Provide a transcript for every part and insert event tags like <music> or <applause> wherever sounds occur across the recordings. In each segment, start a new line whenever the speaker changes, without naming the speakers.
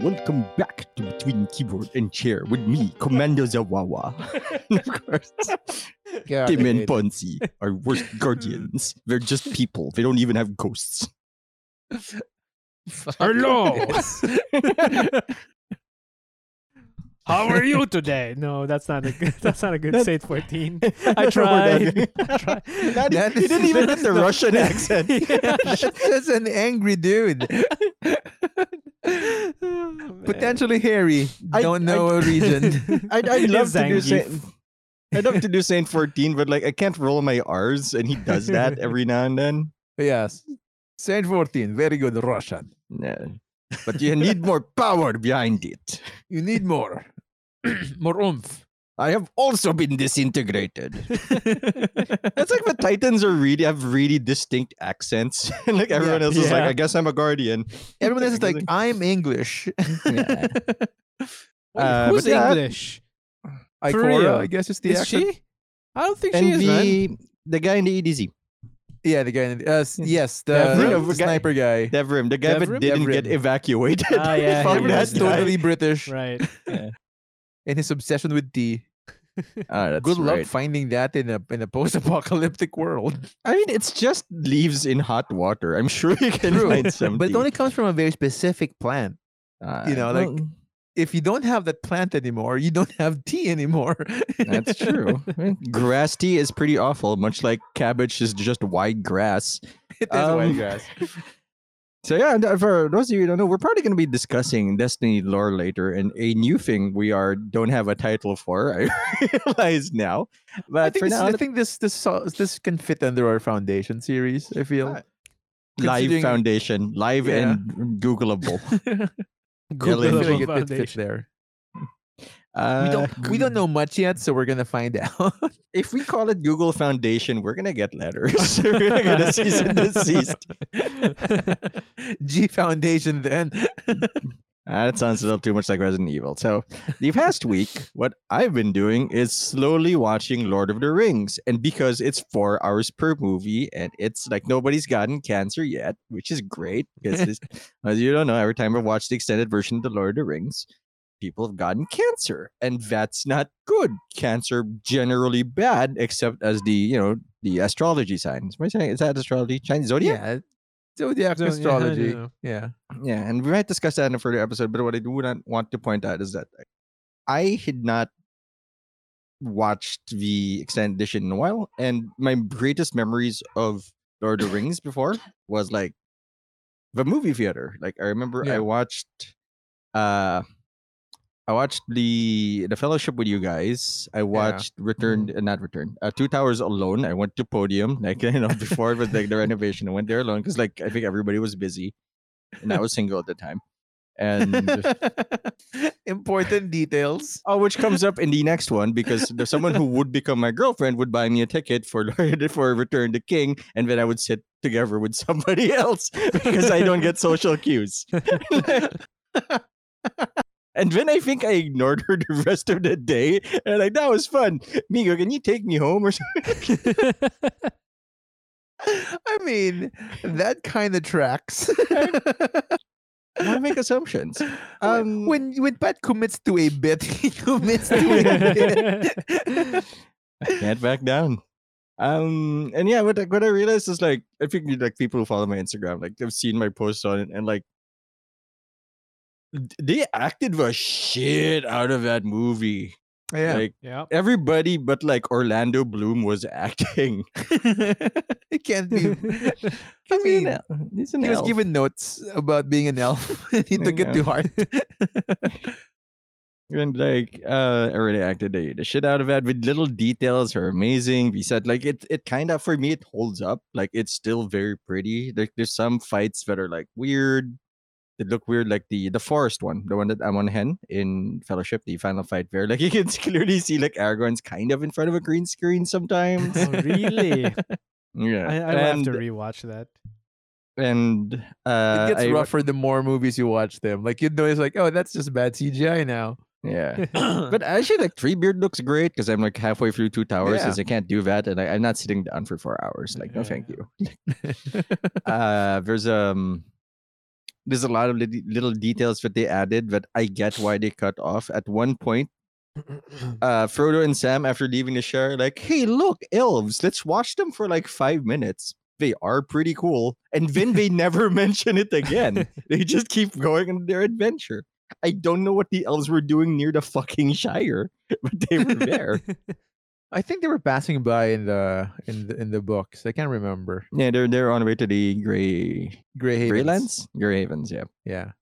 welcome back to Between Keyboard and Chair with me, Commando <laughs> Zawawa. and of course,
Yeah,
Tim
they
and
did.
Ponzi are worst guardians. They're just people. They don't even have ghosts.
Fuck
<laughs>
Hello.
this.
<laughs> How are you today? No, that's not a good, <laughs> that's not a good
That- <laughs>
state 14.
We're
I
not
tried.
doing-
<laughs> I tried.
That,
That
he <laughs>
is-
didn't even <laughs>
that
get the
<laughs>
Russian accent.
<laughs> That's an angry <laughs> dude.
Oh,
<laughs>
Potentially hairy.
I-
Don't know a <laughs> region.
<laughs>
I'd, I'd
It's
love to do Saint,
Zangief.
I'd love to do Saint 14, but like I can't roll my R's, and he does <laughs> that every now and then.
yes. Saint 14, very good Russian.
Yeah. But you need more power behind it.
You need more. <clears throat> more oomph.
I have also been disintegrated. It's like the Titans are really have really distinct accents, <laughs> and like everyone
Yeah.
else is like,
Yeah.
"I guess I'm a guardian."
Everyone else is like,
Really?
I'm English.
<laughs> Yeah.
Wait,
Uh, but
who's
yeah,
English? For
Ikora,
real?
I guess it's the
Is
accent.
she? I don't think
and
she is, man.
the the guy in the E EDZ,
Yeah, the guy. in the- Uh, s-
Yeah.
yes, the,
I
think
the
of a guy-
sniper guy.
Devrim, the guy that
Devrim?
didn't get
Devrim.
evacuated.
Ah, yeah,
<laughs> Fuck that
yeah,
Everyone's
yeah.
guy.
totally
<laughs>
British.
Right.
And his obsession with tea.
Ah, that's
Good luck
right.
finding that in a in a post-apocalyptic world.
I mean, it's just leaves in hot water. I'm sure you can
True,
find something.
But it only comes from a very specific plant.
Ah,
you know, like- If you don't have that plant anymore, you don't have <laughs> tea anymore.
<laughs> That's true. I mean, grass tea is pretty awful, much like cabbage is just white grass.
<laughs> it is white
Um,
grass.
So yeah, and, uh, for those of you who don't know, we're probably going to be discussing Destiny lore later, and a new thing we are don't have a title for. I <laughs> realize now, but
I think,
for
this,
now,
I think this this so- this can fit under our foundation series. I feel.
Ah, live
considering- <laughs>
foundation, live
Yeah.
and
<laughs>
Googleable.
I feel
Google
like it- it, fits
Foundation.
there.
Uh,
we don't we don't know much yet, so we're gonna find <laughs>
<laughs>
out.
if we call it Google Foundation, we're gonna get
<laughs>
letters. <laughs> we're gonna get a cease and desist.
G Foundation then.
Ah, that sounds a little too much like Resident Evil. So, the past week, what I've been doing is slowly watching Lord of the Rings. And because it's four hours per movie and it's like nobody's gotten cancer yet, which is great. Because, this- as you don't know, every time I watch the extended version of The Lord of the Rings, people have gotten cancer. And that's not good. Cancer generally bad, except as the, you know, the astrology signs. Am I saying is that astrology? Chinese zodiac?
yeah. Zodiac
Zodiac, I
astrology.
know.
Yeah.
Yeah, and we might discuss that in a further episode. But what I do not want to point out is that I had not watched the extended edition in a while, and my greatest memories of Lord of the Rings before was like the movie theater. Like I remember I
Yeah.
watched, uh, I watched the the Fellowship with you guys. I watched Returned, uh, not Returned, uh, Two Towers alone. I went to Podium, like <laughs> you know, before it was like the renovation. I went there alone because like I think everybody was busy, and I was single at the time. And
<laughs> Important details.
<laughs> Oh, which comes up in the next one because there's someone who would become my girlfriend would buy me a ticket for <laughs> Lord- for Return to King, and then I would sit together with somebody <laughs> else because I don't get social cues. <laughs> and then I think I ignored her the rest of the day, and like that was fun. Migo, can you take me home or something?
I mean, that kind of
<laughs>
tracks.
I make assumptions. Um,
<laughs> when when Pat commits to a bit, <laughs> he commits to
<laughs>
a bit.
can't back down. Um, and yeah, what I- what I realized is like I think like people who follow my Instagram, like they've seen my posts on it, and like d- they acted the shit out of that movie.
yeah,
Like
yeah.
everybody, but like Orlando Bloom was <laughs> acting.
<laughs> it
<laughs>
can't be. I
He's an
mean, uh,
el- he's an
he was
elf.
given notes about being an elf, <laughs> and he
I
took it to
<laughs>
heart. <laughs>
And like uh already acted the, the shit out of that with little details are amazing. We said like it it kinda for me it holds up. Like it's still very pretty. Like there's some fights that are like weird. They look weird, like the the forest one, the one that Amon Hen in Fellowship, the final fight there. Like <laughs> you can clearly see like Aragorn's kind of in front of a green screen sometimes.
<laughs> <laughs> Oh, really?
yeah.
I, I have
and,
to rewatch that.
and uh
it gets
I wa-
rougher the more movies you watch them. Like you notice, like, oh, that's just bad CGI now.
Yeah. <coughs> <coughs> But actually, like three beard looks great because I'm like halfway through two towers
Yeah.
because I can't do that, and I, I'm not sitting down for four hours. Like, no, thank you. uh, there's um, there's a lot of lit- little details that they added that I get why they cut off. At one point, uh, Frodo and Sam, after leaving the shire, are like, hey, look, elves, let's watch them for like five minutes. They are pretty cool. And then
<laughs>
they never mention it again. They just keep going on their adventure. I don't know what the elves were doing near the fucking Shire, <laughs> but they were
<laughs>
there.
I think they were passing by in the in the in the books. I can't remember.
yeah, they're they're on their way to the Grey
Grey Havens.
Greylands? Grey Havens, yeah.
Yeah.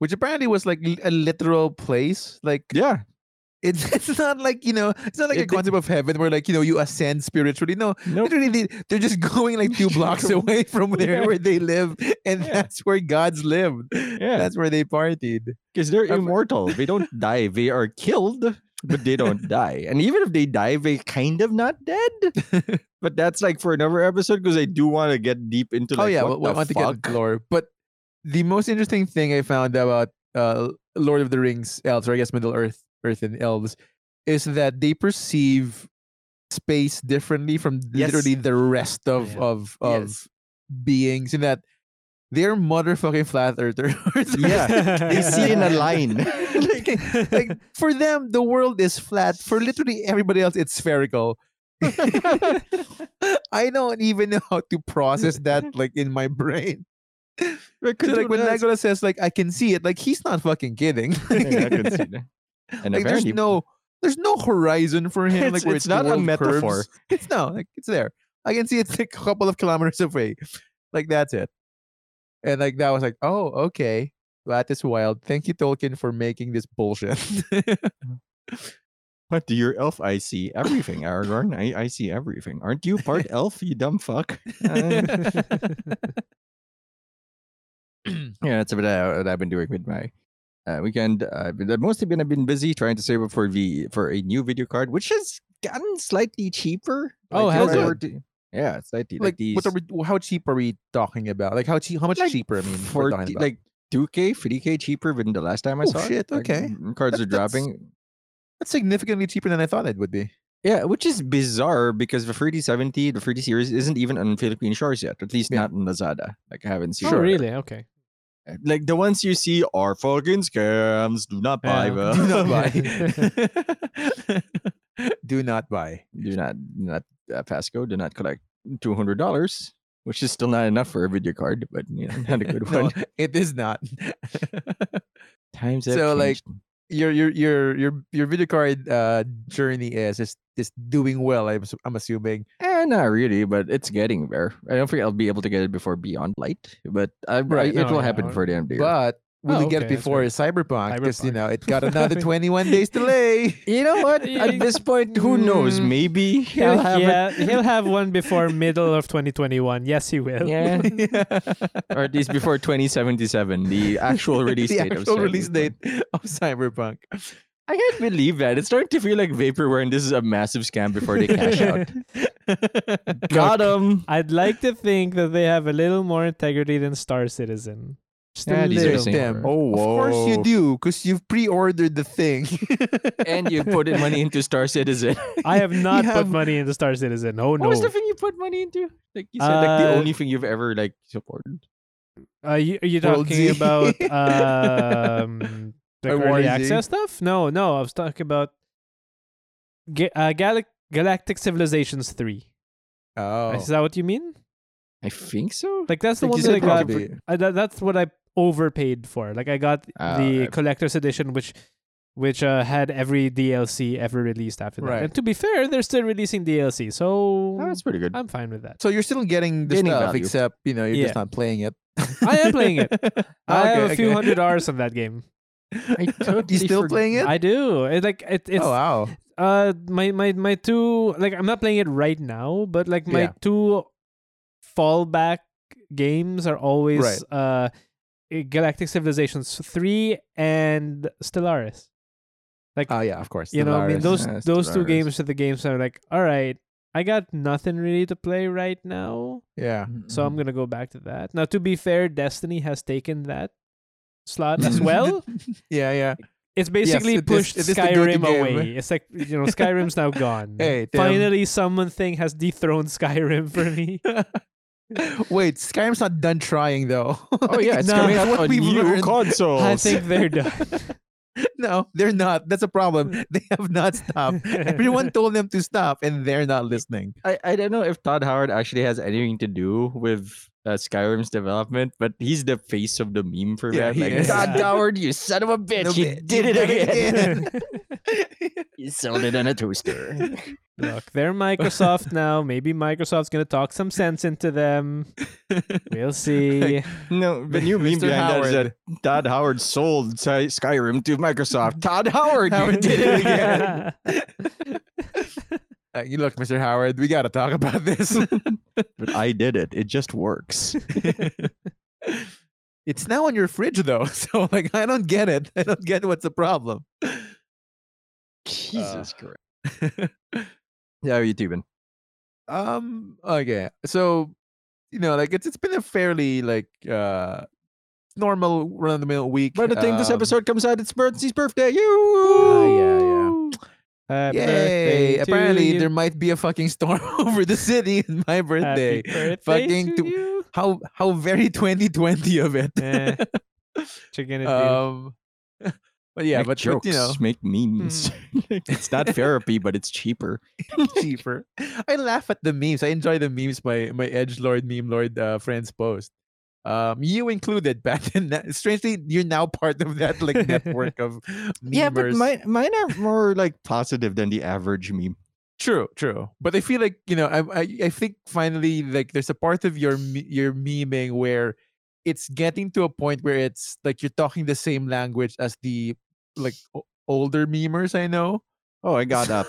Which apparently was like li- a literal place. Like
Yeah.
it's <laughs> it's not like, you know, it's not like
It
a
did-
concept of heaven where like, you know, you ascend spiritually. No,
Nope.
literally they, they're just <laughs> going like two blocks away from
<laughs>
there
Yeah.
where they live. And
Yeah.
that's where gods lived.
Yeah.
That's where they partied.
Because they're
I've-
immortal. They
<laughs>
don't die. They are killed, but they don't die. And even if they die, they kind of not
<laughs>
dead. but that's like for another episode because I do want to get deep into like,
oh yeah,
what
well, I
the
want to get
fuck?
into lore. But the most interesting thing I found about uh, Lord of the Rings elves, or I guess Middle Earth, Earth and elves, is that they perceive space differently from literally the rest of
Yeah.
of of
Yes.
beings. In that they're motherfucking flat earthers. <laughs>
Yeah.
<laughs>
They see in a line. <laughs> Like, <laughs>
like for them, the world is flat. For literally everybody else, it's
<laughs>
spherical. I don't even know how to process
<laughs>
that like in my brain.
like,
So, like when Legolas says like I can see it, like he's not fucking kidding.
<laughs> Yeah, I
<laughs>
can see that. And
like there's
apparently-
no there's no horizon for him.
It's-
like where
it's
the
not a
world
metaphor.
curves. <laughs> It's no, like it's there. I can see it's like a couple of kilometers away. Like that's it. And like that was like, oh, okay. That is wild. Thank you, Tolkien, for making this bullshit. <laughs>
What do your elf? I see everything, Aragorn. I, I see everything. Aren't you <laughs> part elf, you dumb <laughs> fuck? Uh, yeah, that's what, I, what I've been doing with my uh, weekend. Uh, but I've mostly been I've been busy trying to save up for the for a new video card, which has gotten slightly cheaper.
Oh,
if I
has it?
were to- yeah, slightly.
like,
Like, these,
what are we, how cheap are we talking about? Like how cheap? How much
Like,
cheaper? I mean, we're talking
40,
about?
like two k, three k cheaper than the last time I
Oh,
saw it.
shit,
Like,
okay.
mm, cards
That-
are
that's-
dropping.
that's significantly cheaper than I thought it would
<laughs>
be.
Yeah, which is bizarre because the 3070, the 30 series isn't even on Philippine shores yet. At least
Yeah.
not on Lazada. Like I haven't seen.
Oh,
it. Eh,
really? Okay.
Like the ones you see are fucking scams. Do not buy
Yeah, okay.
them.
<laughs> do not buy.
uh.
<laughs> do not buy.
buy.
<laughs> <laughs> do not do not uh, Pasco do not collect two hundred dollars, which is still not enough for a video card, but you know, <laughs> not a good
<laughs> No,
one.
it is not. <laughs>
Times have
So, like,
changed.
your your your your your video card uh, journey is is is doing well. I'm assu- I'm assuming.
eh, not really, but it's getting there. I don't think I'll be able to get it before Beyond Light, but I,
Right,
I- it will
no, yeah,
happen
or-
before the end of the year.
But will
Oh,
you get it
okay, that's
before Cyberpunk? Because you
Cyberpunk.
know it got another 21 days delay.
you know
<laughs>
what? At
Yeah.
this point, who knows?
Hmm.
Mm.
Maybe <laughs>
He'll,
he'll have it,
yeah, <laughs> he'll have one before middle of 2021. Yes, he will. <laughs>
Yeah.
or
or at least before 2077, the
<laughs>
actual release
<laughs> the
date. of
actual release
Cyberpunk.
date of Cyberpunk.
I can't believe that. It's starting to feel like vaporware, and this is a massive scam before they cash
<laughs>
out. Got 'em.
I'd like to think that they have a little more integrity than Star Citizen. Just
Yeah,
a
these are
little.
same
them.
Oh,
Of course you
whoa.
do, because you've pre-ordered the thing. <laughs>
and you put in money into Star Citizen.
I have not
You
put
have-
money into Star Citizen. Oh
<laughs> What was the
no.
thing you put money into? Like you said, like the
Uh,
only thing you've ever like supported.
Uh, you, are you
World
talking
<laughs>
Z.
about um, the
Or War
early
Z.
access stuff? No, no. I was talking about Ga- uh, Galac- Galactic Civilizations 3.
oh,
Is that what you mean?
I think so.
Like that's the
Like
one
you
that I
said,
got.
probably.
I, that, that's what I overpaid for. Like I got
Ah,
the
right.
collector's edition, which which uh, had every DLC ever released after that.
Right.
And to be fair, they're still releasing DLC, so
Oh, that's pretty good.
I'm fine with that.
So you're still getting the
Gaining
stuff,
value.
except you know you're
Yeah.
just not playing it.
I am
<laughs>
playing it. I have
Okay,
a few
okay.
hundred hours on that game.
<laughs> I
you
totally
still
forg-
playing <laughs> it?
I do. It like it, it's
oh wow!
uh my my my two like I'm not playing it right now, but like my
Yeah.
two fallback games are always
Right.
uh Galactic Civilizations 3 and Stellaris. Like
Oh yeah, of course.
you know, I mean,
Stellaris.
those
yeah,
those two
Stellaris.
games are the games that are like, all right, I got nothing really to play right now,
yeah.
so I'm gonna go back to that. Now, to be fair, Destiny has taken that slot
<laughs>
as well.
yeah, yeah.
It's basically
it is-
pushed
it is the go-to
Skyrim
game.
away. It's like you know, Skyrim's now gone.
<laughs> Hey, Tim. <laughs>
finally, someone thing has dethroned Skyrim for me.
Wait, Skyrim's not done trying though.
Oh
<laughs>
yeah, it's
No,
coming
what
out on
we've
new
learned.
consoles.
I think they're done.
<laughs> no, they're not. That's a
<laughs>
problem. They have not
<laughs>
stopped. Everyone told them to stop, and they're not listening.
I, I don't know if Todd Howard actually has anything to do with uh, Skyrim's development, but he's the face of the meme for
Yeah,
that.
he
Like, <laughs>
is.
Todd
Yeah.
Howard, you son of a bitch,
No,
you
bi-
did
you
it
done it
again.
again.
you sold it on a toaster.
<laughs>
<laughs>
Look, they're Microsoft now. Maybe Microsoft's gonna talk some sense into them.
<laughs>
We'll see.
no, the new meme
Mr.
behind that is that Todd Howard sold Sky- Skyrim to Microsoft. <laughs> Todd Howard, you
Howard
did it again.
Uh, you look, Mr. Howard, we got to talk about
<laughs>
this.
<laughs>
<laughs>
but I did it. It just works.
it's now on your fridge though, <laughs> so like I don't get it. I don't get what's the problem.
Jesus Christ. Uh. <laughs> Yeah, how are you tubing?
Um. Okay. So, you know, like it's it's been a fairly like uh normal run of the mill week.
By the time this
um, Ah,
episode comes out, it's Bernsey's birthday. You. Ah,
Oh, <laughs> Happy
Yay!
birthday
Apparently,
to you.
there might be a fucking storm <laughs> over the city on my birthday.
Happy birthday
Fucking
to
to-
you.
How how very 2020 of it. <laughs>
Eh, chicken and
um. <laughs> But yeah,
make
but,
jokes,
but you know,
make memes. <laughs> it's not therapy, but it's cheaper.
<laughs> cheaper. I laugh at the memes. I enjoy the memes my my edge lord meme lord uh, friends post. Um, you included, <laughs> Pat. And that, strangely, you're now part of that like network
<laughs>
of memers.
Yeah, but mine, mine are more like positive than the average meme.
True, true. But I feel like you know, I I, I think finally like there's a part of your me- your memeing where it's getting to a point where it's like you're talking the same language as the like o- older memers I know. <laughs>
Oh, I got up.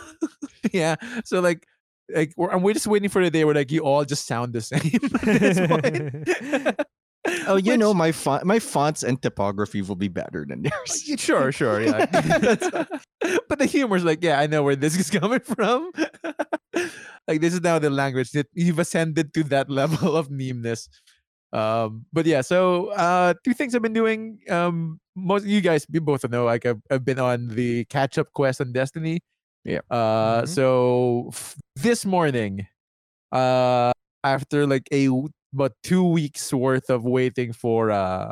yeah. So like like we're, and we're just waiting for the day where like you all just sound the <laughs> same. at this point.
<laughs> <laughs> Oh, you know
<laughs> Which-
my font, my fonts and typography will be better than theirs.
y- <laughs> sure, sure, yeah. <laughs> That's- but the humor's like, yeah, I know where this is <laughs> coming from. like this is now the language that you've ascended to that <laughs> level of memeness. Um, but yeah, so uh two things I've been doing. Um most you guys you both know like I've, I've been on the catch up quest on Destiny.
Yep.
Uh
Mhm.
so f- this morning, uh after like a w- about two weeks worth of waiting for uh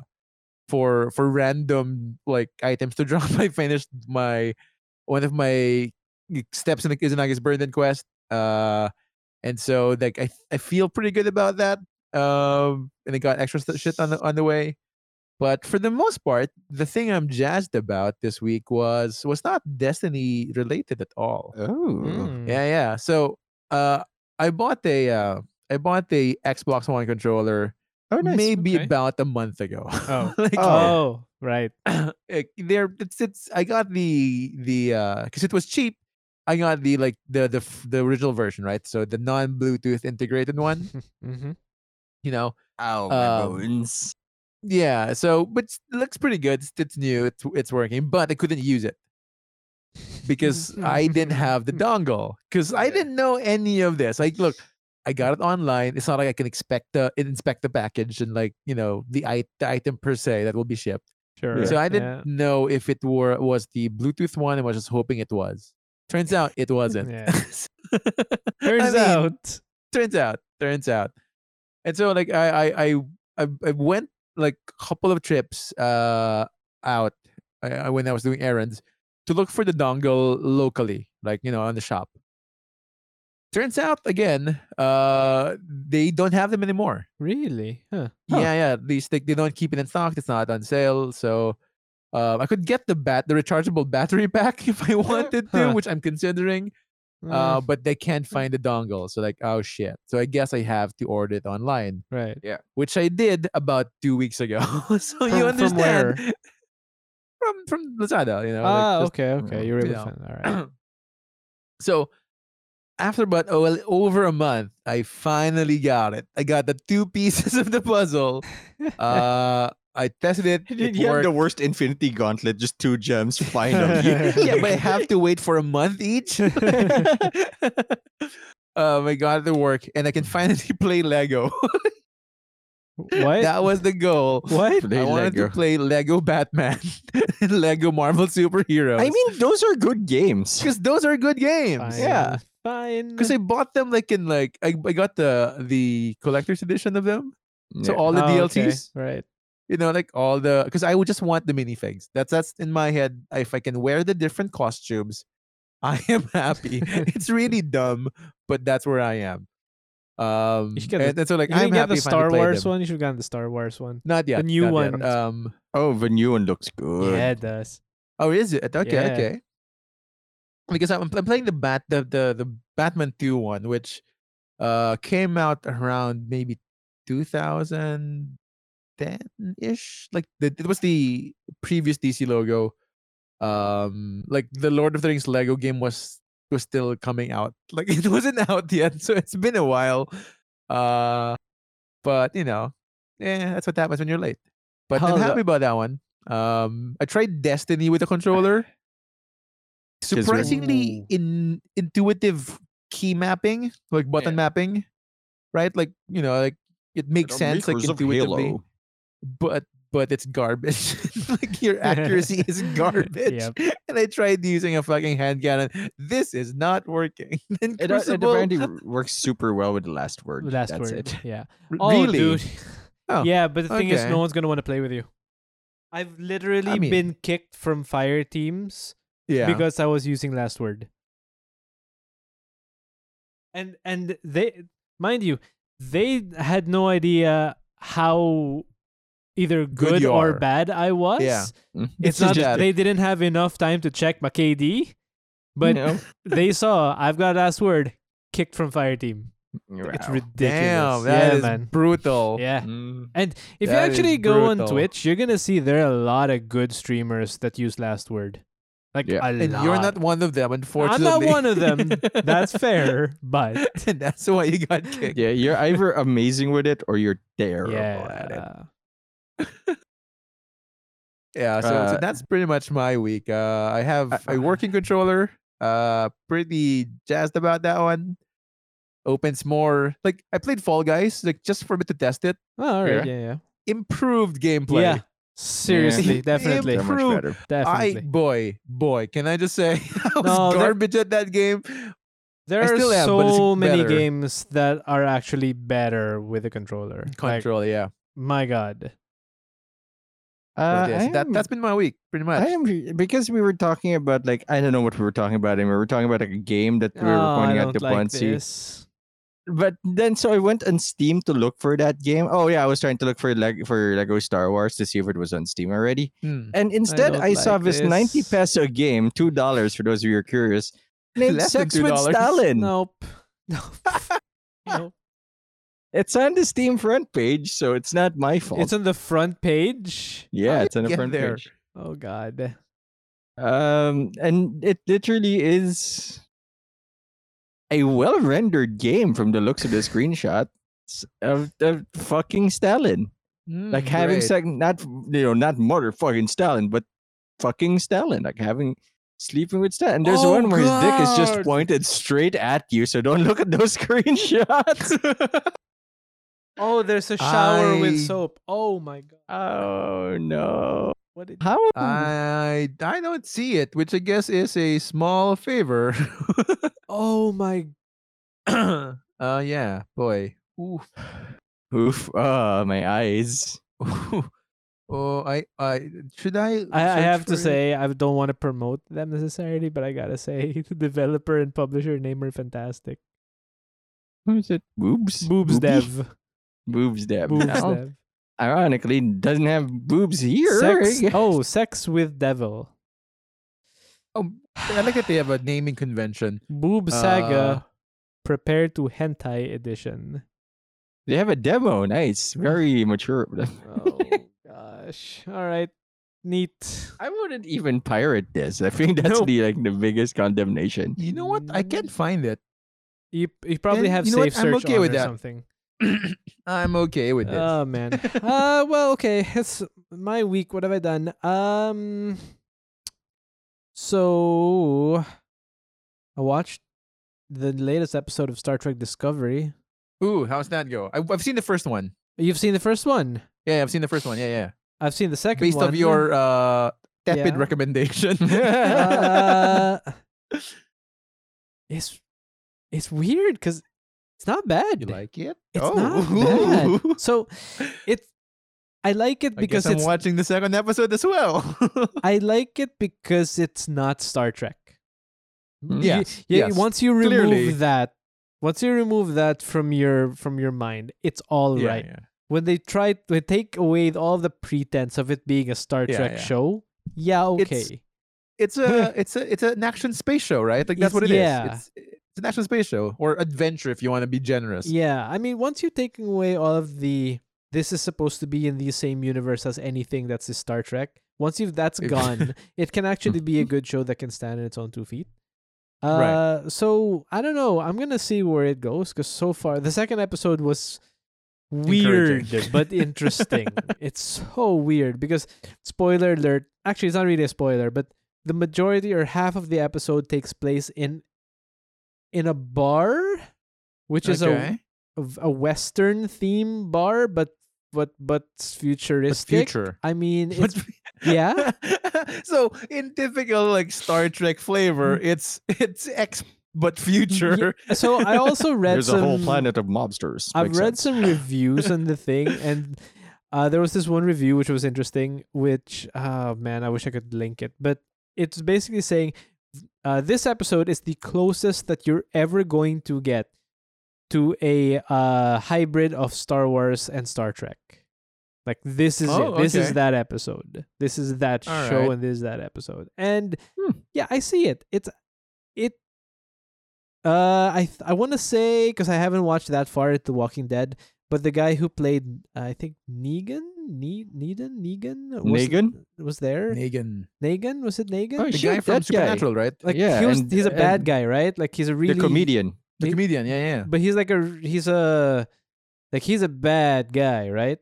for for random like items to <laughs> drop i finished my one of my steps in the Kizunagi's Burden quest uh and so like i i feel pretty good about that um and i got extra st- shit on the on the way but for the most part the thing i'm jazzed about this week was was not destiny related at all
<laughs> Oh,
Mm.
yeah, yeah. So uh I bought a uh I bought the Xbox One controller
oh, nice.
maybe
Okay.
about a month ago.
Oh.
<laughs> like,
Oh, right.
like, there it's it's I got the the uh cuz it was cheap. I got the like the the f- the original version, right? So the non Bluetooth integrated one,
Mm-hmm.
you know.
Ow,
Um,
bones.
Yeah, so but it's- it looks pretty good. It's, it's new. It's it's working, but I couldn't use it because I didn't have the dongle. Because I
Yeah.
didn't know any of this. Like, look, I got it online. It's not like I can expect the inspect the package and like you know the, it, the item per se that will be shipped.
Sure.
So I
yeah.
didn't know if it were was the Bluetooth one. I was just hoping it was. Turns out it wasn't.
Yeah.
So- I
Turns
mean,
out.
<laughs> turns out turns out and so like i i i, I I went like a couple of trips uh out I, I, when i was doing errands to look for the dongle locally like you know on the shop turns out again uh they don't have them anymore
Really? Huh.
Huh.
yeah yeah at least they, they don't keep it in stock it's not on sale so uh, I could get the bat, the rechargeable <laughs> battery pack if
<laughs>
I wanted to,
Huh. Hmm.
which I'm considering uh, but they can't find the dongle. So like, oh shit. So I guess I have to order it online,
right.
which I did about two weeks ago. <laughs> so
From-
you
from
understand Uh,
where?
from from Lazada, you know. like,
Ah,
just-
okay, okay. You're able
Yeah.
to find that. All right.
So after about oh, well, over a month, I finally got it. I got the two <laughs> pieces of the
<laughs>
puzzle. Uh, I tested it. it
You have the
worked.
worst Infinity Gauntlet, just two <laughs> gems. Finally,
<laughs> yeah, but I have to wait for a month each. <laughs> um, I got it to work, and I can finally <laughs> play Lego.
What?
that was the goal.
<laughs>
what?
Play
I wanted
Lego.
to play Lego Batman <laughs> and Lego Marvel Superheroes.
I mean, those are good games.
because those are good games.
Fine.
yeah.
Fine.
because I bought them like in like I, I got the the collector's edition of them.
<laughs>
So
Yeah.
all the
Oh, okay,
DLTs,
Right.
you know, like all the because I would just want the minifigs. That's that's in my head. If I can wear the different costumes, <laughs> I am
<laughs>
happy. it's really dumb, but that's where I am. Um,
should get the-
and, and so like
You
I'm
didn't get
happy
the
if I
Star
play
Wars
them.
one. You should have gotten the Star Wars one.
Not yet.
new
not yet.
ones.
Um,
Oh, the new one looks good.
Yeah, it does.
Oh, is it? Okay,
Yeah.
okay. Because I'm, I'm playing the bat the, the the Batman 2 one, which uh came out around maybe 2010 ish. Like the, it was the previous DC logo. Um, like the Lord of the Rings Lego game was was still coming out. <laughs> Like it wasn't out yet, so it's been a while. Uh, but you know, yeah, that's what happens when you're late. But I'm
Hold up.
happy about that one. Um, I tried Destiny with a
<laughs>
controller.
really-
Surprisingly
Ooh.
in intuitive key mapping, like button
Yeah.
mapping, right? Like you know, like it makes sense, like
Makers of
intuitively.
Halo.
But but it's garbage. <laughs> like your
<laughs>
accuracy is garbage.
Yep.
And I tried using a fucking hand cannon. This is not working. <laughs> And
It, uh, it
Crucible-
apparently w- <laughs> works super well with the last word.
The last
That's
word.
It.
<laughs> Yeah.
R-
Oh,
really?
dude.
<laughs> Oh,
yeah, but the thing is,
okay.
no one's gonna want to play with you. I've literally
mean-
been kicked from fire teams
Yeah.
because I was using last word. And and they, mind you, they had no idea how either
Good
good,
you
or
are.
bad I was.
Mm.
This
It's
is
not
just
that they didn't have enough time to check my KD, but
<laughs> No.
they saw I've got last word kicked from fire team. It's
Wow.
ridiculous.
Damn, that
yeah,
is
man.
brutal.
Yeah.
Mm.
If
That is
you actually go on
brutal.
Twitch, you're gonna see there are a lot of good streamers that use last word. Like
Yeah.
a
And
lot.
you're not one of them,
I'm
unfortunately.
not one of
<laughs>
them. That's fair, but
and that's why you got kicked.
Yeah, you're either amazing with it or you're terrible at it.
yeah,
Yeah, so, so
Uh,
that's pretty much my week. Uh, I have
I-
a working controller. Uh, pretty jazzed about that one. Opens more. Like I played Fall Guys, like just for me to test it.
oh, all
Yeah.
right, yeah, yeah,
Improved gameplay.
yeah. Seriously,
Yeah.
definitely,
They're much
True.
better.
I
definitely.
boy boy, can I just say <laughs> I was
No, that-
garbage at that game.
there
I
are
still am, but it's
so many
better.
games that are actually better with a controller. Like,
Control, yeah.
my God,
Uh,
But yeah, so
I
that
am-
that's been my week, pretty much.
I am re- because we were talking about like I don't know what we were talking about, and we were talking about like, a game that we were
oh, I
pointing
don't
at the
like
Ponzi.
this.
But then, so I went on Steam to look for that game. Oh yeah, I was trying to look for Leg- for Lego Star Wars to see if it was on Steam already.
Hmm.
And instead,
don't
I, saw
like
this ninety
this.
peso game, two dollars for those of you who are curious. <laughs> Named
Less than
Sex with
$2.
Stalin.
Nope. <laughs> Nope. nope.
It's on the Steam front page, so it's not my fault.
It's on the front page.
yeah,
How'd
it's on
you
the
get
front
there?
page.
Oh God.
Um, and it literally is a well rendered game from the looks of the screenshots of the fucking Stalin. Like
Hmm,
having
great.
sex, not you know, not motherfucking Stalin, but fucking Stalin. Like having sleeping with Stalin. And there's
Oh,
one where his dick is
God.
just pointed straight at you, so don't look at those <laughs>
<laughs>
screenshots.
Oh, there's a shower
I-
with soap. Oh my God.
oh no!
What did?
How?
I I don't see it, which I guess is a small favor. <laughs>
Oh my. <clears throat>
uh yeah, boy. Oof.
Oof! Ah, my eyes.
oh, I I should I
I, I
search
have
for
to
it?
say I don't want to promote them necessarily, but I gotta say <laughs> the developer and publisher name are fantastic.
Who is it? Boobs.
Boobs
Booby?
Dev.
Boobs Deb.
Boobs
now.
Dev.
Ironically, doesn't have boobs here.
Sex.
<laughs>
Oh, sex with devil.
Oh, I like that they have a naming convention.
Boob
Uh,
Saga. Prepare to hentai edition.
<laughs> They have a demo. Nice. Very mature.
<laughs> Oh gosh. All right. Neat.
I wouldn't even pirate this. I think that's
Nope.
the like the biggest condemnation.
You know what? I can't
Mm.
find it. <clears throat>
You you probably
Then
have
you know what?
safe
I'm
search
okay
on
with
or
that.
something.
I'm okay with this. <laughs>
Oh man. uh well okay. It's my week. What have I done? Um so I watched the latest episode of Star Trek Discovery.
Ooh, how's that go? I, I've seen the first one.
You've seen the first one.
Yeah, I've seen the first one. Yeah, yeah.
I've seen the second
Based
one.
off your uh tepid
Yeah. <laughs>
recommendation.
uh, it's it's weird because it's not bad.
You like it?
it's
Oh.
<laughs>
not bad. So it's I like it
I
because
guess I'm
it's
watching the second episode as well. <laughs>
I like it because it's not Star Trek.
yeah.
Yeah,
Yes.
once you remove
Clearly.
that, once you remove that from your from your mind, it's all right.
yeah, yeah.
When they try to take away all the pretense of it being a Star
Yeah,
Trek
yeah.
show, yeah, okay.
It's- It's a
<laughs>
it's a it's an action space show, right? Like that's what
It's-
it is.
yeah.
It's, it's an action space show or adventure if you want to be generous.
Yeah, I mean, once you're taking away all of the this is supposed to be in the same universe as anything that's a Star Trek. Once you've that's
Ex- <laughs>
gone, it can actually be a good show that can stand on its own two feet. Uh,
Right.
So I don't know. I'm gonna see where it goes because so far the second episode was
Encouraging.
weird but
<laughs>
interesting. it's so weird because spoiler alert. Actually, it's not really a spoiler, but the majority or half of the episode takes place in in a bar, which is a
Okay.
of a western theme bar but but but
But
futuristic
future.
i mean
But-
it's, yeah <laughs>
<laughs> so in typical like Star Trek flavor,
Mm.
it's it's X but future.
so i also
<laughs>
read
There's
some
a whole planet of mobsters.
i've
Makes
read
sense.
some reviews on the thing
<laughs>
and uh there was this one review which was interesting which uh man i wish i could link it but it's basically saying uh this episode is the closest that you're ever going to get to a uh hybrid of star wars and star trek like this is
Oh,
it this is
okay.
that episode this is that
All
show
right.
and this is that episode and
Hmm.
yeah i see it it's it uh i th- i want to say because i haven't watched that far at the walking dead but the guy who played uh, i think negan ne- negan negan was,
Negan?
was there
<laughs> Negan,
negan was it negan
Oh,
the
Shit,
guy from
that guy.
Supernatural, right?
like
yeah,
he was,
and- uh,
he's a bad
and
guy right like he's a really
the comedian.
The
He-
comedian, yeah, yeah.
but he's like a he's a like he's a bad guy right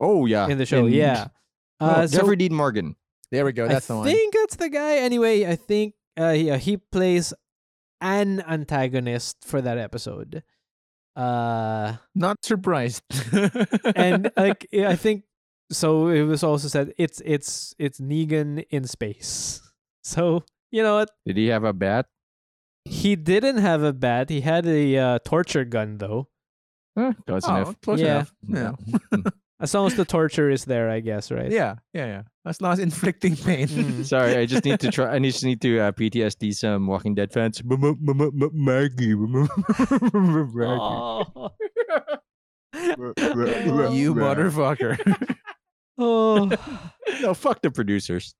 Oh yeah.
in the show
And-
yeah
No,
uh so
Jeffrey Dean Morgan.
There we go. That's
I
the one.
think that's the guy. Anyway, I think uh, yeah, he plays an antagonist for that episode. Uh,
Not surprised. <laughs>
and like yeah, I think so. It was also said it's it's it's Negan in space. <laughs> So you know what?
Did he have a bat?
He didn't have a bat. He had a uh, torture gun though.
Huh, close
oh,
enough.
close
Yeah.
enough. Yeah.
As long as the torture is there, I guess, right? <laughs>
Yeah, yeah, yeah. As long as inflicting pain.
Mm.
Sorry, I just need to try. I just need to uh, PTSD some Walking Dead fans. <laughs> M- m- m- m- m- Maggie. <laughs> Maggie.
Oh.
<laughs> you motherfucker. <laughs>
oh.
No, fuck the producers.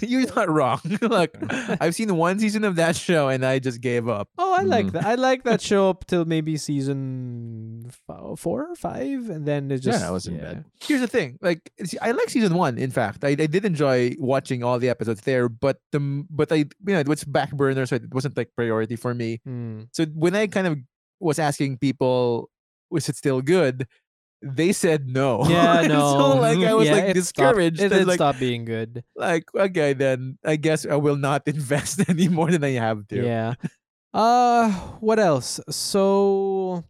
You're not wrong. <laughs> Look, I've seen one season of that show and I just gave up.
Oh, I like
Mm.
that. I like that show up till maybe season f- four or five, and then it just
yeah, I wasn't bad.
Here's the thing. Like it's- I like season 1 in fact. I, I did enjoy watching all the episodes there, but the m- but I you know, it was back burner so it wasn't like priority for me. <laughs>
Mm.
So when I kind of was asking people, was it still good? They said no.
Yeah, no.
<laughs> so like I was
Yeah,
like
it
discouraged.
Stopped, it
and,
did
like,
stop being good.
like okay, then I guess I will not <laughs> invest any more than I have to.
Yeah. Uh, what else? So,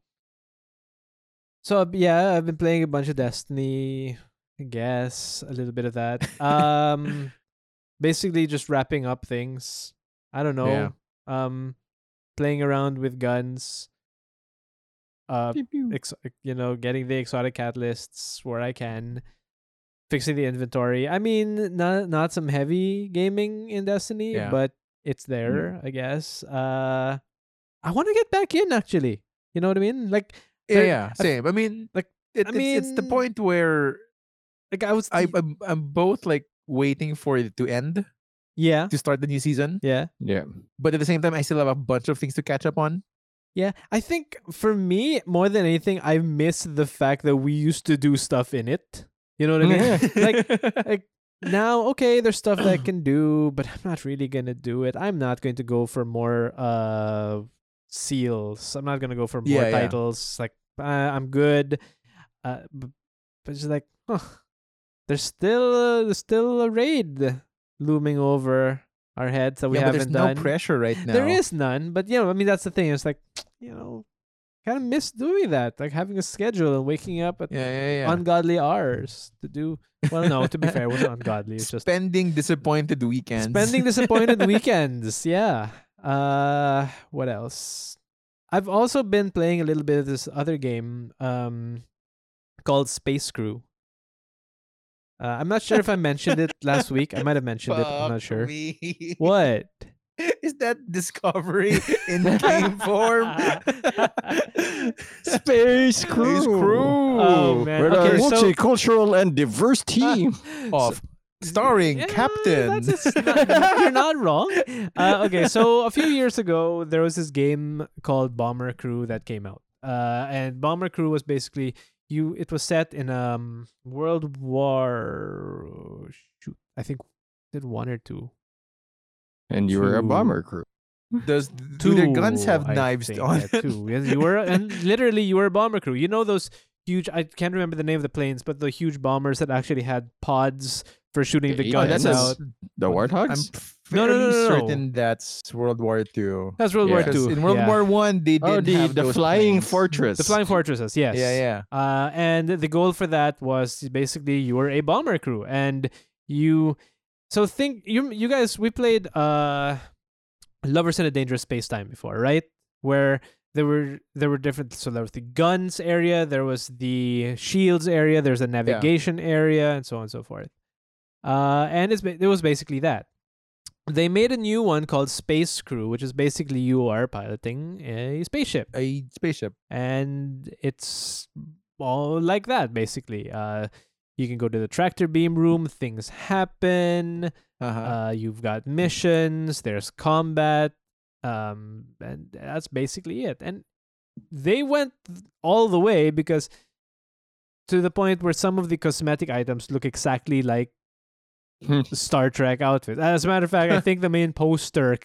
so yeah, I've been playing a bunch of Destiny. I guess a little bit of that. Um, basically just wrapping up things. I don't
Yeah.
know. Um, playing around with guns. Uh, ex- you know, getting the exotic catalysts where I can, fixing the inventory. I mean, not not some heavy gaming in Destiny,
Yeah. Mm-hmm.
but it's there, I guess. Uh, I want to get back in actually. You know what I mean? Like,
yeah,
There-
yeah, same. I mean, like it,
I
it's, it's the
mean,
point where
like I was.
I,
th-
I'm, I'm both like waiting for it to end
yeah,
to start the new season,
yeah,
Yeah.
but at the same time, I still have a bunch of things to catch up on.
yeah. I think for me, more than anything, I miss the fact that we used to do stuff in it. You know what I mean?
<laughs>
<laughs> Like- like, now okay there's stuff
<clears throat>
that i can do but i'm not really gonna do it i'm not going to go for more uh seals i'm not gonna go for more
Yeah, yeah.
titles like uh, i'm good uh b- but it's like huh, there's still uh, there's still a raid looming over our heads that we
yeah, but there's
haven't done
no pressure right now.
there is none but you know i mean that's the thing it's like you know kind of miss doing that like having a schedule and waking up at
Yeah, yeah, yeah.
ungodly hours to do. Well, no, to be fair, it wasn't ungodly. It's just
spending <laughs> disappointed weekends.
spending disappointed weekends. Yeah. Uh, what else? I've also been playing a little bit of this other game um, called Space Crew. Uh, I'm not sure if I mentioned it last week. I might have mentioned it. I'm not sure. What?
<laughs> Is that
<laughs>
discovery in game form?
<laughs> Space crew.
Space crew.
Oh, man.
We're
Okay,
a
so-
multicultural and diverse
<laughs>
team.
Off. Starring
Yeah,
Captain.
that's- it's
<laughs>
not- you're not wrong. Uh, okay, so a few years ago, there was this game called Bomber Crew that came out, uh, and Bomber Crew was basically you. It was set in um World War. Shoot, I think did one or two.
and you were a
Two.
bomber crew.
Does do their guns have
I
knives
think,
on <laughs>
yeah,
it?
two. Yes, you
<laughs>
were, and literally, you were a bomber crew. You know those huge. I can't remember the name of the planes, but the huge bombers that actually had pods for shooting the
Yeah,
Oh, that's
guns
that's
out.
a- The
I'm
warthogs?
No, no, no,
fairly
no, no.
certain that's World War Two.
That's World War
Yeah.
Two.
Because in World
yeah.
War One, they did
oh, the,
have
the
those
flying
planes.
fortress.
The Flying Fortresses, yes.
Yeah, yeah.
Uh, and the goal for that was basically you were a bomber crew, and you. So think you you guys we played uh, Lovers in a Dangerous Space Time before, right? Where there were there were different. So there was the guns area, there was the shields area, there's the navigation area, and so on and so forth. Uh, and it's ba- it was basically that. They made a new one called Space Crew, which is basically you are piloting a spaceship
A spaceship.
and it's all like that basically uh you can go to the tractor beam room things happen
Uh-huh.
uh you've got missions there's combat um and that's basically it and they went all the way because to the point where some of the cosmetic items look exactly like Star Trek outfits. As a matter of fact, I think the main poster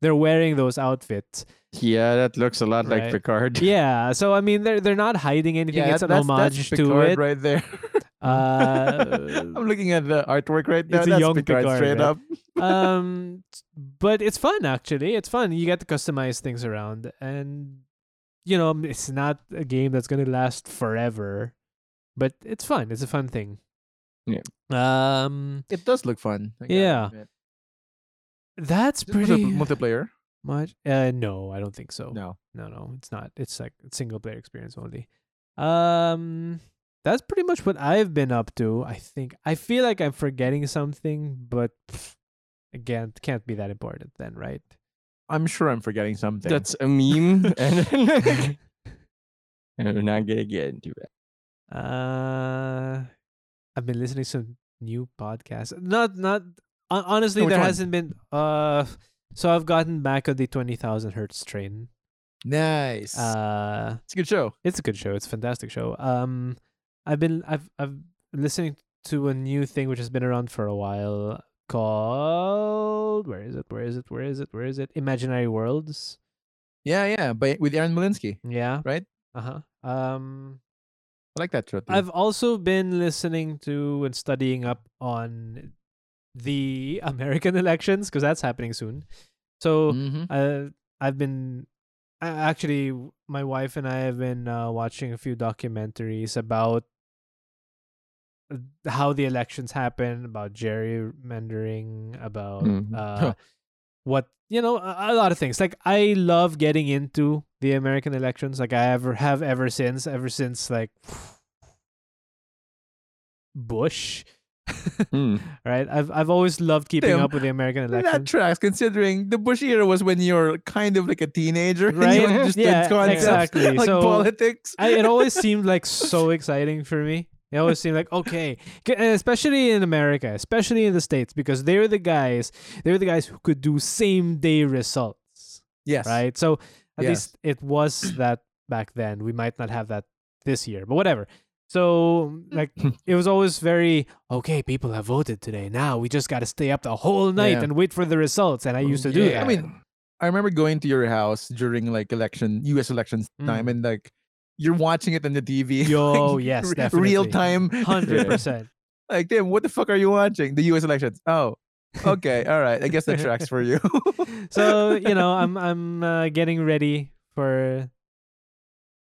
they're wearing those outfits.
yeah, that looks a lot
Right.
like Picard. <laughs>
Yeah, so I mean, they're they're not hiding anything.
yeah,
it's an
that's,
homage
that's
to
Picard
it.
right there.
Uh,
<laughs>
<laughs>
I'm looking at the artwork right now.
It's a
that's
young
Picard,
Picard,
straight
man.
up.
um, but it's fun actually. It's fun. You get to customize things around, and you know, um, it's not a game that's gonna last forever, but it's fun. It's a fun thing.
Yeah.
Um,
It does look fun. I gotta
Yeah.
admit.
that's
Is it multi-
pretty <laughs>
multiplayer.
much. Uh, no, I don't think so.
No.
no, no, it's not. It's like a single player experience only. Um, that's pretty much what I've been up to. I think I feel like I'm forgetting something, but pff, again, it can't be that important then, right?
I'm sure I'm forgetting something.
That's a meme. <laughs> and and we're not going to get into that.
Uh, I've been listening to some new podcasts. Not, not hon- honestly,
which
there
one?
hasn't been. Uh, so I've gotten back on the twenty thousand hertz train.
nice.
Uh,
it's a good show.
it's a good show. It's a fantastic show. Um, I've been I've I've listening to a new thing which has been around for a while called where is it where is it where is it where is it Imaginary Worlds.
Yeah, yeah. But with Aaron Malinsky.
Yeah.
Right? Hmm.
Uh huh. Um,
I like that show. Too.
I've also been listening to and studying up on the <laughs> American elections because that's happening soon. So.
Mhm.
uh, I've been I, actually w- my wife and I have been uh, watching a few documentaries about uh, how the elections happen, about gerrymandering, about
Mhm.
Mm-hmm.
uh, what you know, a, a lot of things. Like I love getting into the American elections, like I ever have ever since, ever since like Bush.
Hmm.
Right, I've I've always loved keeping
Damn.
up with the American
That
elections.
tracks, considering the Bush era was when you're kind of like a teenager, and you
Right? <laughs>
understood
Yeah,
concepts
exactly.
<laughs> like
So,
politics.
I, it
<laughs>
always seemed like so exciting for me. It always seemed like okay, K- and especially in America, especially in the states, because they're the guys, they're the guys who could do same day results,
yes,
right? So at
Yes.
least it was that back then. We might not have that this year, but whatever.
<laughs>
So like it was always very okay. People have voted today. Now we just got to stay up the whole night
Yeah.
and wait for the results. And I used to do
I
that.
mean, <laughs> I remember going to your house during like election, U.S. elections time,
Mm.
and like you're watching it on the TV. <laughs>
Yo, oh,
like,
yes,
re- real <laughs>
definitely.
time.
hundred percent.
Like, damn, what the fuck are you watching? The U.S. elections. Oh, okay, all right. I guess that tracks for
<laughs>
you. <laughs>
so you know i'm i'm uh, getting ready for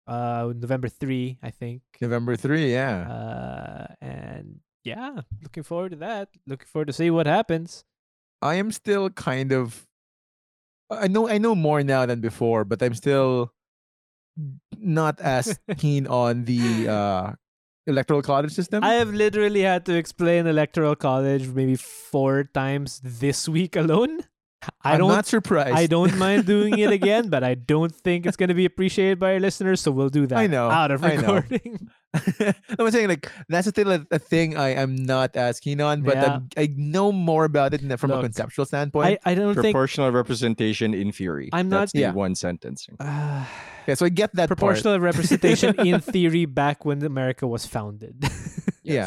uh november 3 i think
November three, yeah.
uh and yeah looking forward to that looking forward to see what happens
I am still kind of. I know, I know more now than before, but I'm still not as
<laughs>
keen on the uh, electoral college system.
I have literally had to explain electoral college maybe four times this week alone. I
am
don't
not surprised.
I don't mind doing
<laughs>
it again, but I don't think it's going to be appreciated by our listeners, so we'll do that
I know,
out of
I know.
recording.
<laughs> I'm saying like that's a thing, like, a thing I am not as keen on, but
Yeah.
I'm- i know more about it in- from a
Look,
conceptual
I,
standpoint.
I, don't think
Proportional representation in theory.
I'm not-
That's the
Yeah.
one sentence.
uh,
yeah, so I get that part.
proportional representation <laughs> in theory back when America was founded.
Yeah.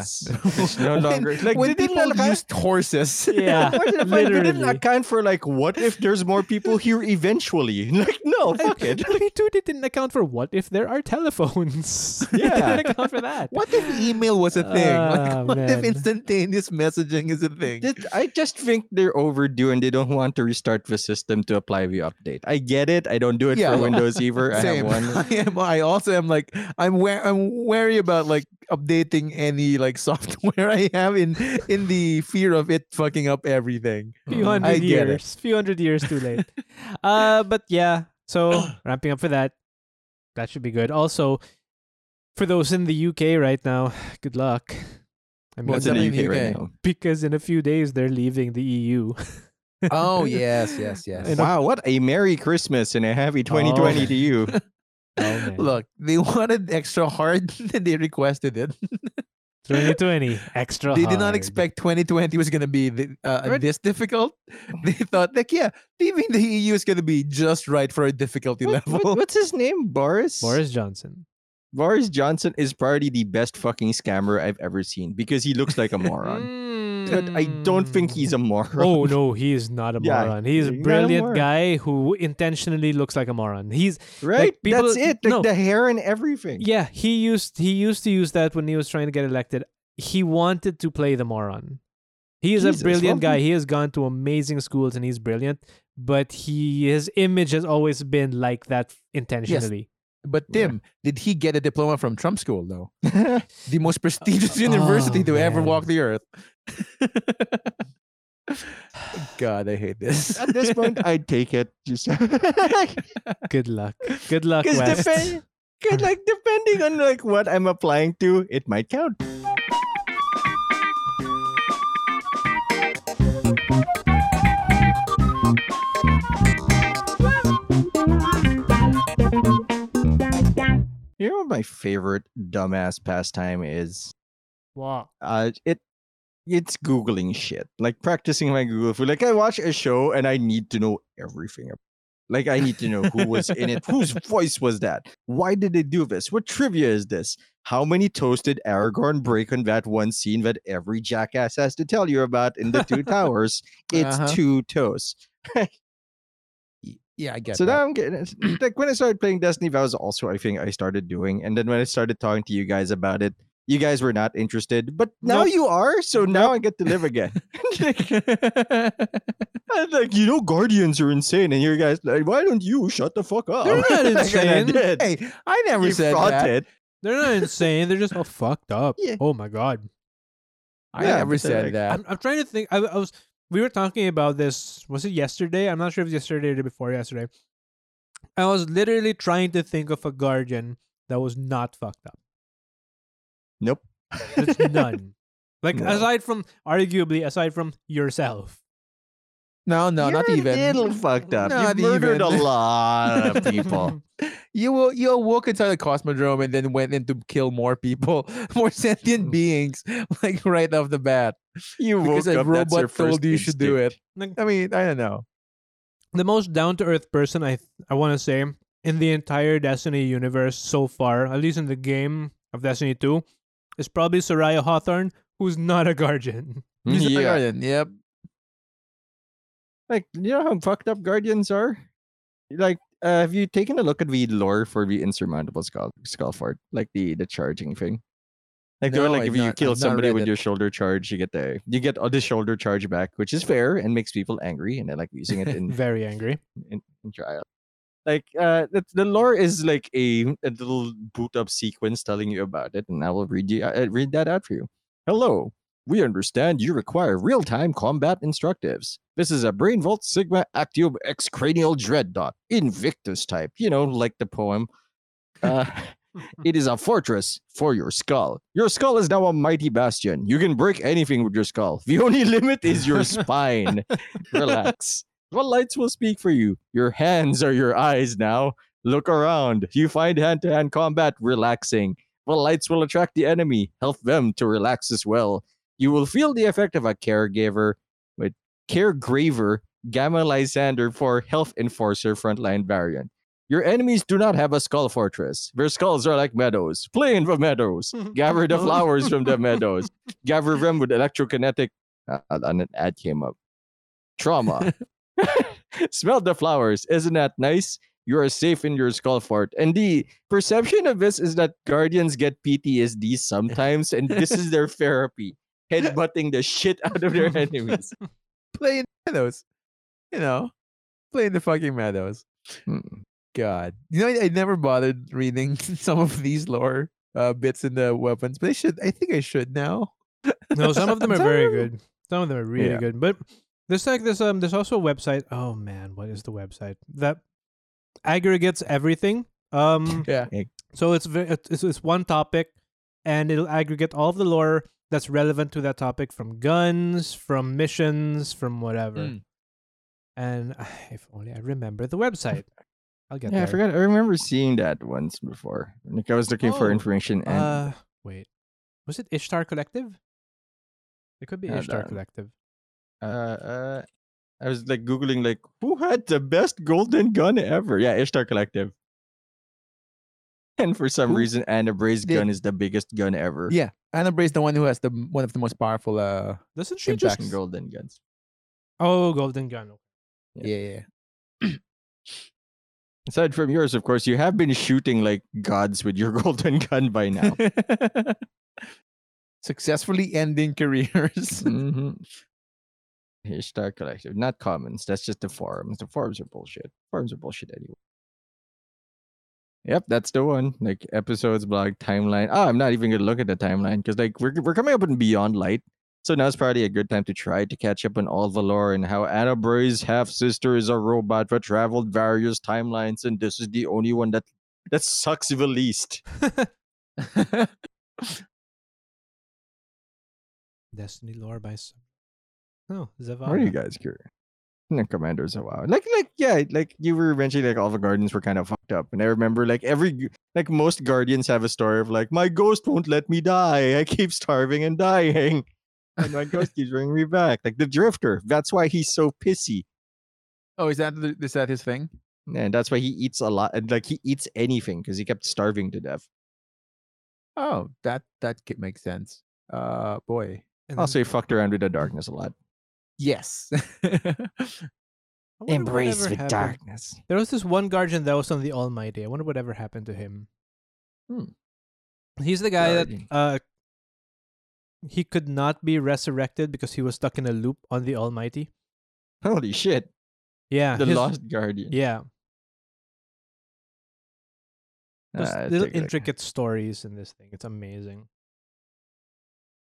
<laughs> It's no longer like
<laughs> when
did <laughs> it
people
not account-
used horses.
yeah,
Imagine if I didn't
literally.
account for like what if there's more people here eventually? <laughs> Like no, fuck <laughs> it.
Me too. They didn't account for what if there are telephones.
Yeah.
<laughs> they didn't account for that.
<laughs> What if email was a thing? <laughs> Like,
Ah,
what if
man.
instantaneous messaging is a thing?
Did- I just think they're overdue and they don't want to restart the system to apply the update. I get it. I don't do it
Yeah,
for <laughs>
well,
Windows either. I
Same. <laughs>
have one.
I am. I also am like I'm. Wa- I'm wary about like updating any like <laughs> software I have in in the fear of it fucking up everything.
few
Mm.
<laughs> hundred
I get it.
years, few hundred years too late. uh, but yeah, <coughs> so ramping up for that, that should be good. Also, for those in the UK right now, <sighs> good luck. I
That's
mean, <laughs>
What's
in the
happening
UK
in the
right
UK?
now.
because in a few days they're leaving the E EU.
<laughs> Oh yes, yes, yes.
And-
Wow, what a Merry Christmas and a happy 2020 to <laughs> you.
man.
<laughs> Look, they <laughs> wanted extra hard. <laughs> and they requested it.
2020 extra.
They did not
hard.
expect 2020 was going to be the, uh,
Right.
this difficult. <laughs> They thought, like, yeah, leaving the EU is going to be just right for a difficulty
What-
level.
what- what's his name? Boris?
Boris Johnson.
Boris Johnson is probably the best fucking scammer I've ever seen because he looks like a moron. but I don't think he's a moron.
Oh no, he is not a
Yeah,
moron. He's a
he's not a
brilliant
moron.
guy who intentionally looks like a moron. He's
<laughs> right?
people-
That's it. Like
no.
the hair and everything.
Yeah, he used he used to use that when he was trying to get elected. He wanted to play the moron. He is
Jesus,
a brilliant
well-
guy. He has gone to amazing schools and he's brilliant, but he his image has always been like that intentionally.
But
Yeah.
Tim, did he get a diploma from Trump School though? <laughs> the
Uh,
most prestigious
oh,
university to ever
man.
walk the earth. <laughs> God, I hate this. <laughs>
At this point, I'd take it.
<laughs>
Just <laughs>
Good luck. Good luck,
Because
West.
depend, cause like depending on like what I'm applying to, it might count. You know what my favorite dumbass pastime is?
Wow.
Uh, it it's googling shit, like practicing my Google. For like I watch a show and I need to know everything. ab- Like I need to know who was in it, whose voice was that, why did they do this, what trivia is this, how many toasted Aragorn break on that one scene that every jackass has to tell you about in the Two Towers. It's
Uh-huh.
two toasts.
Yeah, I get
So
that.
now I'm getting
<clears throat>
it's- like when I started playing Destiny, that was also I think I started doing. And then when I started talking to you guys about it, you guys were not interested, but now
Nope.
you are. So now I get to live
<laughs>
again. <laughs> And like you know, Guardians are insane, and you guys like, why don't you shut the fuck up? <laughs>
They're not
And I
insane.
did.
hey, I never
You
said
thought
that.
it.
<laughs> They're not insane. They're just all fucked up.
Yeah.
Oh my god.
I
Yeah,
never
but they're
said
like-
that.
I'm, I'm trying to think. I, I was we were talking about this. Was it yesterday? I'm not sure if it was yesterday or the day before yesterday. I was literally trying to think of a guardian that was not fucked up.
Nope.
There's
<laughs>
none. Like
No.
aside from arguably aside from yourself.
No, no, not
You're
even.
A little fucked up.
Not
you murdered a
even.
lot of people.
You will you will walk inside the cosmodrome and then went in to kill more people, <laughs> more sentient beings, <laughs> like right off the bat.
Mm. You
<laughs> Because
woke
a
up. that's your
robot told
first
you should do
instinct.
it. I mean, I don't know.
the most down to earth person I I want to say in the entire Destiny universe so far, at least in the game of Destiny 2, is probably Soraya Hawthorne, who's not a guardian.
He's a
Mm, Yeah.
guardian, Yep.
Like you know how fucked up Guardians are. Like, uh, have you taken a look at the lore for the insurmountable skull skullfort? Like the the charging thing. Like the one,
No,
like
I've
if you
not-
kill
I've not
somebody
read
with
it.
your shoulder charge, you get the you get all the shoulder charge back, which is fair and makes people angry, and I like using it in
<laughs> Very angry.
in, in trial. Like uh, the, the lore is like a, a little boot up sequence telling you about it, and I will read you uh, read that out for you. Hello, we understand you require real time combat instructives. This is a Brain Vault Sigma Actium X Cranial Dread Dot Invictus type. You know, like the poem. Uh, it is a fortress for your skull. Your skull is now a mighty bastion. You can break anything with your skull. The only limit is your spine. Relax. What lights will speak for you? Your hands are your eyes now. Look around. You find hand to hand combat relaxing. What lights will attract the enemy? Help them to relax as well. You will feel the effect of a caregiver with caregraver Gamma Lysander for Health Enforcer frontline variant. Your enemies do not have a skull fortress. Their skulls are like meadows. Play in the meadows. Gather the flowers from the meadows. Gather them with electrokinetic. Uh, and an ad came up. Trauma. <laughs> Smell the flowers. Isn't that nice? You are safe in your skull fort. And the perception of this is that guardians get PTSD sometimes, and this is their therapy. Headbutting the shit out of <laughs> their enemies.
Playing meadows. You know, playing the fucking meadows.
Mm.
God. You know, I, I never bothered reading <laughs> some of these lore uh, bits in the weapons, but I should. I think I should now.
No, some of them are
Some
very
of them-
good. Some of them are really
Yeah.
good. But there's like there's um there's also a website. Oh man, what is the website that aggregates everything? Um,
<laughs> Yeah.
so it's ve- it's it's- it's one topic, and it'll aggregate all of the lore that's relevant to that topic from guns, from missions, from whatever.
Mm.
And <sighs> ah, if only I remember the website, I'll get
Yeah, I
there.
forgot. I remember seeing that once before. Like I was looking for
Oh,
information and
Uh, wait, was it Ishtar Collective? It could be
Yeah,
Ishtar
that-
Collective.
uh, uh, I was like googling like who had the best golden gun ever. Yeah, Ishtar Collective. And for some
Who?
reason, Anna Bray's
They-
gun is the biggest gun ever.
Yeah. Anna Bray's the one who has the m- one of the most powerful. Uh,
Doesn't she
just
just?
Impacts.
golden guns.
Oh, Golden Gun.
Yeah.
yeah. yeah, yeah.
Aside from yours, of course, you have been shooting like gods with your <laughs> golden gun by now.
<laughs> Successfully ending <laughs> careers.
Mm.
hmm Ishtar Collective, not commons. That's just the forums. The forums are bullshit. Forums are bullshit anyway. Yep, that's the one. Like episodes, blog, timeline. Ah, I'm not even gonna look at the timeline because like we're we're coming up in Beyond Light, so now it's probably a good time to try to catch up on all the lore and how Anna Bray's half sister is a robot that traveled various timelines, and this is the only one that that sucks the least.
Destiny lore by some. No, Zavada.
What are you guys curious? No, commanders a wow. Like, like, yeah, like you were mentioning, like all the guardians were kind of fucked up, and I remember, like every, gu- like most guardians have a story of like my ghost won't let me die. I keep starving and dying, and my ghost keeps bringing me back. Like the drifter, that's why he's so pissy,
oh, is that the, is that his thing?
and that's why he eats a lot, and like he eats anything because he kept starving to death.
Oh, that that ki- makes sense. Uh, boy.
And
Also,
then-
he fucked around with the darkness a lot.
Yes. <laughs>
I wonder whatever happened-
darkness.
There was this one guardian that was on the Almighty. I wonder whatever happened to him.
Hmm.
He's the guy
Guardian.
that uh, he could not be resurrected because he was stuck in a loop on the Almighty.
Holy shit!
Yeah,
The
his-
lost guardian.
<laughs> Yeah, there's
Ah,
little
take a look.
intricate stories in this thing. It's amazing.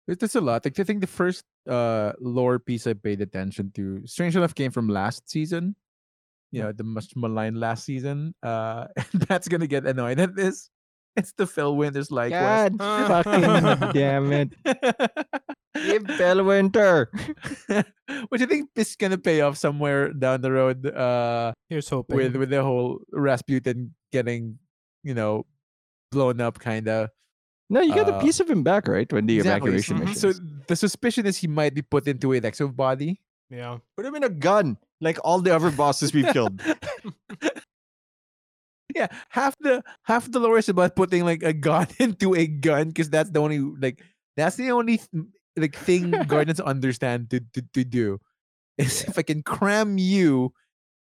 There- There's a lot. Like I think the first uh lore piece I paid attention to, strange enough, came from last season. You know, the much maligned last season. Uh, <laughs> that's gonna get annoyed at this. It's the Phil Winters like quest.
God
<laughs>
fucking damn it. Give Winter.
<laughs> Which I think is gonna pay off somewhere down the road. Uh,
Here's hoping.
with with the whole Rasputin getting, you know, blown up kind of.
No, you got a
Uh,
piece of him back, right? When the
Exactly.
evacuation
Mhm.
mission.
Mm-hmm. So the suspicion is he might be put into an exo body.
yeah,
put him in a gun, like all the other bosses we've killed.
<laughs> Yeah, half the half the lore is about putting like a gun <laughs> into a gun because that's the only like that's the only th-
<laughs>
like thing guardians understand to, to to do is if I can cram you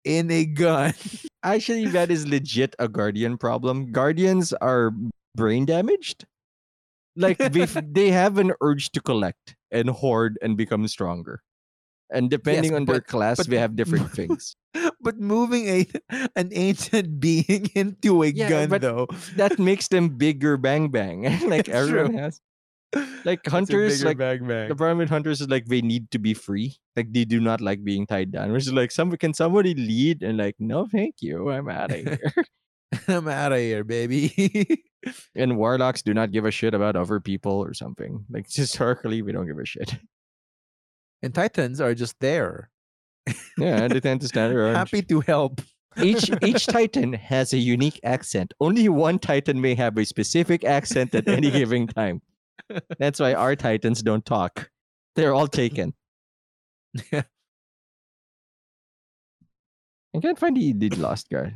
in a gun.
<laughs>
<laughs>
Actually, that is legit a guardian problem. Guardians are brain damaged. <laughs> Like they f- they have an urge to collect and hoard and become stronger. And depending on their
but-
class,
but-
they have different <laughs> things.
but moving a an ancient being <laughs> into a
Yeah,
gun
but
though,
That makes them bigger bang bang. <laughs> like
It's
everyone
true.
has. Like
<laughs> It's a
hunters,
bigger
like
bang bang.
The problem with hunters is like they need to be free. Like they do not like being tied down. Which is like some can somebody lead and like, no, thank you. I'm out of here.
<laughs> I'm out of here, baby. <laughs>
And warlocks do not give a shit about other people or something. Like <laughs> historically, we don't give a shit.
and Titans are just there,
Yeah, they tend to stand around.
happy to help.
each each titan has a unique accent. Only one titan may have a specific accent at any given time. That's why our titans don't talk. They're all taken.
Yeah.
I can't find the, the lost guard.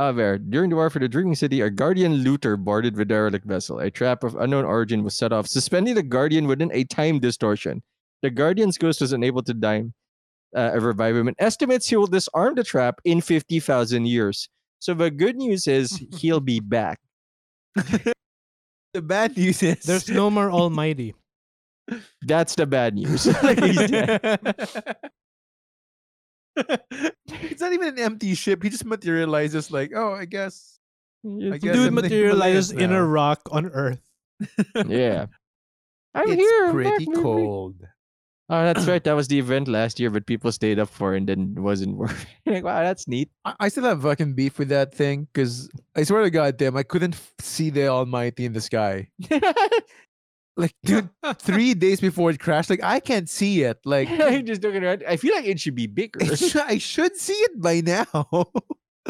Ah, there. During the war for the Dreaming City, a guardian looter boarded the derelict vessel. A trap of unknown origin was set off, suspending the guardian within a time distortion. The guardian's ghost was unable to dime uh, revive him and estimates he will disarm the trap in 50,000 years. So the good news
<laughs>
is he'll be back.
The bad news is <laughs>
There's no
<laughs>
more Almighty.
That's the bad
<laughs>
news. Like, he's <laughs> dead.
it's not even an empty ship. He just materializes like, oh, I guess. I guess
Dude
I'm the Himalayas
materializes in a
now.
rock on Earth.
<laughs>
<laughs>
yeah. I'm
it's
here. I'm
pretty
back, baby.
cold.
Oh, that's right. That was
<laughs>
the event last year, but people stayed up for it and then wasn't <laughs> working. like, wow, that's neat.
I, I still have fucking beef with that thing because I swear to God, damn, I couldn't f- see the Almighty in
<laughs>
the sky. Like,
<laughs>
dude, three days before it crashed, like I can't see it.
<laughs>
Like,
I'm just looking around. I feel like it should be bigger. <laughs>
I should- I should see it by now. <laughs>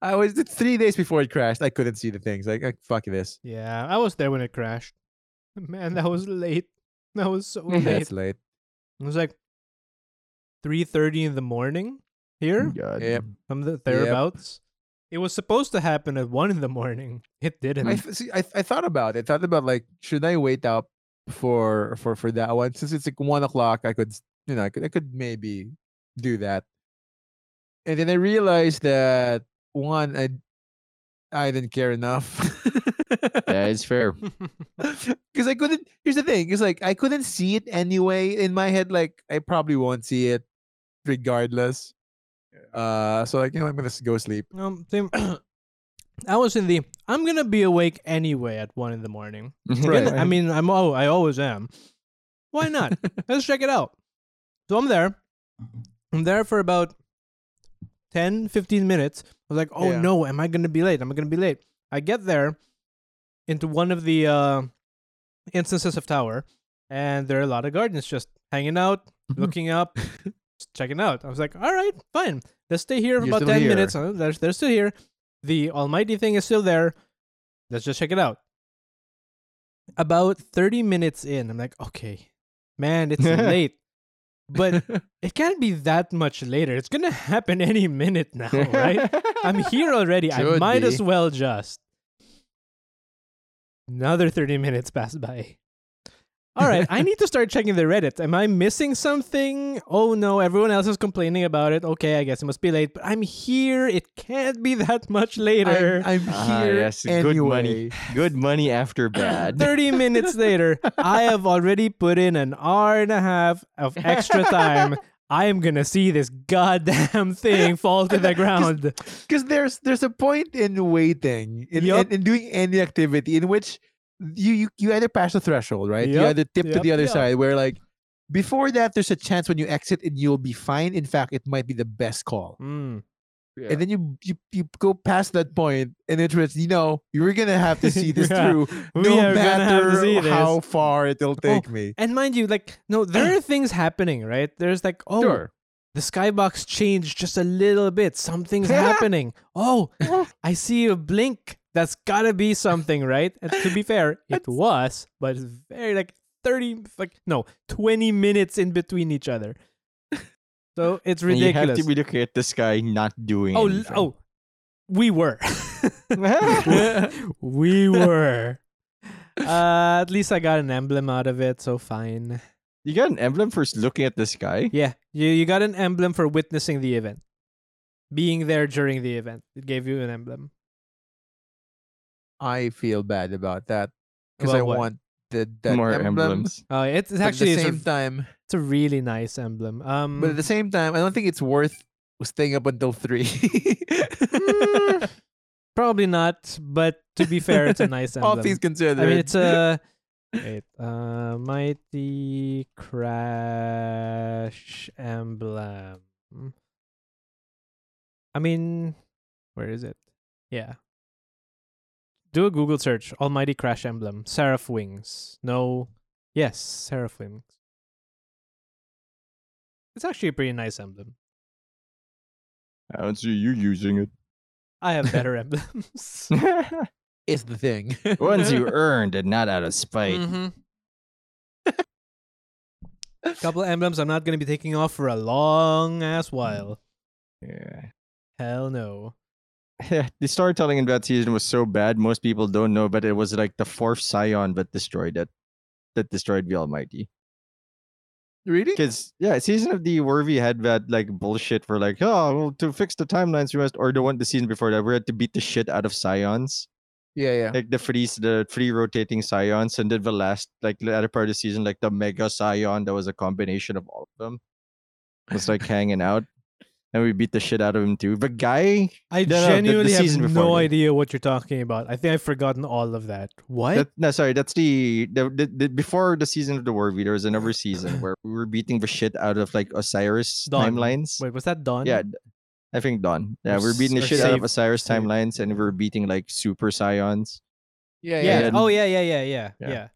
I was it's three days before it crashed. I couldn't see the things. Like, like, fuck
<laughs>
this.
Yeah, I was there when it crashed. <laughs> Man, that was late. That was so
Yeah,
<laughs>
late.
That's late.
It was like three thirty in the morning here,
Oh, God.
Yep.
from the thereabouts. It was supposed to happen at one in the morning. <laughs> It didn't.
I f- see, I, I thought about it. thought about like, should I wait up for for for that one? Since it's like one o'clock, I could s- you know I could I could maybe do that. And then I realized that one I I didn't care enough <laughs>
That is fair.
because I couldn't. Here's the thing: it's like I couldn't see it anyway. In my head, like I probably won't see it regardless. Uh, so like you know, I'm gonna s- go sleep.
um, same- <clears throat> I was in the. I'm gonna be awake anyway at one in the morning. <laughs>
<laughs>
Right.
I mean, I'm oh, I always am.
<laughs>
Why not? Let's check it out. So I'm there. I'm there for about 10, 15 minutes. I was like, oh
Yeah.
no, am I going to be late? Am I going to be late? I get there into one of the uh, instances of Tower, and there are a lot of guardians just hanging out,
Mm-hmm. <laughs>
looking up, just checking out. I was like, all right, fine. Let's stay here for
You're
about
still
10
here.
minutes. Uh, They're, they're still here. The almighty thing is still there. Let's just check it out. About 30 minutes in, I'm like, okay,
<laughs>
man, it's late. But it can't be that much later. It's going to happen any minute now,
<laughs>
right?
<laughs>
I'm here already. I
Should
might as
be.
well just. Another 30 minutes passed by. All right,
<laughs>
I need to start checking the Reddit. Am I missing something? Oh no, everyone else is complaining about it. Okay, I guess it must be late, but I'm here. It can't be that much later.
I'm, I'm here
Ah, yes,
anyway.
good money. Good money
<laughs>
after
<laughs>
bad.
30 minutes later, I have already put in an hour and a half of
<laughs>
extra time. I am going to see this goddamn thing
<laughs>
fall to the ground.
Because there's there's a point in waiting in,
Yup.
in, in doing any activity in which you you, you either pass the threshold, right? You
Yup,
either tip to
yup,
the other
yup.
side where like before that there's a chance when you exit and you'll be fine. In fact, it might be the best call.
Mm.
Yeah.
And then you, you you go past that point in which it's, you know you're gonna have
<laughs>
to see this
Yeah.
through,
We
no
are gonna have to
matter
see this. Oh.
how far it'll take me.
And mind you, like, no,
<clears throat>
there are things happening, right? There's like, oh,
Sure.
the skybox changed just a little bit. Something's
<laughs>
happening. Oh, I see a blink. That's gotta be something, right? And to be
<laughs>
fair, it was, but it's very like 30, like, no, 20 minutes in between each other.
<laughs>
So it's
And
ridiculous.
You have to be looking at this guy not doing.
oh, l-
anything.
oh, we were. <laughs> we were. Uh, at least I got an emblem out of it, so fine.
<laughs> you got an emblem for s- looking at this guy.
Yeah, you, you got an emblem for witnessing the event. Being there during the event. It gave you an emblem.
I feel bad about that because
About
I
what?
want the that
More
emblem,
emblems.
Uh, it's, it's
but
actually
at the
it's a,
same time.
it's a really nice emblem. Um,
But at the same time, I don't think it's worth staying up until three. <laughs>
<laughs> mm, <laughs> probably not. But to be fair, it's a
<laughs>
nice
All
emblem.
things considered.
I mean, it's a wait, uh, mighty crash emblem. I mean, Where is it? Yeah. Do a Google search. Almighty Crash Emblem. Seraph Wings. No. Yes, Seraph Wings. It's actually a pretty nice emblem.
I don't see you using
<laughs>
it.
I have better emblems.
It's the thing. <laughs>
Ones you earned and not out of spite.
<laughs> Couple of emblems I'm not gonna be taking off for a long ass while. Mm.
Yeah.
Hell no.
<laughs> the storytelling in that season was so bad, most people don't know, but it was like the fourth Scion that destroyed it. That destroyed the Almighty.
really?
Because, yeah, Season of the Worthy had that like bullshit for like, oh, well, to fix the timelines, we must, or the one the season before that, we had to beat the shit out of Scions.
Yeah, yeah.
like the freeze the free rotating scions and then the last like the other part of the season like the mega scion that was a combination of all of them was
<laughs>
like hanging out and we beat the shit out of him too the guy
I
No, no, the- the
genuinely
season
have
before
no
that.
idea what you're talking about. I think I've forgotten all of that. What?
that, no sorry that's the, the, the, the before the season of the war there was another
<clears throat>
season where we were beating the shit out of like osiris
Dawn.
timelines
Wait, was that done?
yeah d- i think dawn yeah
Or
we we're beating the
s- or
shit out of
Save-
osiris
Save.
timelines and we we're beating like super scions
Yeah,
Yeah.
yeah.
And-
oh yeah, yeah, yeah, yeah,
Yeah.
yeah.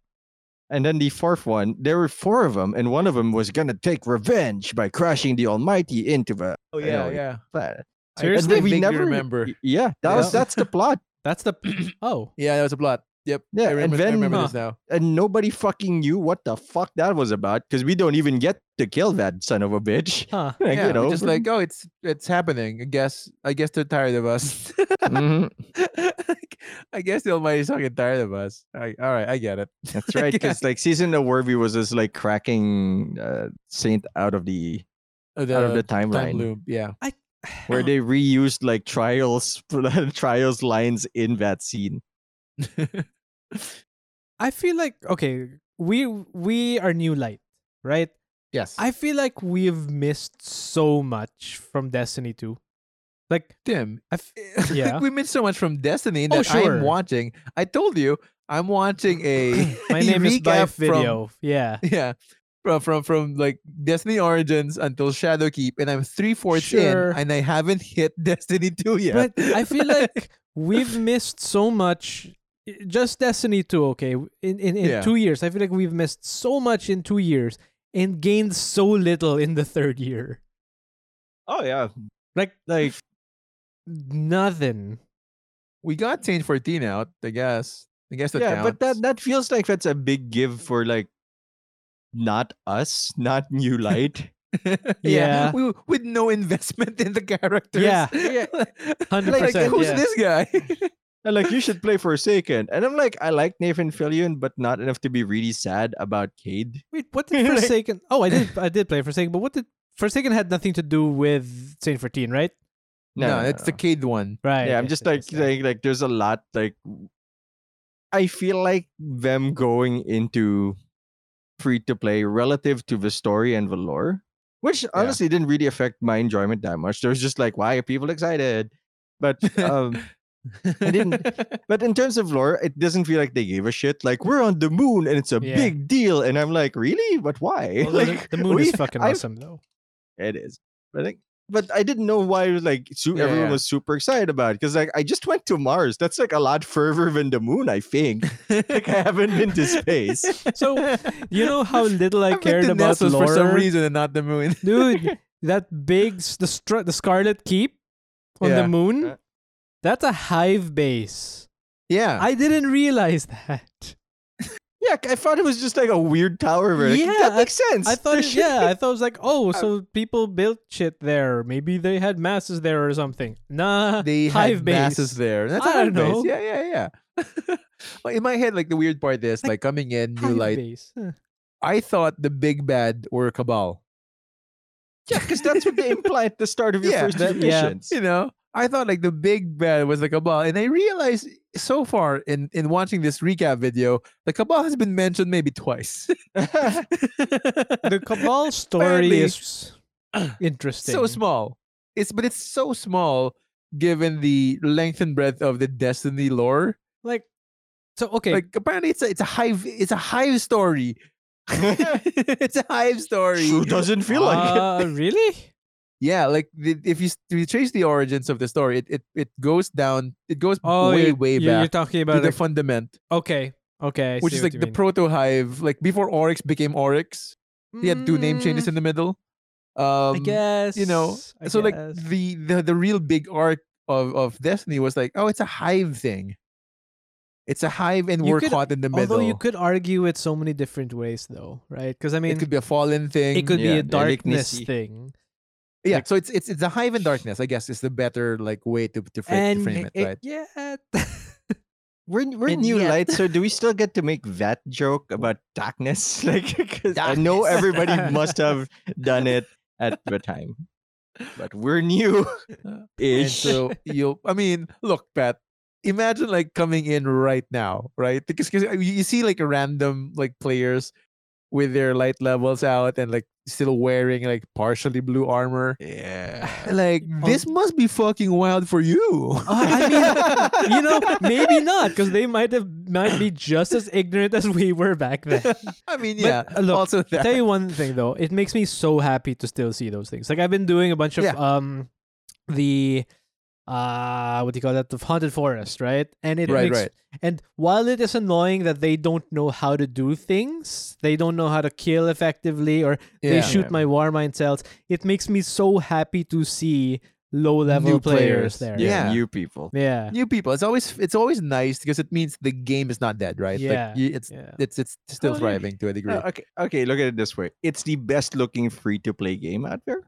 And then the fourth one, there were four of them, and one of them was gonna take revenge by crashing the Almighty into the
Oh,
you
yeah,
know,
yeah.
planet.
I-
And
Seriously?
then we
vaguely
never
remember.
y- Yeah, that was
Yeah.
that's the plot. <clears throat>
That's the Oh.
Yeah, that was a plot. Yep.
Yeah,
I
and
remember, I
then-
remember
Huh.
this now.
And nobody fucking knew what the fuck that was about because we don't even get to kill that son of a bitch. <laughs>
Huh.
Like,
yeah,
you know, <laughs>
just like oh, it's it's happening. I guess I guess they're tired of us. <laughs>
Mhm.
I guess the Almighty's fucking tired of us. I, all right, I get it.
That's right, because like season of Worthy was just like cracking uh, Saint out of the
Oh,
out of the
the
timeline,
time loop.
<laughs>
Yeah.
where they reused like trials <laughs> trials lines in that scene.
I feel like okay, we we are new light, right?
yes.
I feel like we've missed so much from Destiny 2.
<clears throat>
Like
Tim.
I f- yeah.
<laughs> we missed so much from Destiny
Oh,
that
sure.
I'm watching. I told you I'm watching a
<laughs> My name is
recap
Bife
from-
Video. Yeah.
<laughs> yeah. From from from like Destiny Origins until Shadowkeep, and I'm three fourths
Sure.
in, and I haven't hit Destiny two yet.
But I feel like we've missed so much. i- Just Destiny 2, okay? w- In, in, in
Yeah.
two years. I feel like we've missed so much in two years and gained so little in the third year.
Oh yeah,
Like,
like
nothing.
we got Saint fourteen out, I guess. I guess that
yeah,
counts.
but that that feels like that's a big give for like not us, not New Light.
<laughs>
Yeah.
we- with no investment in the characters. <laughs>
Yeah.
Yeah.
Hundred
like,
percent,
who's
yeah.
this
<laughs>
guy?
And, like you should
<laughs>
play Forsaken, and I'm like, I like Nathan Fillion, but not enough to be really sad about Cade.
Wait, what did
Like-
Forsaken? Oh, I did. I did play Forsaken, but what did Forsaken had nothing to do with Saint Fourteen, right?
it's the Cade one.
Right.
yeah. I'm
yes,
just like
yes, yes,
saying, like there's a lot like I feel like them going into free to play relative to the story and the lore, which honestly didn't really affect my enjoyment that much. There was just like, why are people excited?
<laughs>
But um. I didn't- But in terms of lore, it doesn't feel like they gave a shit. Like we're on the moon and it's a
Yeah.
big deal, and I'm like, really? But why?
yeah.
<laughs>
Although the-
Like,
the moon is
we-
fucking
I've-
awesome, though.
It is. But like, but I didn't know why. Like su-
Yeah,
everyone
yeah.
was super excited about because like I just went to Mars. That's like a lot further than the moon. I
<laughs>
think. like I haven't been to space.
So you know how little I
I've been
cared
to
about
Nessos
lore,
for some reason and not the moon. <laughs>
dude. That big s- the str- the Scarlet Keep on
Yeah.
the moon.
Yeah.
That's a hive base.
yeah.
I didn't realize that.
Yeah, I thought it was just like a weird tower. Where, like,
Yeah,
that makes sense.
I thought,
There
it,
should-
yeah, I thought it was like,
<laughs>
oh, so people built shit there. Maybe they had masses there or something. Nah,
they
hive
have
base.
masses there. That's a
I
hive base.
don't know.
Yeah, yeah, yeah. <laughs> Well, in my head, like the weird part is
Like,
like, coming in, new
Hive
light.
base. Huh.
I thought the big bad were Cabal.
yeah, because that's what they imply at the start of your
Yeah,
first
that-
two
yeah.
missions.
You know, I thought like the big bad was the Cabal, and I realized so far in in watching this recap video, the Cabal has been mentioned maybe twice. <laughs>
the Cabal story
Apparently-
is <clears throat> interesting.
so small. It's but it's so small given the length and breadth of the Destiny lore.
Like, so okay,
Like <laughs> apparently it's a it's a hive it's a hive story. <laughs> it's a hive story. <laughs>
Sure doesn't feel like it.
uh, really?
yeah, like the, if you s- if you trace the origins of the story, it it, it goes down, it goes
Oh,
way
you're,
way
you're, you're
back
talking
to
about
the
like,
fundament,
okay, okay, I
which
see
is
what
like
you
the
mean.
proto hive, like before Oryx became Oryx. They had two name changes in the middle. Um,
I guess
you know,
I
so like
guess.
the, the the real big arc of of Destiny was like, oh, it's a hive thing. It's a hive, and
You
we're
could-
caught in the middle.
although you could argue it so many different ways though, right? Because I mean,
it could be a fallen thing.
it could
Yeah,
be a
the
darkness
Ignisy.
thing,
yeah.
like-
so it's it's it's a hive and darkness. I guess is the better like way to to, fra- to
and
frame it, right? <laughs>
yeah,
We're, we're
And
new
yet-
light, so do <laughs> we still get to make that joke about darkness? <laughs> Like, 'cause I know
Darkness.
everybody <laughs> must have done it at the time, but we're <laughs> new
<laughs>
And
ish. <laughs>
so you, I mean, look, Pat. Imagine like coming in right now, right? Because 'cause you you see like random like players with their light levels out and like still wearing like partially blue armor.
yeah.
<sighs> Like this must be fucking wild for you.
I mean, <laughs> you know, maybe not because they might have might be just as ignorant as we were
<laughs>
back then.
<laughs> I mean,
But,
yeah.
uh, look,
also, that,
tell you one thing though, it makes me so happy to still see those things. Like I've been doing a bunch of
Yeah.
um, the uh, what do you call that? The haunted forest, right? And it
right,
makes
right.
And while it is annoying that they don't know how to do things, they don't know how to kill effectively, or they
Yeah.
shoot
Yeah.
my war mine cells. It makes me so happy to see low level
New players.
players, there.
yeah,
Yeah.
new people.
Yeah.
New people. It's always it's always nice because it means the game is not dead, right?
Yeah.
Like, you, it's
yeah.
it's it's still
Oh, yeah.
thriving to a degree.
Uh, okay, okay, look at it this way: it's the best looking free to play game out there.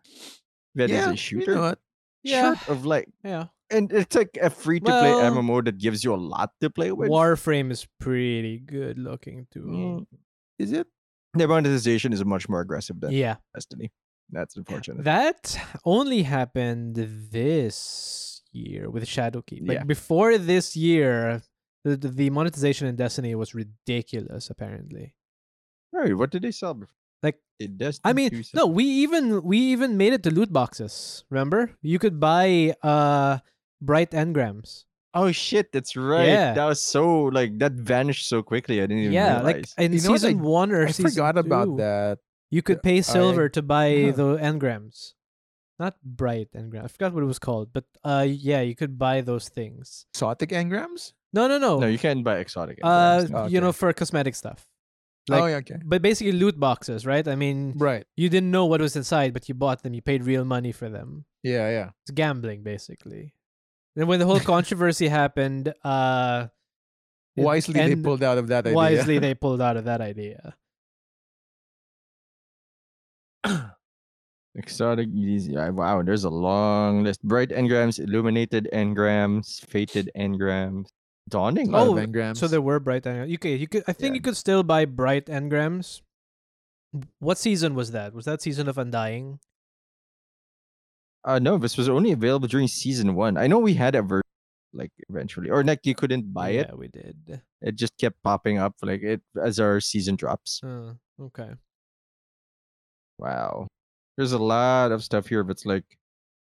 That is
Yeah,
a shooter,
You know what?
Yeah.
short of like,
Yeah.
and it's like a free to play
Well-
MMO that gives you a lot to play with.
Warframe is pretty good looking too.
Mm.
Is it?
Their monetization is much more aggressive than
Yeah.
Destiny. That's unfortunate.
That only happened this year with Shadowkeep. Like
Yeah.
before this year, the, the- the monetization in Destiny was ridiculous apparently.
Hey, what did they sell before?
Like,
did Destiny
I mean,
2 sell-
no, we even we even made it to loot boxes. Remember, you could buy uh bright engrams.
Oh shit, that's right.
Yeah.
That was so like that vanished so quickly. I didn't even
yeah,
realize.
like in
You know what?
season
I-
one or
I
season
forgot about
two,
that.
You could pay silver to
<laughs>
buy
Huh.
the engrams, not bright engrams. I forgot what it was called, but uh, yeah, you could buy those things.
Exotic engrams?
No, no, no.
no, you can't buy exotic.
uh,
engrams now.
you know,
Okay.
for cosmetic stuff.
oh,
Like-
yeah, okay.
But basically, loot boxes, right? I mean,
Right.
you didn't know what was inside, but you bought them. You paid real money for them.
Yeah, yeah.
it's gambling basically. Then when
<laughs>
the whole controversy happened, uh, it
Wisely, they
end-
pulled out of that idea. <laughs>
wisely
<laughs>
they pulled out of that idea.
Exotic easy. I- Wow, there's a long list. Bright engrams, illuminated engrams, fated engrams, dawning.
Lot of
Oh,
engrams.
So there were bright engrams. You could, you could, I think
Yeah.
you could still buy bright engrams. W- What season was that? Was that season of Undying?
Uh, no, this was only available during season one. I know we had a version like eventually, or like you couldn't buy it.
Yeah, we did.
It just kept popping up like it as our season drops.
Uh, okay.
Wow, there's a lot of stuff here that's like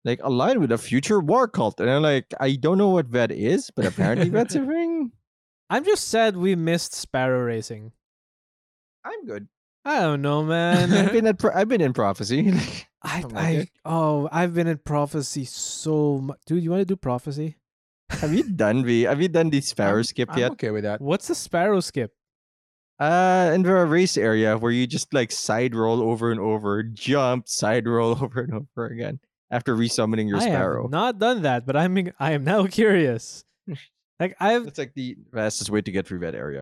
like aligned with a future war cult, and I'm like, I don't know what that is, but apparently <laughs> that's a thing.
I'm just sad we missed Sparrow Racing.
I'm good.
I don't know, man.
I've <laughs> been at pro- I've been in prophecy.
<laughs>
<laughs>
I,
Something like
I,
it.
oh, I've been in prophecy so much. Dude, you want to do prophecy?
have you done the Have you done the <laughs> sparrow
I'm-
skip
I'm
yet?
okay with that.
What's the Sparrow skip?
Uh, in the race area where you just like side roll over and over, jump, side roll <laughs> over and over again after resummoning your
I
sparrow.
have not done that, but I'm <laughs> I am now curious. like
<laughs>
I've
That's like the fastest way to get through that area.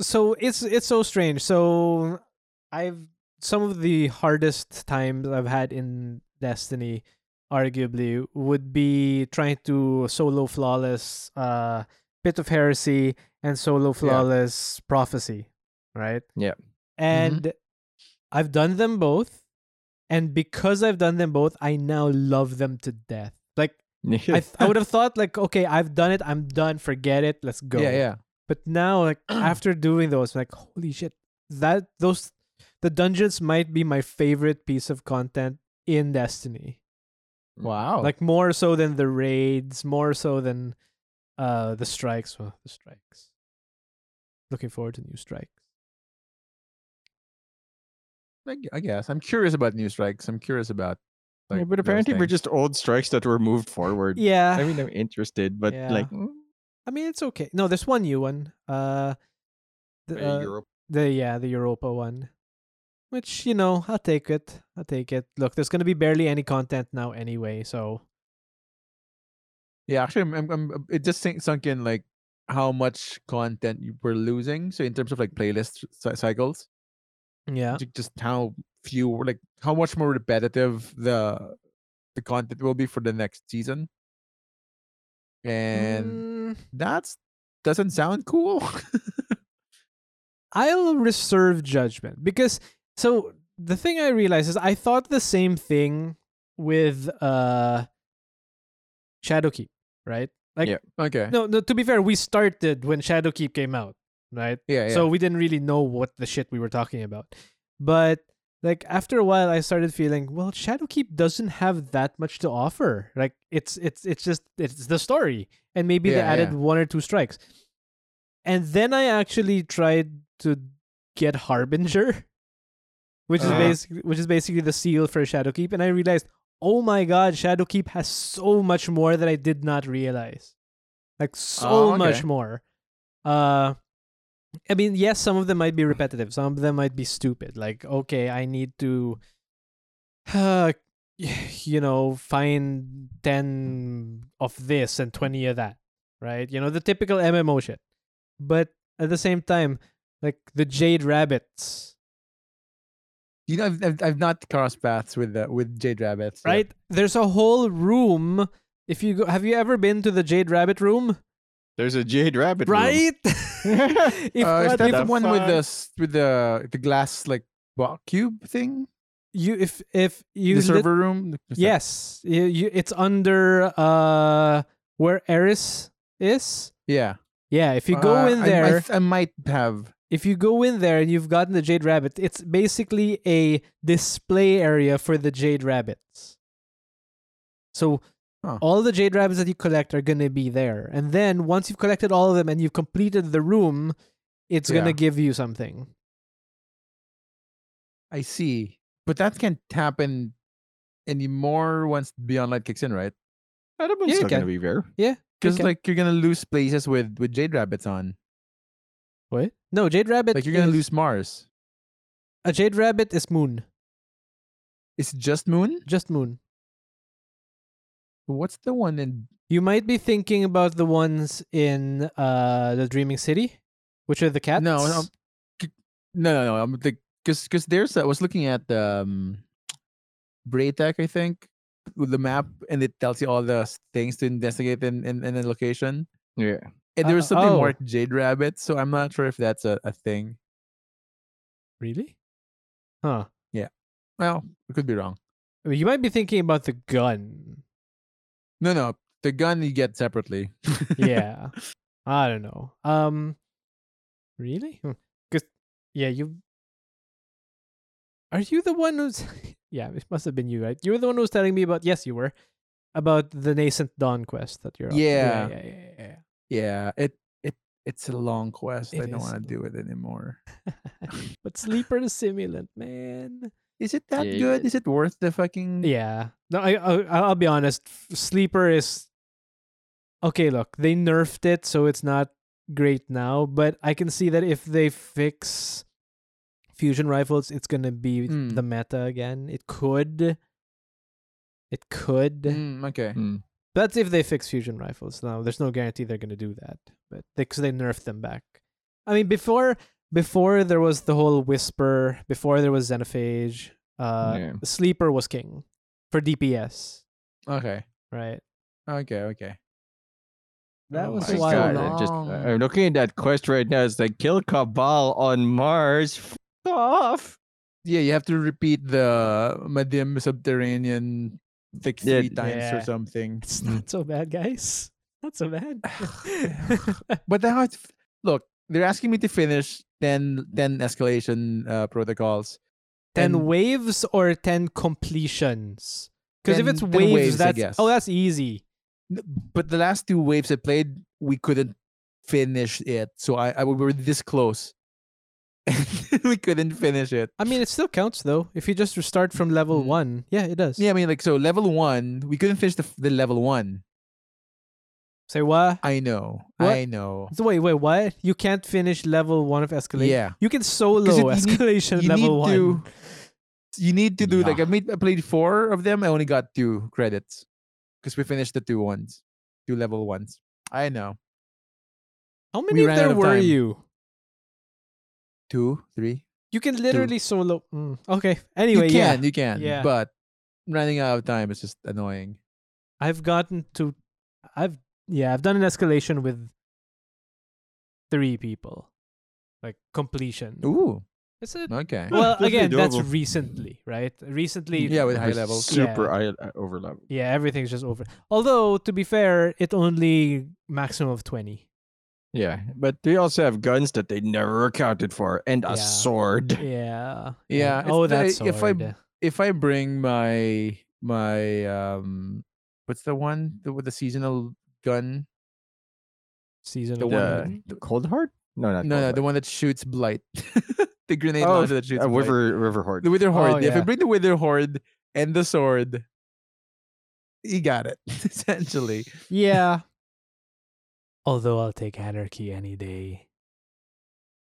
so it's it's so strange. So I've some of the hardest times I've had in Destiny, arguably, would be trying to solo flawless uh Pit of Heresy and solo flawless prophecy. Right?
Yeah. Mm-hmm.
And I've done them both. And because I've done them both, I now love them to death. Like
<laughs>
I, th- I would have thought like okay i've done it i'm done forget it let's go
Yeah, yeah.
but now like after doing those like holy shit that those the dungeons might be my favorite piece of content in destiny
Wow.
like more so than the raids more so than uh the strikes well, the strikes looking forward to new strikes
I, gu- I guess. I'm curious about new strikes. I'm curious about
Yeah,
like
but
those
apparently we're
things.
just old strikes that were moved forward.
Yeah.
I mean, I'm interested, but
Yeah. Uh,
like mm,
I mean, it's okay. No, there's one new one. Uh, the,
uh,
uh,
Europe.
the yeah, the Europa one, which you know, I'll take it. I'll take it. Look, there's gonna be barely any content now anyway, so
yeah. Actually, I'm, I'm, I'm- it just sink, sunk in like how much content you were losing. So in terms of like playlist cy- cycles,
yeah,
ju- just how few, like how much more repetitive the the content will be for the next season, and
Mm,
that's doesn't sound cool. <laughs>
I'll reserve judgment because so the thing I realized is I thought the same thing with uh Shadowkeep, right? Like
Yeah.
okay.
no, no. To be fair, we started when Shadowkeep came out, right?
Yeah. Yeah.
So we didn't really know what the shit we were talking about. But like after a while I started feeling, well, Shadowkeep doesn't have that much to offer. Like it's it's it's just it's the story. And maybe they
Yeah,
added
yeah.
one or two strikes. And then I actually tried to get Harbinger, <laughs> which
Uh-huh.
is basic which is basically the seal for Shadowkeep, and I realized, oh my god, Shadowkeep has so much more that I did not realize. Like so
Oh,
much
okay.
more. Uh I mean, yes, some of them might be repetitive. Some of them might be stupid. Like, okay, I need to, <sighs> uh, you know, find 10 of this and 20 of that, right? You know, the typical MMO shit. But at the same time, like the Jade Rabbits,
You know, I've, I've, I've not crossed paths with the, with Jade Rabbits. yet.
right? There's a whole room. If you go, have you ever been to the Jade Rabbit room?
There's a jade rabbit, room.
Right? <laughs> if
Uh, is that
not,
the
the one with
fuck?
the s- with the the glass like bo- cube thing?
you if if you
the
lit-
server room. Is that-
Yes, you, you, it's under uh where Eris is.
Yeah.
Yeah, if you go
Uh,
in
I-
there,
I, th- I, might have.
if you go in there and you've gotten the Jade Rabbit, it's basically a display area for the Jade Rabbits. So
Huh.
all the Jade Rabbits that you collect are gonna be there, and then once you've collected all of them and you've completed the room, it's
Yeah.
gonna give you something.
I see, but that can't happen anymore once Beyond Light kicks in, right?
That one's
Yeah,
still gonna be
okay.
there.
Because
Okay.
like you're gonna lose places with with Jade Rabbits on.
What? No, Jade Rabbit.
Like you're gonna lose
is-
Mars.
a Jade Rabbit is Moon,
It's just Moon.
just Moon.
What's the one in?
You might be thinking about the ones in uh the Dreaming City, which are the cats.
No, no, No, no, no. I'm like, cause, cause there's. I was looking at um, Braytech, I think, with the map, and it tells you all the s- things to investigate in in, in a location.
Yeah.
And there was
Uh,
something
oh.
marked Jade Rabbit, so I'm not sure if that's a, a thing.
really? Huh.
Well, I could be wrong.
I mean, you might be thinking about the gun.
No, no. The gun you get separately.
Yeah. I don't know. Um, really? Because yeah, you are you the one who's <laughs> yeah? It must have been you, right? You were the one who was telling me about yes, you were about the nascent dawn quest that you're up to.
Yeah.
yeah, yeah, yeah, <laughs> yeah.
yeah, it it it's a long quest.
It
I don't
is a
want to do it anymore.
But sleeper to simulant, man.
Is it that
Yeah,
good?
yeah.
Is it worth the fucking?
Yeah. No, I, I I'll be honest. F- Sleeper is okay. Look, they nerfed it, so it's not great now. But I can see that if they fix fusion rifles, it's gonna be
Mm.
the meta again. It could. It could.
Mm, okay.
Mm.
That's if they fix fusion rifles. Now, there's no guarantee they're gonna do that, but because they, nerfed them back. I mean, before before there was the whole whisper. Before there was xenophage. Uh,
Yeah.
sleeper was king for DPS,
Okay.
right?
Okay. Okay.
That
Oh
was
my
a while
God,
long.
I just
long.
I'm looking at that quest right now. It's like kill Cabal on Mars. F- off.
Yeah, you have to repeat the medium subterranean like
Yeah,
three times or
yeah.
something.
It's not so bad, guys. Not
<sighs>
so bad. <laughs>
But then how it, f- look, they're asking me to finish 10, 10 escalation uh, protocols.
ten
And-
waves or ten completions? Because if
Ten-
it's
ten
waves,
waves, I
that's
guess.
oh, that's easy.
N- But the last two waves I played, we couldn't finish it. So I, I we were this close. <laughs> we couldn't finish it.
I mean, it still counts though. If you just start from level
Mm.
one, yeah, it does.
Yeah, I mean, like, so level one, we couldn't finish the, the level one.
Say what?
I know.
What?
I know.
So wait, wait, what? You can't finish level one of escalation.
Yeah.
You can solo
it- you need-
escalation
you
level
need to-
one.
You need to do, like,
Yeah.
I, made, I played four of them. I only got two credits because we finished the two ones, two level ones. I know.
How many of
ran out
there
of
were
time.
you?
Two, three.
You can literally solo. Mm, okay. Anyway,
you
yeah.
can, you can.
Yeah.
But running out of time is just annoying.
I've gotten to I've yeah, I've done an escalation with three people. Like completion.
Ooh,
Is it?
okay.
Well,
Definitely
again, that's
doable.
recently, right? Recently
Yeah, with high
It's
levels.
Super uh, I, over level.
yeah, everything's just over. Although to be fair, it only maximum
<laughs>
of 20.
Yeah, but they also have guns that they never accounted for and a
Yeah.
sword.
Yeah.
Yeah, it's
Oh,
the-
that's
if I If I bring my my um, what's the one the, with the seasonal gun?
season
the
of
one-
Wolverine.
The cold heart? No, not cold
No, no,
heart.
the one that shoots blight. <laughs> the grenade
Oh,
launcher that shoots
Uh,
blight.
river river horde.
The wither horde. If I
Oh, yeah.
bring the wither horde and the sword, you got it. <laughs> Essentially,
Yeah. Although I'll take anarchy any day.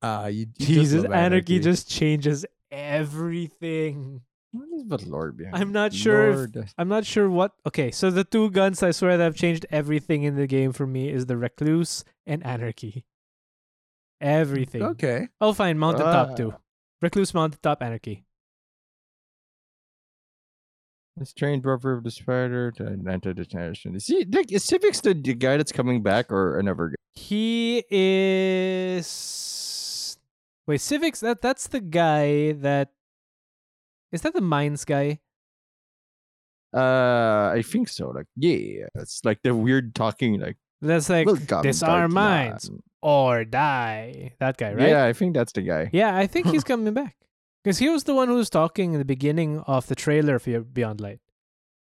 uh, you, you
<laughs> Jesus,
love
anarchy. just changes everything.
What is the lore behind
I'm
it?
not sure if-
Lord.
I'm not sure what. Okay, so the two guns I swear that have changed everything in the game for me is the Recluse and Anarchy. Everything.
okay.
Oh, fine. Mountaintop
Ah.
too. Recluse, Mountaintop, Anarchy.
This trained brother of the spider to enter the nation. Is he like, is Civic's the, the guy that's coming back or another guy?
He is. Wait, Civics. That that's the guy that. Is that the mines guy?
Uh I think so. Like yeah. It's like the weird talking like,
That's like
welcome.
disarm
guardian."
mines or die. That guy, right?
Yeah, I think that's the guy.
Yeah,
<laughs>
I think he's coming back because he was the one who was talking in the beginning of the trailer for Beyond Light.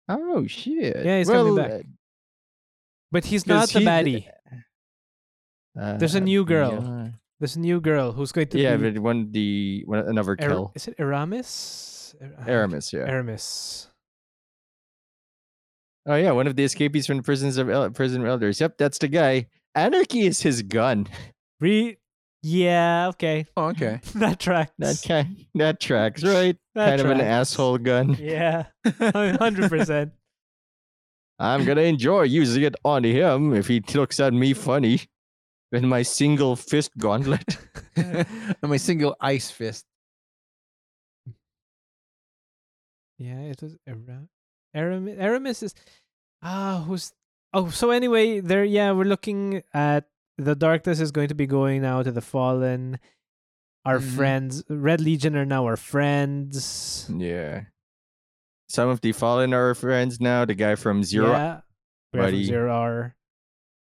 Oh shit.
Yeah, he's coming back. But he's not
Because
the
he-
baddie.
uh,
There's a new girl.
Yeah,
There's a new girl who's going to
yeah
be
but one the one, another
Ar-
kill.
is it Aramis? Ar-
Aramis, yeah.
Aramis.
Oh yeah, one of the escapees from the prisons of el- prison of elders. Yep, that's the guy. Anarchy is his gun.
Re Yeah, okay.
Oh,
<laughs>
okay. <laughs>
that tracks.
That kind, that tracks, right?
That
kind of an
tracks.
asshole gun.
Yeah. <laughs> 100%.
I'm gonna enjoy using it on him if he looks at me funny with my single fist
<laughs>
gauntlet.
and my single ice fist.
yeah, it was Ara- Aramis. Aramis is Ah, who's Oh, so anyway, there yeah, we're looking at the darkness is going to be going now to the fallen. Our
Mhm.
friends, Red Legion are now our friends.
yeah. Some of the fallen are friends now. The guy from Zero.
Yeah. We are from
buddy.
Zero R.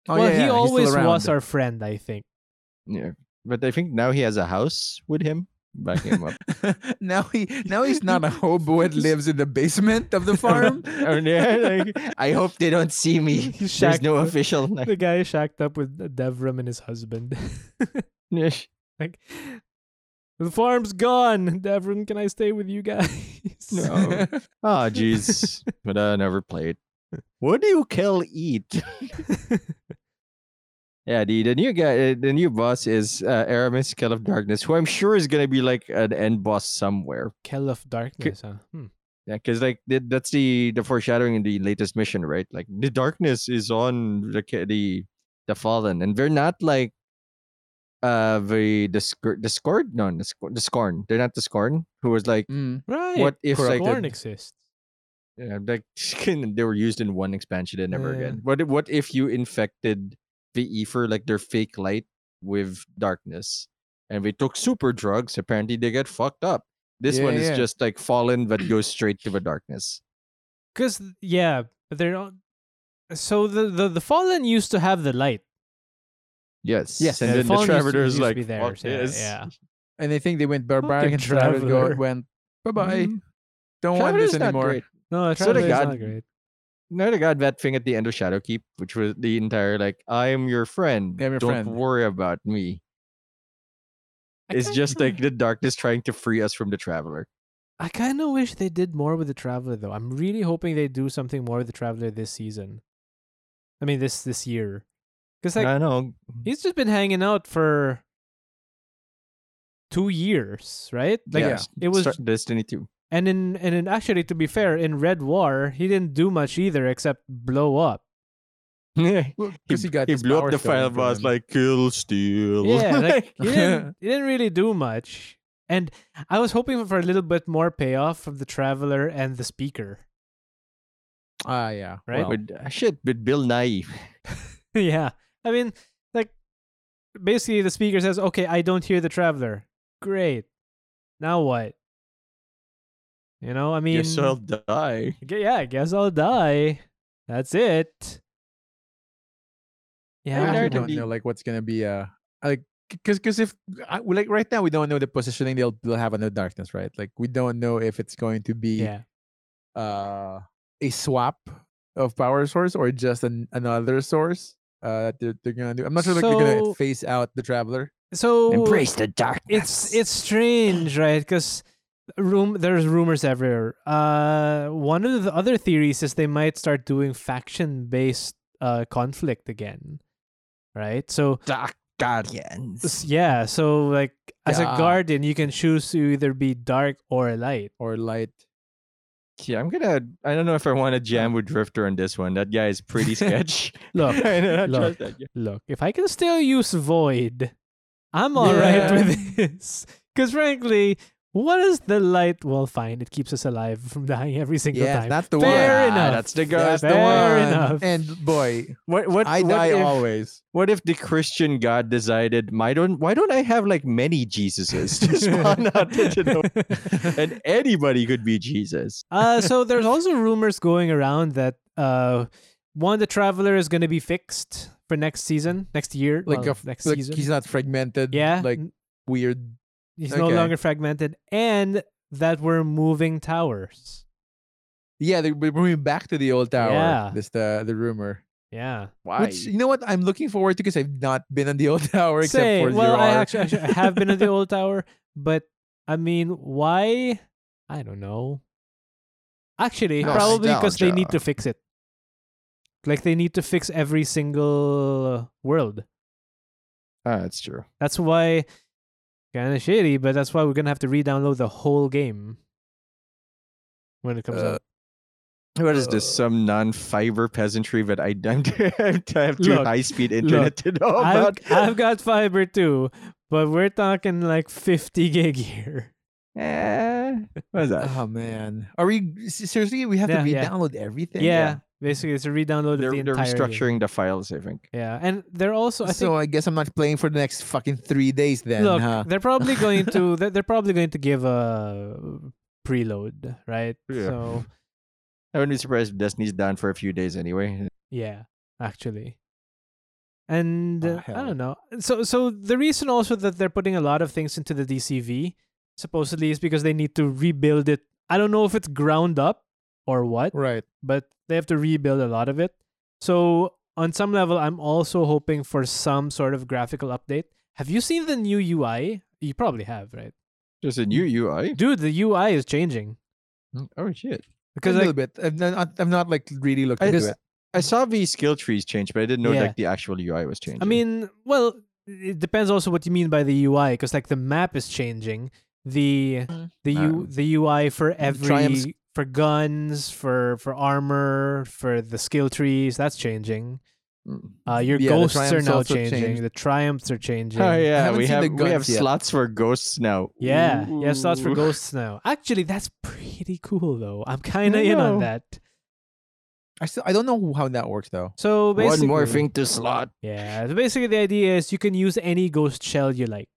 Oh, yeah,
well,
yeah,
he
he's still
always was
around.
our friend, I think.
yeah. But I think now he has a house with him. Back him
<laughs>
up.
<laughs> now he now he's not a hobo that lives in the basement of
<laughs>
the farm.
<laughs> Oh, yeah, like, I hope they don't see me.
<laughs> He's
There's no
shacked.
official. <laughs>
The guy is shacked up with Devram and his husband. <laughs> like, the farm's gone. Devram, can I stay with you guys?
<laughs>
<laughs>
No. Oh, jeez. but I never played. What do you kill eat? <laughs> yeah, the, the new guy, uh, the new boss is uh, Aramis, Kell of Darkness, who I'm sure is going to be like an end boss somewhere.
Kell of Darkness, huh? Hmm.
Yeah, because like th- that's the the foreshadowing in the latest mission, right? Like the darkness is on the ca- the, the fallen, and they're not like uh the the, scor- the scorn, no, the, scorn, the scorn. They're not the scorn who was like
Mm.
Right.
What if, like,
Korn
the-
exists?
Yeah, like <laughs> they were used in one expansion and never
Yeah.
again. What if- what if you infected the ether, like their fake light, with darkness, and we took super drugs? Apparently, they get fucked up. This one
Yeah,
is
yeah.
just like fallen, but goes straight to the darkness.
Because yeah, but they're not. So the, the the fallen used to have the light.
Yes.
Yes,
And
yeah,
then the
Fallen used to-
traveler is
used to
like,
be there,
"Fuck
so yeah,
this."
yeah.
And they think they went barbaric
Fucking
and started go,
traveler.
went bye bye.
Mhm.
Don't want
Traveler's
this
not
anymore.
great.
No, the
So they
traveler is
got-
not great.
No, they got that thing at the end of Shadowkeep, which was the entire like, "I am your friend.
I'm your
Don't
friend."
worry about me."
I
It's
<laughs>
just like the darkness trying to free us from the traveler.
I kind of wish they did more with the Traveler, though. I'm really hoping they do something more with the Traveler this season. I mean, this this year, because like
I know.
he's just been hanging out for two years, right? Like
yeah,
it was,
Star- Destiny <laughs> 2.
and in and in actually, to be fair, in Red War, he didn't do much either except blow up.
he,
Because he got
he
his
blew up
power
the
stolen
file
from
boss
him.
like kill steal. <laughs>
Yeah, like he didn't, he didn't really do much. And I was hoping for a little bit more payoff from the traveler and the speaker.
Ah, yeah.
Right?
Well,
With, uh, shit, with Bill Nye.
<laughs> yeah. I mean, like basically the speaker says, "Okay, I don't hear the traveler." Great. Now what? You know, I mean,
Guess I'll die.
I gue- yeah, I guess I'll die. That's it.
I
Yeah.
Hey,
actually
Larry,
don't
did
know
you-
like what's gonna be uh like because because if I, well, like right now we don't know the positioning they'll, they'll have on the darkness right like we don't know if it's going to be
yeah.
uh a swap of power source or just an, another source uh that they're, they're gonna do I'm not sure like they're
So-
gonna phase out the traveler
Oh,
So
the darkness.
it's it's strange, right? Because room there's rumors everywhere. Uh, one of the other theories is they might start doing faction based uh conflict again, right? So
Dark
s-
Guardians.
yeah, so like as a
Yeah.
guardian, you can choose to either be dark or light.
or light
Yeah, I'm gonna. I don't know if I want to jam with Drifter on this one. That guy is <laughs> pretty sketch.
Look,
<laughs>
I do not
look.
trust that guy.
look, if I can still use void, I'm all right
Yeah.
with this. <laughs> Because frankly, what is the light? Well, fine, it keeps us alive from <laughs> dying every single
yeah
time.
that's the
Fair
one
Ah,
enough.
That's the guy.
that's
That's the
the
fair
one
one.
enough.
and boy
What? What?
I
what
die
if,
always
What if the Christian God decided, "My don't? Why don't I have like many Jesuses <laughs>
<laughs>
to
<laughs>
spawn out into the and anybody could be Jesus.
uh, so there's also rumors going around that uh, one the traveler is going to be fixed for next season, next year,
like,
well,
a f-
next
like
season.
he's not fragmented
yeah,
like
n-
weird
he's no
okay.
longer fragmented, and that we're moving towers.
Yeah, they're we're moving back to the old tower.
Yeah.
This the the rumor.
Yeah.
Why?
Which you know what I'm looking forward to because I've not been on the old tower except
Same.
for
well,
zero
I
hour.
actually, actually I have
<laughs>
been at the old tower, but I mean, why? I don't know. Actually,
No,
probably because they need
nostalgia.
to fix it. Like they need to fix every single world.
Ah, that's true.
That's why kind of shitty, but that's why we're gonna have to re-download the whole game when it comes
Uh,
out.
What is this?
Uh,
Some non-fiber peasantry that I I'm, I <laughs> have too
Look,
high-speed internet to know
I've,
about. <laughs>
I've got fiber too, but we're talking like 50 gig <laughs> here.
Eh, what is that?
<laughs> Oh man, are we s- seriously? We have
Yeah,
to
yeah.
re-download everything.
Yeah, basically it's a re-download
they're,
of the
they're
entire game.
restructuring the files, I think.
Yeah, and they're also I think
so I guess I'm not playing for the next fucking three days then.
look
huh?
they're probably going
<laughs>
to they're, they're probably going to give a preload, right?
Yeah.
So
I wouldn't be surprised if Destiny's down for a few days anyway.
Yeah, actually. And
Oh,
uh, I
hell.
don't know. So so the reason also that they're putting a lot of things into the DCV supposedly is because they need to rebuild it. I don't know if it's ground up or what,
Right.
but they have to rebuild a lot of it. So on some level I'm also hoping for some sort of graphical update. Have you seen the new UI? You probably have, right?
There's a new UI.
Dude, the UI is changing.
Oh shit!
Because
Because
a little
like,
bit. I've not, I've not like really looked
I
into
just-
it.
I saw the skill trees change, but I didn't know
Yeah.
like the actual UI was changing.
I mean, well, it depends also what you mean by the UI, because like the map is changing. The
Mm.
the U,
Um,
the UI for every
triumphs-
for guns, for for armor, for the skill trees, that's changing.
Mm.
Uh, your
Yeah, the
ghosts are
triumphs
now
also
changing.
changed.
The triumphs are changing.
oh yeah,
haven't
we
seen the
have we have
guns yet.
slots for ghosts now.
Yeah, you have slots for
Ooh.
ghosts now. Actually, that's pretty cool though. I'm kind of
I
in on
know.
that.
I still I don't know how that works though.
So basically,
One more thing to slot.
Yeah. So basically, the idea is you can use any ghost shell you like,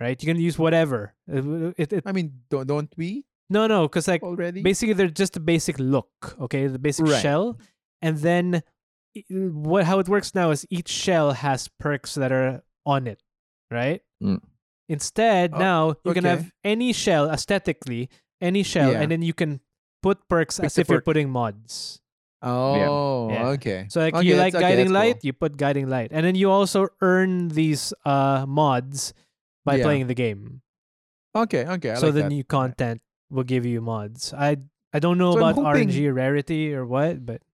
right? You can use whatever. It- it- it
I mean, don't don't we
No, no, because like
already?
basically they're just the basic look, okay, the basic
Right.
shell, and then i- what how it works now is each shell has perks that are on it, right?
Mm.
Instead,
Oh,
now you can
okay.
have any shell aesthetically, any shell,
Yeah.
and then you can put perks
Pick
as
the
if
perk.
you're putting mods.
oh,
Yeah.
okay.
So like
Okay,
you
that's-
like
okay,
guiding
that's cool.
light, you put guiding light, and then you also earn these uh mods by
Yeah.
playing the game.
Okay, okay. I
so
like
the
that.
new content will give you mods. I I don't know
So I'm
about
hoping-
RNG rarity or what, but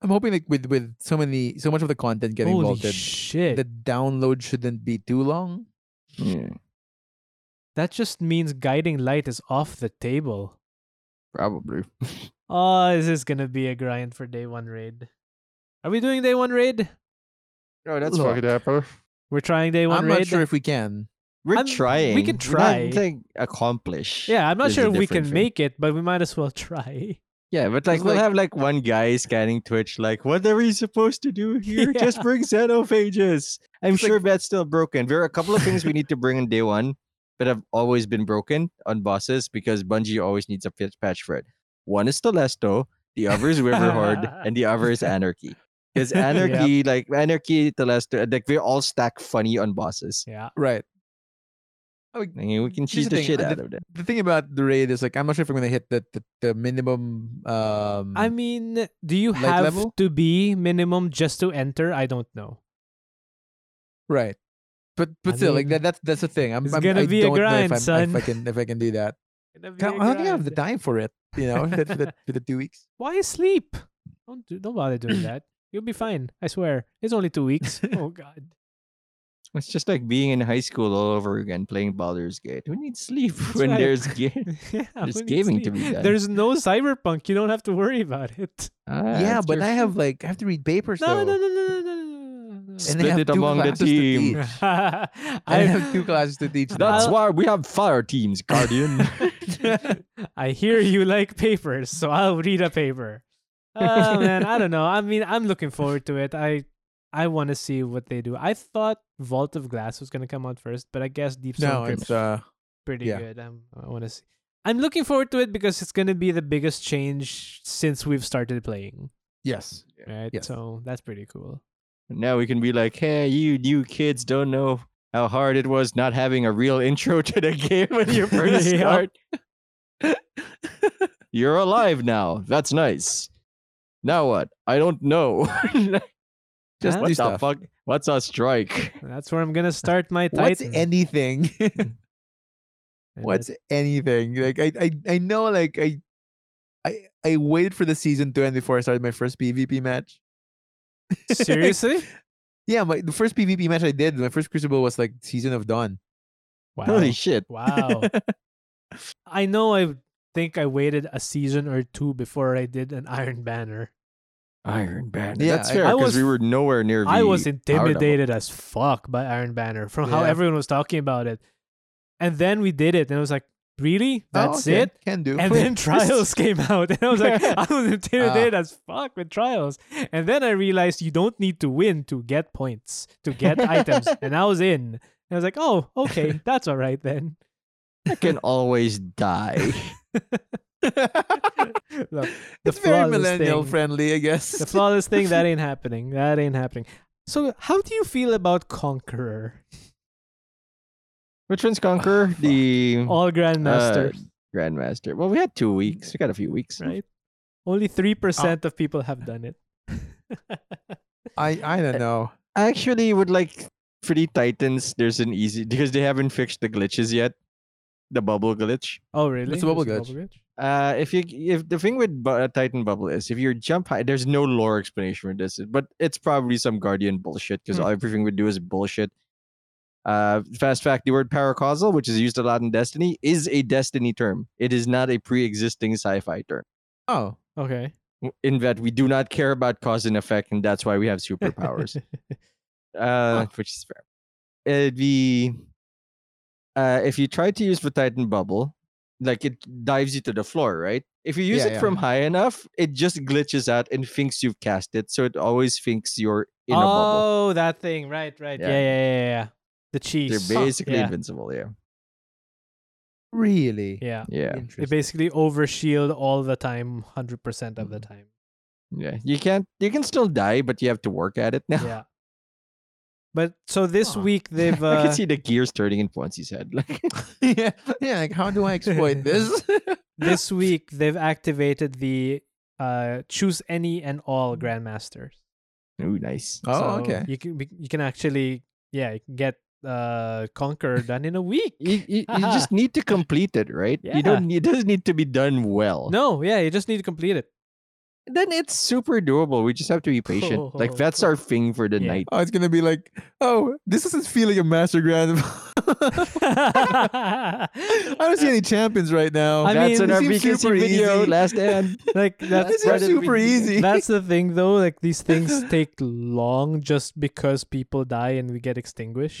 I'm hoping like with with so many so much of the content getting
holy
vaulted,
shit!
the download shouldn't be too long.
Yeah,
that just means guiding light is off the table.
probably.
Oh, this is gonna be a grind for day one raid. Are we doing day one raid?
Oh, that's
Look,
fucked up. huh?
We're trying day
I'm
one
not
raid.
sure if we can.
We're
I'm- we
trying.
could
We're not
try.
saying accomplish.
yeah, I'm not
This is a
sure if we can
different thing.
make it, but we might as well <laughs> try.
Yeah, but like
It's
we'll
like-
have like one guy scanning Twitch, like, what are we supposed to do here? Just
Yeah.
bring xenophages. I'm
It's
sure
like-
that's still broken. There are a couple of things we need to bring on day one that have always been broken on bosses because Bungie always needs a pitch patch for it. One is Telesto, the other is River Horde, and the other is Anarchy. Because
Yep.
Anarchy, like Anarchy, Telesto, like they all stack funny on bosses.
Yeah.
Right.
I mean, we can
Here's
cheat
the
the,
thing,
shit
uh,
out of them.
The thing about the raid is like I'm not sure if we're gonna hit the the, the minimum. Um,
I mean, do you
Light
have
level?
to be minimum just to enter? I don't know.
right. But but
I
still, like
mean,
that, that's that's the thing. I'm
it's
I'm,
gonna
I
be a
don't
grind,
know if, I'm,
son.
if I can if I can do that. I don't think I have the time for it. You know, for the, for the, for the two weeks.
Why sleep? Don't do, don't
<clears throat>
bother doing that. You'll be fine. I swear. It's only
<laughs>
two weeks. oh God. <laughs>
It's just like being in high school all over again, playing Baldur's Gate. Who needs sleep
That's
when
right.
there's
<laughs>
game?
yeah,
There's
who needs
gaming to
sleep?
be done.
There's no cyberpunk. You don't have to worry about
<laughs>
it.
<laughs> Ah,
yeah,
it's
but
your
I
<laughs>
have like I have to read papers.
No,
though.
no, no, no, no, no, no, no.
And
Split
I have
it
two
among the
classes to
team.
teach.
<laughs> I
I have two classes to
<laughs>
teach. now.
That's
I'll-
why we have fire teams, Guardian. <laughs>
<laughs> I hear you like papers, so I'll read a paper. Oh man, I don't know. I mean, I'm looking forward to it. I I want to see what they do. I thought Vault of Glass was gonna come out first, but I guess Deep Stone
no,
Crypt's
it's uh,
pretty
yeah.
good. I'm, I want to see. I'm looking forward to it because it's gonna be the biggest change since we've started playing.
yes.
Right,
Yes.
so that's pretty cool.
now we can be like, hey, you new kids don't know how hard it was not having a real intro <laughs> to the game when
<laughs>
you first
<laughs> Yeah.
start. You're alive now. That's nice. Now what? I don't know. <laughs>
Just
what
do
the
stuff.
fuck? What's a strike? <laughs>
That's where I'm gonna start my
What's
Titan. <laughs>
anything?
and
What's anything? Like I, I, I know. Like I, I, I waited for the season to end before I started my first PvP match.
that's- seriously?
<laughs> Yeah, my the first PvP match I did, my first Crucible was like Season of Dawn.
Wow.
Holy shit.
<laughs>
Wow. I know I think I waited a season or two before I did an Iron Banner.
Iron Banner.
Yeah,
That's
I-
fair
I
because
was-
we were nowhere near.
I
the
was
power level.
intimidated as fuck by Iron Banner from how
Yeah.
everyone was talking about it. And then we did it and I was like, really?
Oh,
That's
okay,
it?
Can do.
And
Wait, <laughs>
then
this-
Trials came out and I was
<laughs>
like, <laughs> I was
Ah.
intimidated as fuck with Trials. And then I realized you don't need to win to get points, to get items. And I was in. And I was like, oh, okay, that's all right then.
I can always die.
<laughs> Look, the
it's very
flawless
millennial
thing.
friendly, I guess.
The flawless thing that ain't happening. That ain't happening. So, how do you feel about Conqueror?
<laughs> Which one's Conqueror? Oh. the
All grandmasters,
Grandmaster. Well, we had two weeks. We got a few weeks.
right? Only three percent of people have done it.
<laughs>
<laughs>
I, I don't know.
I actually would like for the Titans. There's an easy because they haven't fixed the glitches yet. The bubble glitch.
oh, really?
a bubble
There's a
Uh, if you if the thing with bu- uh, Titan bubble is if you jump high, there's no lore explanation for this, but it's probably some Guardian bullshit because
Hmm.
everything we do is bullshit. Uh, fast fact: the word paracausal, which is used a lot in Destiny, is a Destiny term. It is not a pre-existing sci-fi term.
Oh,
bubble glitch? Okay.
w- in that we do not care about cause and effect, and that's why we have superpowers,
<laughs>
uh, which is fair. Uh, the uh, if you try to use the Titan bubble, like it dives you to the floor, right? If you use
Yeah,
it
yeah.
from high enough, it just glitches out and thinks you've cast it, so it always thinks you're in
oh,
a bubble.
that thing. Right. Right. Yeah.
Yeah.
Yeah. Yeah. Yeah. yeah. The
They're
cheese.
basically
yeah.
invincible. Yeah,
really?
yeah.
yeah,
They
Interesting.
basically overshield all the time, hundred percent of the time.
yeah. You can't. You can still die, but you have to work at it now.
Yeah. But so this
Huh.
week they've. Uh,
<laughs> I can see the gears turning in Ponzi's head. Like, <laughs>
<laughs> yeah, yeah. Like, how do I
<laughs>
exploit this? <laughs>
this week they've activated the uh choose any and all grandmasters
ooh, nice.
oh,
So
okay.
you can we- you can actually yeah you can get uh, conquer done in a week. <laughs>
You, you, you just need to complete it, right? You don't. It doesn't need <laughs> to be done well.
No, yeah, you just need to complete
<laughs>
it. <laughs>
Then it's super doable. We just have to be patient.
<laughs>
like that's our thing for the
Yeah.
night.
Oh, it's gonna be like, oh, this isn't feeling a master grand. <laughs> I don't see any champions right now. <laughs>
I
that's
mean,
in
it
our
seems
vacancy
super
video
easy.
<laughs>
last end.
<laughs>
Like
That's
that's
this is
rather
super
we-
easy.
that's the thing though. Like these things take long just because people die and we get extinguished.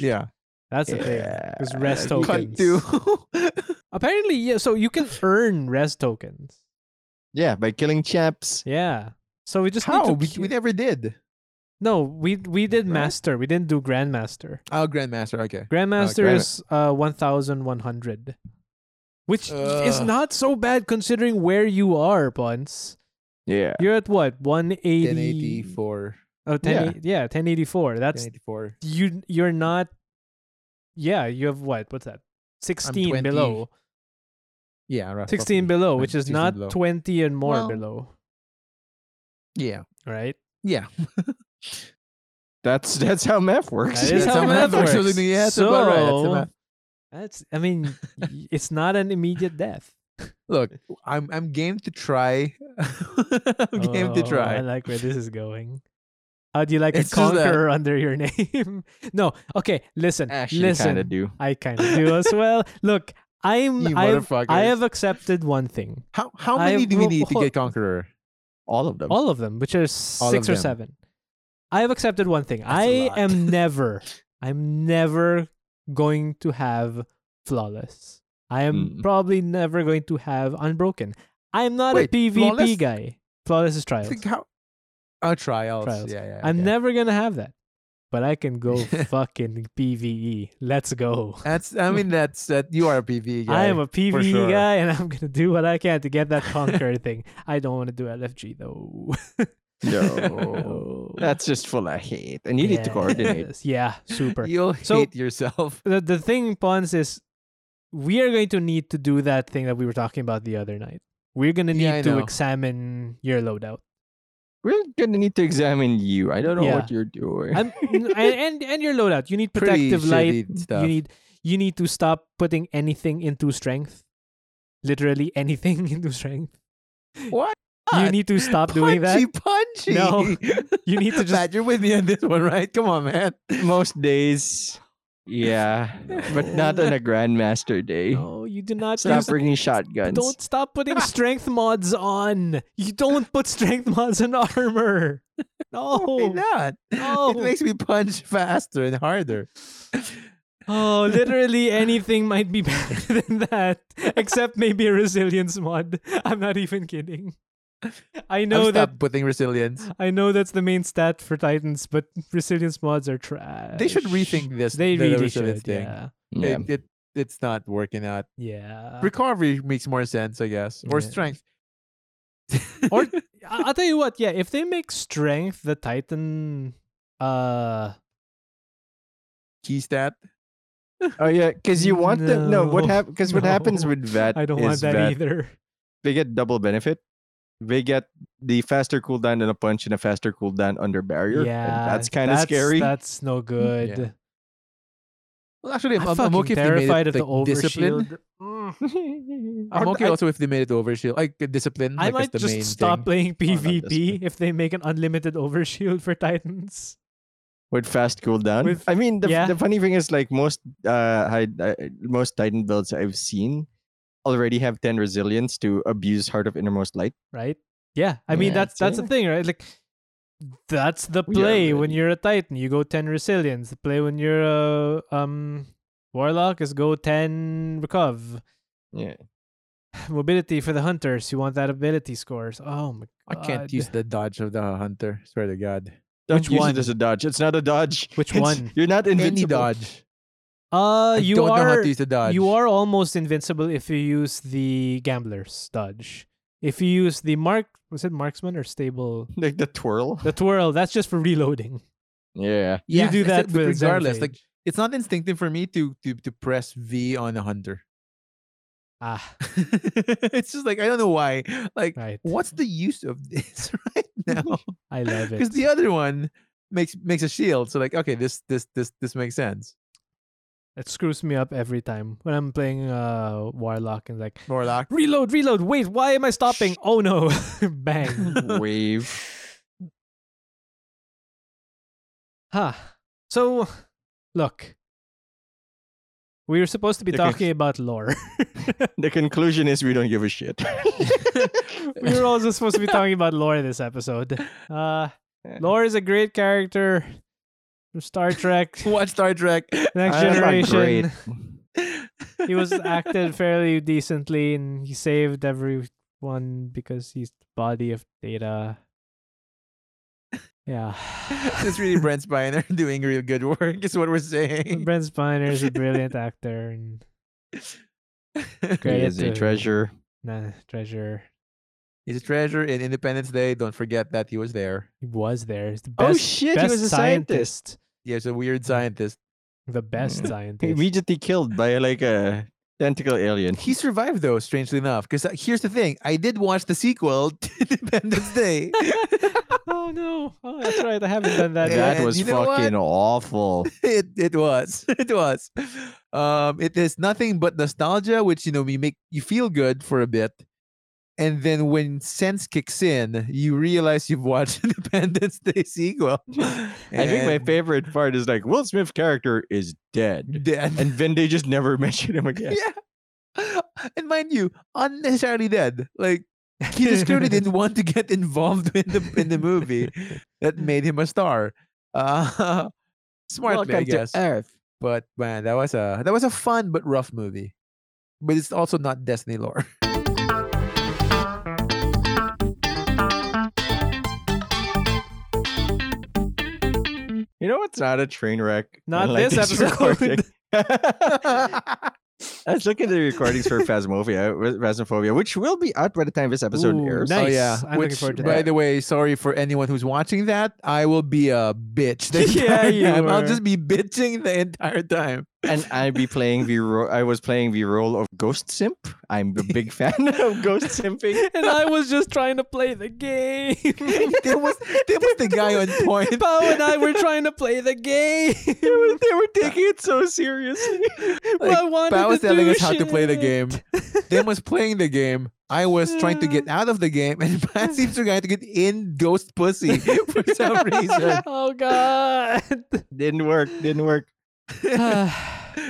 <laughs> yeah.
that's the thing. Because rest
Yeah.
tokens.
to.
Apparently, yeah. So you can earn res tokens.
Yeah, by killing chaps.
Yeah. So
<laughs>
we <laughs> just need
How?
to
We,
ki-
we never did.
no we we did
Right?
master. We didn't do grandmaster.
Oh, grandmaster. Okay.
Grandmaster
Grand-
is uh, 1,100, which is
Ugh.
not so bad considering where you are, Buns.
Yeah.
You're at what? 180?
1084.
Oh, 10, yeah. 1084. That's
1084.
you. You're not. Yeah, you have what? What's that? 16
20
below.
Yeah. rough-
16
roughly.
below, which
16
is not
below.
20 and more
Well-
below,
Yeah.
right?
Yeah.
That's that's how math works.
That is
That's
how
how
math
math works.
works.
Yeah, that's about right. That's the
So-
math.
That's, I
<laughs>
mean, y- it's not an immediate death.
Look, I'm I'm game to try. <laughs> I'm <laughs> game to
Oh,
try.
I like where this is going. How do you like
It's
a
just that-
conqueror <laughs> under your name? <laughs> no, okay. Listen,
Actually,
listen.
kind of do.
I kind
<laughs>
of do as well. Look, I'm
You
I I
motherfuckers.
have accepted one thing,
How how
I-
many do we
well,
need to
well-
get Conqueror?
All of them.
all of them, which are
All
six
of
or
them.
seven. I have accepted one thing.
That's a
I
lot. <laughs>
am never, I'm never going to have flawless. I am
Mm.
probably never going to have unbroken. I'm not a
Wait,
PvP
flawless?
guy. Flawless is
I
trials.
think how Oh trials.
Trials.
Yeah, yeah.
I'm
okay.
never gonna have that. But I can
<laughs>
go fucking PVE. Let's go.
That's I mean that's that you are a PV guy.
I am a PVE
sure.
guy, and I'm gonna do what I can to get that conquer thing. I don't want to do LFG though. <laughs>
No. That's just full of hate. And you need to coordinate.
Yes. Yeah, super.
You'll
So-
hate yourself.
The the thing, Pons, is we are going to need to do that thing that we were talking about the other night. We're gonna need
Yeah, I
to
know.
examine your loadout.
We're gonna need to examine you. I don't know
Yeah.
what you're doing.
<laughs>
I'm, n- and, and and your loadout. You need
Pretty
protective light.
shitty stuff.
You need you need to stop putting anything into strength. Literally <laughs> anything into strength.
What?
You need to stop
<laughs>
doing that.
Punchy, <laughs>
No,
punchy.
<laughs> You need to just
Matt, you're with me on this one, right? Come on, man. <laughs>
Most days, yeah, but not on a grandmaster day.
No, you do not
Stop
use-
bringing shotguns.
Don't
<laughs>
stop putting strength mods on. You don't put strength mods on
<laughs>
armor.
Why
No.
not?
No.
It makes me punch faster and harder.
Oh, literally anything might be <laughs> better than that, except maybe a resilience mod. I'm not even kidding. I know
I've
that Uh,
stopped putting resilience.
I know that's the main stat for Titans, but resilience mods are trash.
They should rethink this.
They
the- the
really
resilience thing.
should. Yeah.
Yeah.
It, it, it's not working out.
Yeah.
Recovery makes more sense, I guess, or
Yeah.
strength.
<laughs> Or- I- I'll tell you what, yeah, if they make strength the Titan uh
key stat.
Oh yeah, because you want the no. What
No,
hap- Because what happens
no,
with that?
I don't want
is
that, either.
They get double benefit. They get the faster cooldown on a punch and a faster cooldown under barrier. and
Yeah.
that's kind of
that's-
scary. <laughs>
That's no good.
Yeah. Well, actually, I'm,
I'm,
I'm,
fucking
okay if they made
terrified
it
of the
like, discipline.
overshield. Mm.
Or
I'm okay
I-
also if they made it overshield, like uh, discipline.
I
like, as
might
the
just
main
stop
thing. Oh,
playing
not
PvP
discipline.
if they make an unlimited overshield for Titans.
with fast cooldown.
With-
I mean, the,
yeah.
the funny thing is, like most uh, high, uh, most Titan builds I've seen already have ten resilience to abuse Heart of Innermost Light.
right? Yeah, I mean
Yeah,
that's that's the
see?
thing, right? Like that's the
We are
play when
ready.
you're a titan, you go ten resilience. The play when you're a um warlock is go ten recov.
Yeah,
<sighs> Mobility for the hunters, you want that ability scores. Oh my
I
god,
can't use the dodge of the hunter. Swear to God.
don't
Which
use
one?
it as a dodge. It's not a dodge.
Which
It's-
one?
You're not invincible.
Any dodge.
Uh,
I
you
don't know how
are
to use the dodge.
you are almost invincible if you use the gambler's dodge. If you use the mark, was it marksman or stable?
<laughs> Like the twirl.
The twirl, that's just for reloading.
Yeah.
You
Yes,
do that
except- but
with
regardless. Like
Xenophage.
it's not instinctive for me to to to press V on a hunter. <laughs>
ah,
it's just like I don't know why. Like
Right.
what's the use of <laughs> this
<laughs>
right now? <laughs>
I love it.
Because the other one makes makes a shield. So like okay, this this this this makes sense.
It screws me up every time when I'm playing uh Warlock and like
Morlock.
reload, reload. Wait, why am I stopping? Oh no, <laughs> bang.
<laughs> Wave.
Huh. So, look, we were supposed to be
Okay.
talking about lore.
<laughs>
<laughs>
The conclusion is we don't give a shit. <laughs>
we were also supposed to be talking about lore this episode. Uh, lore is a great character from Star Trek.
<laughs> Watch Star Trek.
Next
Ah, that's not
generation.
great.
<laughs>
He was acted fairly decently, and he saved everyone because he's the body of Data. Yeah,
<laughs> it's really Brent Spiner <laughs> doing real good work, is what we're saying.
<laughs> Brent Spiner is a brilliant actor and
He
Credit
is a
to-
treasure.
nah, treasure.
He's a treasure in Independence Day. Don't forget that he was there.
He was there. He's the
Oh
best.
shit! He
best
was a scientist.
scientist.
He was a
Mm.
weird scientist.
The best
Yeah.
scientist.
<laughs> Immediately killed by like a tentacle alien.
He survived though, strangely enough. Because here's the thing: I did watch the sequel, <laughs> to Independence Day.
<laughs>
<laughs>
oh no! Oh, that's right. I haven't done that.
Yeah.
yet.
That was
you know what?
fucking awful.
it it was <laughs> it was. Um, it is nothing but nostalgia, which you know we make you feel good for a bit, and then when sense kicks in, you realize you've watched <laughs> Independence Day sequel.
<laughs> I think my
And
favorite part is like Will Smith's character is dead, <laughs>
<laughs> dead.
and then they just never mention him again.
Yeah. And mind you, unnecessarily dead. Like he just clearly didn't want to get involved in the in the movie that made him a star. Uh, <laughs> smart,
Welcome
man, I
to
guess.
Earth.
but man, that was a that was a fun but rough movie. But it's also not Destiny lore. <laughs>
You know what's not a train wreck?
Not
Unlike <laughs>
this episode.
recording. <laughs> I was looking at the recordings for Phasmophobia, Phasmophobia, which will be out by the time this episode
Ooh,
airs.
nice.
Oh yeah.
I'm looking
Which,
forward to
by
that.
the way, sorry for anyone who's watching that. I will be a bitch. The
<laughs> Yeah,
entire
you
time. I'll
were.
just be bitching the entire
<laughs>
time. <laughs>
And I'd be playing the ro- I was playing the role of Ghost Simp. I'm a
<laughs>
big fan <laughs> of Ghost Simping.
<laughs> and I was just trying to play the game.
there was there was the guy
<laughs>
on point. <laughs>
Pao and I were trying to play the game.
They were, they
<laughs>
were taking it so seriously.
Like,
I wanted
Pat was
to
telling
do
us how to play the
shit.
game. Dan was playing the game. I was trying to get out of the game, and <laughs> Pat seems to trying to get in Ghost
<laughs>
Pussy for <laughs> some reason.
oh god.
didn't work. Didn't work.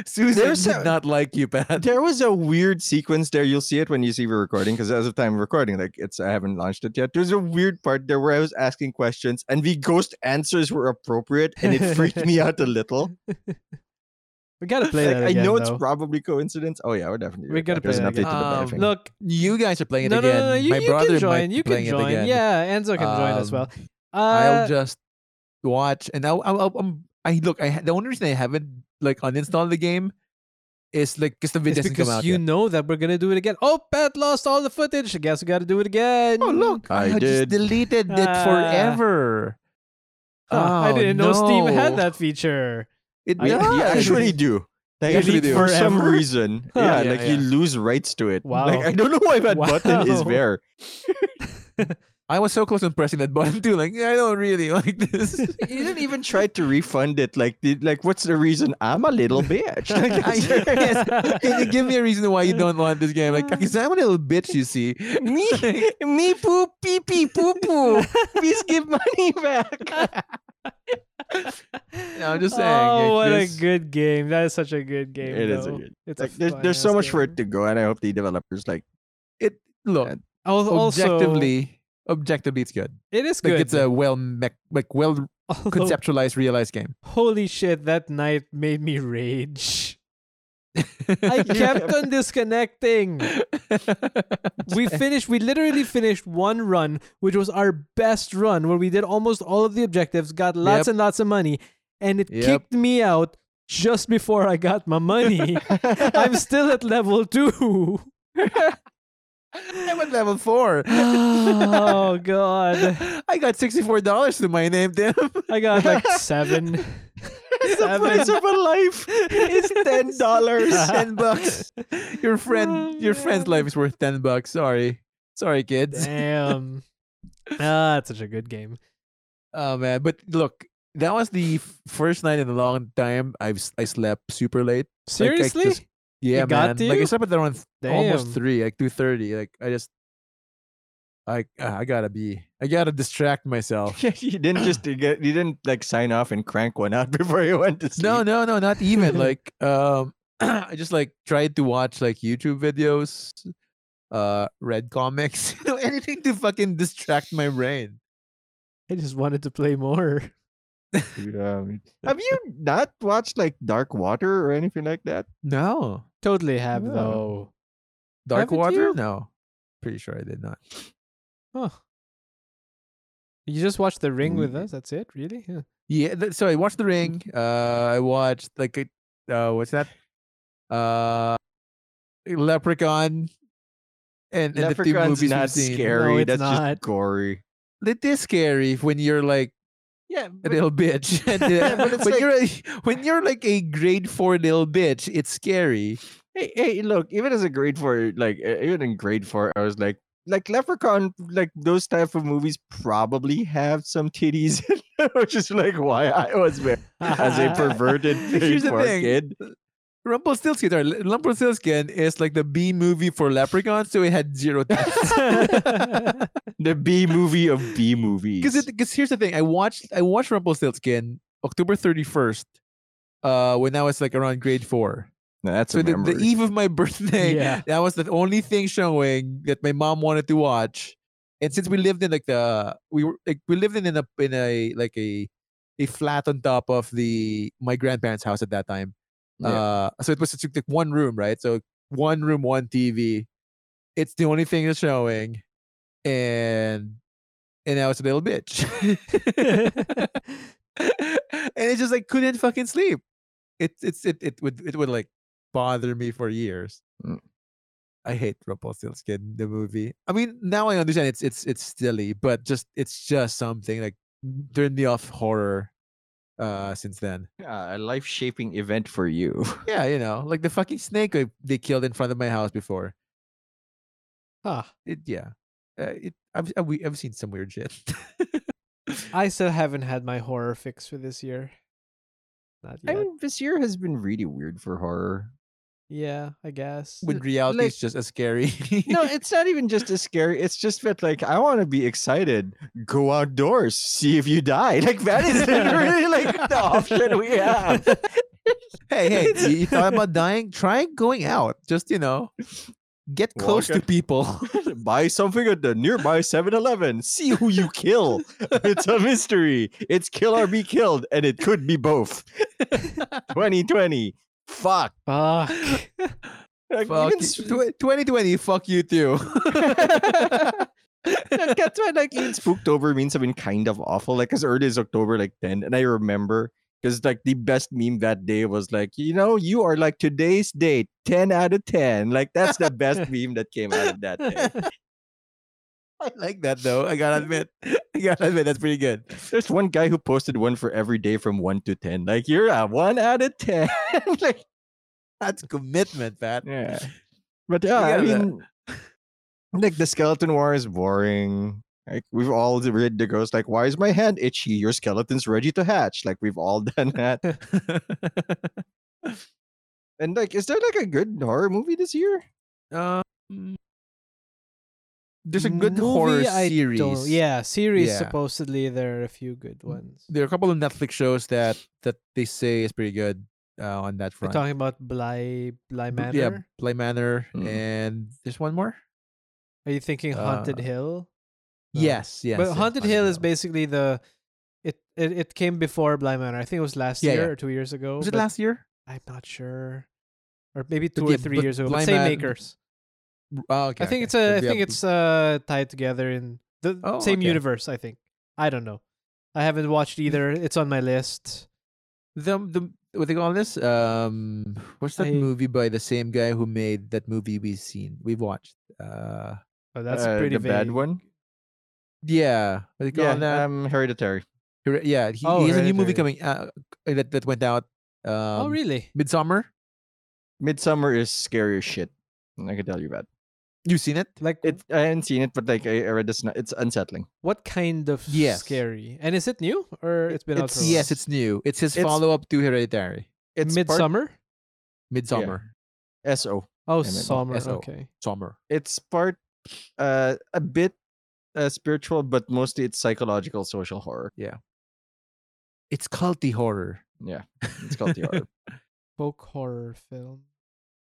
Susan
There's
did
a-
not like you, Pat.
There was a weird sequence there. You'll see it when you see the recording, because as of time of recording, like it's I haven't launched it yet. There's a weird part there where I was asking questions, and the ghost answers were appropriate, and it freaked
<laughs>
me out a little.
<laughs> We gotta play
Like,
that again.
I know it's
though.
probably coincidence. Oh yeah, we're definitely
We gotta
there's
play
an
that again.
update to the
Um,
briefing.
Look,
<laughs> You guys are playing it
no,
again.
no, no, no, you,
My
you
brother
can
might
join.
be
You can
playing it
join.
again. Um,
Yeah, Enzo can join as well. Uh,
I'll just watch, and I'll, I'll, I'll um, I look. I ha- the only reason I haven't like uninstalled the game is like because the video
it's
doesn't come out
because you
yet.
know that we're gonna do it again. Oh, Pat lost all the footage. I guess we gotta do it again.
Oh look,
I
I,
did.
just deleted it
Ah.
forever.
Huh, Ah, I
Oh,
didn't know Steam
no.
had that
<laughs>
feature. <laughs>
It
I-
Yeah,
does.
you actually <laughs> do. Like,
actually
you- for
do.
some
Forever?
reason,
Huh.
yeah,
Yeah,
like you
yeah.
lose rights to it.
Wow.
Like I don't know why that button is
Wow.
there.
I was so close on pressing that button <laughs> too. Like I don't really <laughs> like this.
You didn't even try to refund it. Like, the, like what's the reason? I'm a <laughs> little bitch. Like,
I-
is there-
yes. Can you give me a
<laughs>
reason why you don't want this game? Like, because I'm a little bitch, you see.
me,
<laughs>
me poop, pee pee, poo poo. Please give money back.
I'm just saying,
Oh,
like,
what a
this-
good game! That is such a good game.
It is a
though.
good-
It's a
Like, there's, there's
fun-ass
so much for
game.
it to go, and I hope the developers like.
It look
And
Al- also,
objectively. Objectively, it's good.
it is
Like
good.
it's a well, mech like well
<laughs> Although,
conceptualized, realized game.
Holy shit! That night made me rage. I kept on disconnecting. We finished. We literally finished one run, which was our best run, where we did almost all of the objectives, got
Yep.
lots and lots of money, and it
Yep.
kicked me out just before I got my money. I'm still at level two.
I'm at level four.
oh god.
I got sixty-four dollars to my name, damn.
I got like seven.
Price
seven.
of a life is ten dollars. <laughs>
<laughs> ten bucks. Your friend,
Oh,
your friend's
man.
life is worth ten bucks. Sorry, sorry, kids.
Damn. Ah, it's such a good game.
Oh man, but look, that was the f- first night in a long time I've s- I slept super late. Like, I
Seriously?
just- yeah,
It got
man.
to
Like I
you?
slept at around th- almost
Damn.
three, like two thirty. Like I just, I ah, I gotta be, I gotta distract
<laughs>
myself.
you didn't just get you didn't like sign off and crank one out <laughs> before you went to sleep.
No, no, no, not
<laughs>
even. like um, <clears throat> I just like tried to watch like YouTube videos, uh, read comics, <laughs> you know, anything to fucking distract my brain.
I just wanted to play more. <laughs>
Dude, um, have you not watched like Dark Water or anything like that?
No,
Totally have
Yeah.
though.
Dark
Haven't
Water.
you?
No, pretty sure I did not.
Huh. You just watched The Ring with
Mm.
Weird.
us. That's it, really? Huh.
Yeah, th- so I watched The Ring.
Mm.
Uh, I watched like it- uh, what's that? Uh, Leprechaun. And, and the two
Leprechaun's
movies
not
we've seen.
scary.
No, it's
That's
not.
just gory.
It is scary when you're like <laughs>
Yeah,
a little bitch. And, uh,
Yeah, <laughs> but it's
when
like-
you're a, when you're like a grade four little bitch, it's scary.
hey, hey, look, even as a grade four, like uh, even in grade four, I was like, like Leprechaun, like those type of movies probably have some titties, <laughs> which is like why I was there as
<laughs>
a <laughs> perverted grade
Here's the
four
thing.
kid.
Rumpelstiltskin, or L- Rumpelstiltskin is like the B movie for Leprechaun, so it
<laughs>
had zero tits.
The B movie of B movies.
because because here's the thing. I watched I watched Rumpelstiltskin October 31st, uh, when I was like around grade four.
No, that's
So
a
the,
memory.
the eve of my <laughs> birthday,
Yeah.
that was the only thing showing that my mom wanted to watch. And since we lived in like the we were like we lived in in a in a like a a flat on top of the my grandparents' house at that time.
Yeah.
Uh, so it was just like one room, right? So one room, one TV. It's the only thing that's showing, and and I was a little bitch, <laughs> and it just like couldn't fucking sleep. It it's it it would it would like bother me for years.
Mm.
I hate Rumpelstiltskin the movie. I mean, now I understand it's it's it's silly, but just it's just something like turned me off horror uh since then.
Yeah, a life shaping event for you. <laughs>
Yeah, you know, like the fucking snake I, they killed in front of my house before.
Huh.
It yeah. Uh, it I've I've, I've seen some
<laughs>
weird shit. <laughs>
I still haven't had my horror fix for this year. Not
I
yet.
mean, this year has been really weird for horror.
yeah, I guess.
when reality is just as scary.
no, it's not even just as scary. It's just that like I want to be excited. Go outdoors, see if you die. <laughs> Like that is
<laughs>
really like the option we
<laughs>
have.
<laughs> hey, hey, you, you
<laughs>
thought about dying? Try going out. Just you know, <laughs> get
Walk
close to
out.
people.
<laughs> Buy something at the nearby 7-Eleven. See who you kill.
<laughs>
It's a mystery. It's kill or be killed, and it could be
<laughs>
both. 2020. Fuck.
<laughs> Fuck.
Like,
Fuck
even
you.
s-
Tw- 2020, fuck you too. <laughs>
That- that's why like even spooktober means something kind of awful like as early as october like 10 and i remember because like the best meme that day was like you know you are like today's date 10 out of 10 like that's the <laughs> best meme that came out of that day
I like that though. I gotta admit. <laughs> I gotta admit, that's pretty good.
there's one guy who posted one for every day from 1 to 10 like you're a 1 out of 10 <laughs> like
That's commitment, Pat.
yeah but yeah i
gotta-
mean like the skeleton war is boring like we've all read the ghost like why is my hand itchy your skeleton's ready to hatch like we've all <laughs> done that
<laughs>
And like, is there like a good horror movie this year?
um, there's a good horror
Movie, I
series.
don't- yeah, series
Yeah.
supposedly there are a few good ones.
there are a couple of Netflix shows that that they say is pretty good uh, on that
We're
front.
talking about Bly Bly
B-
Manor.
Yeah, Play Manor,
Mm-hmm.
Mm.
and there's one more.
Are you thinking Haunted
Uh,
Hill? No.
Yes, yes.
but
yes,
Haunted Hill is
Hill.
basically the it, it it came before Bly Manor. I think it was last
Yeah,
year
yeah.
or two years ago.
Was it
but
last year?
I'm not sure, or maybe
But
two
yeah,
or three
but
years ago.
Bly
But same
Man-
makers.
Oh, okay.
I think
okay.
it's uh,
They
I think
have-
it's uh tied together in the
Oh, okay.
same
Hmm.
universe. I think. I don't know. I haven't watched either. It's on my list.
the the what they call this um what's that
I-
movie by the same guy who made that movie we've seen we've watched uh
But that's
Uh,
pretty
the bad
vague.
one.
yeah what do you
Yeah,
call that
um, Hereditary.
Here- yeah he,
Oh,
he has a new movie
Hereditary.
coming uh, uh, that that went out um,
oh really?
midsummer
Midsummer is scary as shit. I can tell you that.
You've seen it?
Like
It I haven't seen it, but like I, I read this, and it's unsettling.
what kind of
Yes.
scary? And is it new or it's been out
It's-
for a
Yes, it's new. It's his
It's-
follow up to Hereditary,
It's part-
midsummer?
Midsummer.
so.
Oh,
M I D
summer.
S O.
Okay.
Summer.
It's part uh a bit uh, spiritual, but mostly it's psychological social horror.
It's culty horror.
Yeah, it's called the horror.
Folk horror film.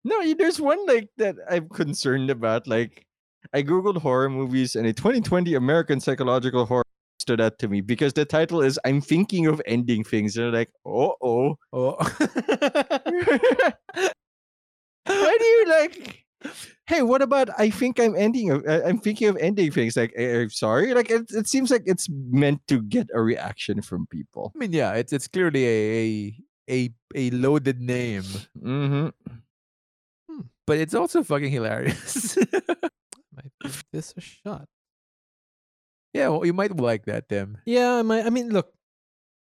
No, y- there's one like that I'm concerned about. Like, I googled horror movies, and a 2020 American psychological horror stood out to me because the title is "I'm thinking of ending things," and I'm like, "Oh, oh, <laughs>
Oh,
why do you like?" Hey, what about I think I'm ending of I- I'm thinking of ending things like I- I'm sorry like it, it seems like it's meant to get a reaction from people.
I mean, yeah, it's it's clearly a a a, a loaded name,
Mm-hmm.
but it's also fucking hilarious. <laughs>
Might give this a shot.
yeah, well, you might like that, Tim.
Yeah, I might. I mean, look,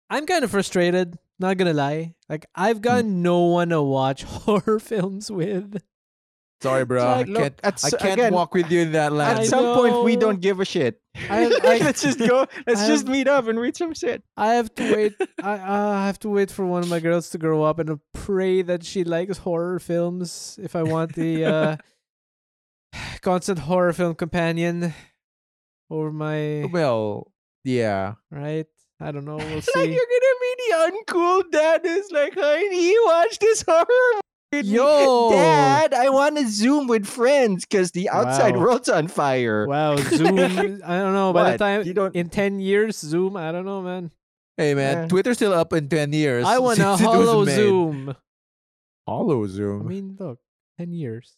I'm kind of frustrated. Not gonna lie. Like I've
Hmm.
got no one to watch <laughs> horror films with.
Sorry, bro.
like,
I
look,
can't,
at
I
so-
can't
again,
walk with you in that
At
land.
I
some point, we
know.
don't give a shit.
I- I-
<laughs> let's just go. Let's
I
just
have-
meet up and read some shit.
I have
<laughs>
to wait. I I have to wait for one of my girls to grow up and pray that she likes horror films if I want the
<laughs>
uh, <sighs> constant horror film companion over my
Well, yeah.
right. I don't
<laughs>
know. We'll
Like
see.
you're gonna be the uncool dad who's like, honey, watch this horror movie. with me."
Yo!
Dad, I want to Zoom with friends because the outside
Wow.
world's on fire. <laughs>
Wow, Zoom. I don't know. By the
What?
time
You don't-
in ten years, Zoom. I don't know, man.
Hey, man,
Yeah.
Twitter's still up in ten years. <laughs>
I want a
since it was
hollow
made.
Zoom.
Hollow
I
Zoom.
mean, look, ten years.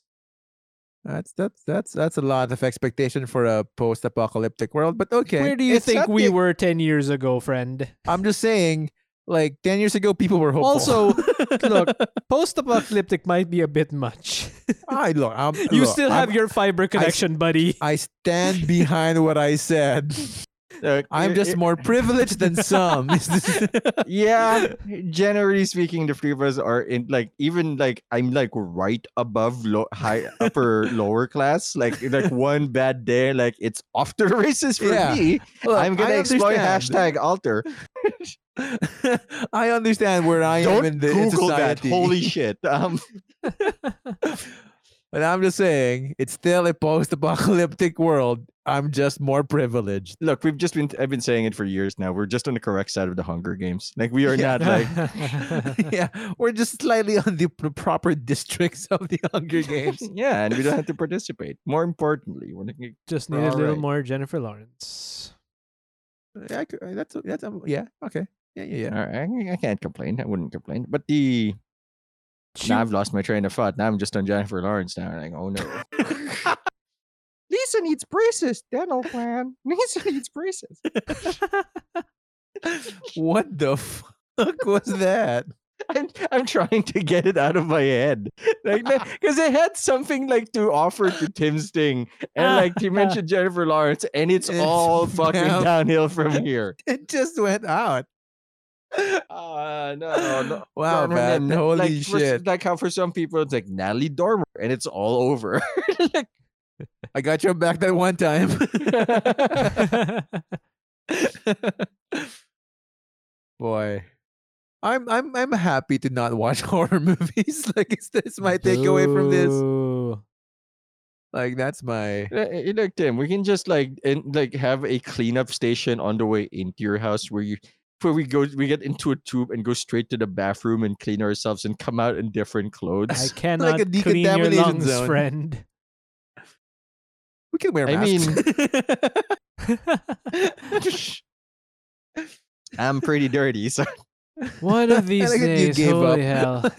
That's that's that's that's a lot of expectation for a post-apocalyptic world. But okay,
Where do you
It's
think
not
we
the-
were ten years ago, friend?
I'm just saying, like ten years ago, people were hopeful.
Also, <laughs> look, post-apocalyptic might be a bit
<laughs>
much.
<laughs> I look. I'm,
<laughs> You
look,
still
I'm-
have your fiber connection,
<laughs>
buddy.
I stand behind what I said.
<laughs>
Look,
I'm
uh, it-
just
it-
more privileged than some. Is this-
yeah. <laughs> Generally speaking, the three of us are in like even like I'm like right above low high <laughs> upper lower class. Like like one bad day, like it's off to the races for
Yeah.
me.
Look,
I'm gonna
I
exploit
understand.
hashtag alter.
<laughs> I understand where I am
Don't
in the in
Google that.
society.
Holy shit. <laughs> Um
<laughs> But I'm just saying, it's still a post-apocalyptic world. I'm just more privileged.
look, we've just been I've been saying it for years now. We're just on the correct side of the Hunger Games. Like we are not like
yeah, we're just slightly on the p- proper districts of the <laughs> Hunger <laughs>
<laughs>
Games.
yeah, and we don't have to participate. More importantly, we're not gonna-
<laughs> Just
We're
need a little
alright.
more Jennifer Lawrence.
yeah, I c- that's that's um, yeah, okay, yeah, yeah, yeah.
I, I can't complain. I wouldn't complain. But the
She-
now I've lost my train of thought. Now I'm just on Jennifer Lawrence now. Like, oh
<laughs>
no. <laughs> Lisa needs braces. Dental plan. <laughs> Lisa needs braces.
<laughs> What the fuck was that? <laughs>
I'm, I'm trying to get it out of my head. <laughs> Like
<laughs>
because I had something like to offer to Tim's thing. And like you mentioned Jennifer Lawrence, and it's
Ah, It's <laughs>
all fucking
now-
downhill from
<laughs>
here.
It just went out.
Uh no, no.
wow, man!
no,
Holy
like, for s-
shit!
like how for some people it's like Natalie Dormer and it's all over. <laughs> Like,
I got your back that one time. Boy, I'm I'm I'm happy to not watch <laughs> horror movies. like, it's this <laughs> my takeaway from this?
Boo.
Like, that's my
Uh, uh, Look, Tim, we can just like in, like have a cleanup station on the way into your house where you where we go we get into a tube and go straight to the bathroom and clean ourselves and come out in different
<laughs>
I
clothes.
cannot clean your
decontamination
lungs,
zone.
friend.
We can wear
I
masks. <laughs>
<laughs>
<laughs> I'm pretty dirty, so
<laughs>
One of these
like that you
days,
gave
holy
up. <laughs>
hell!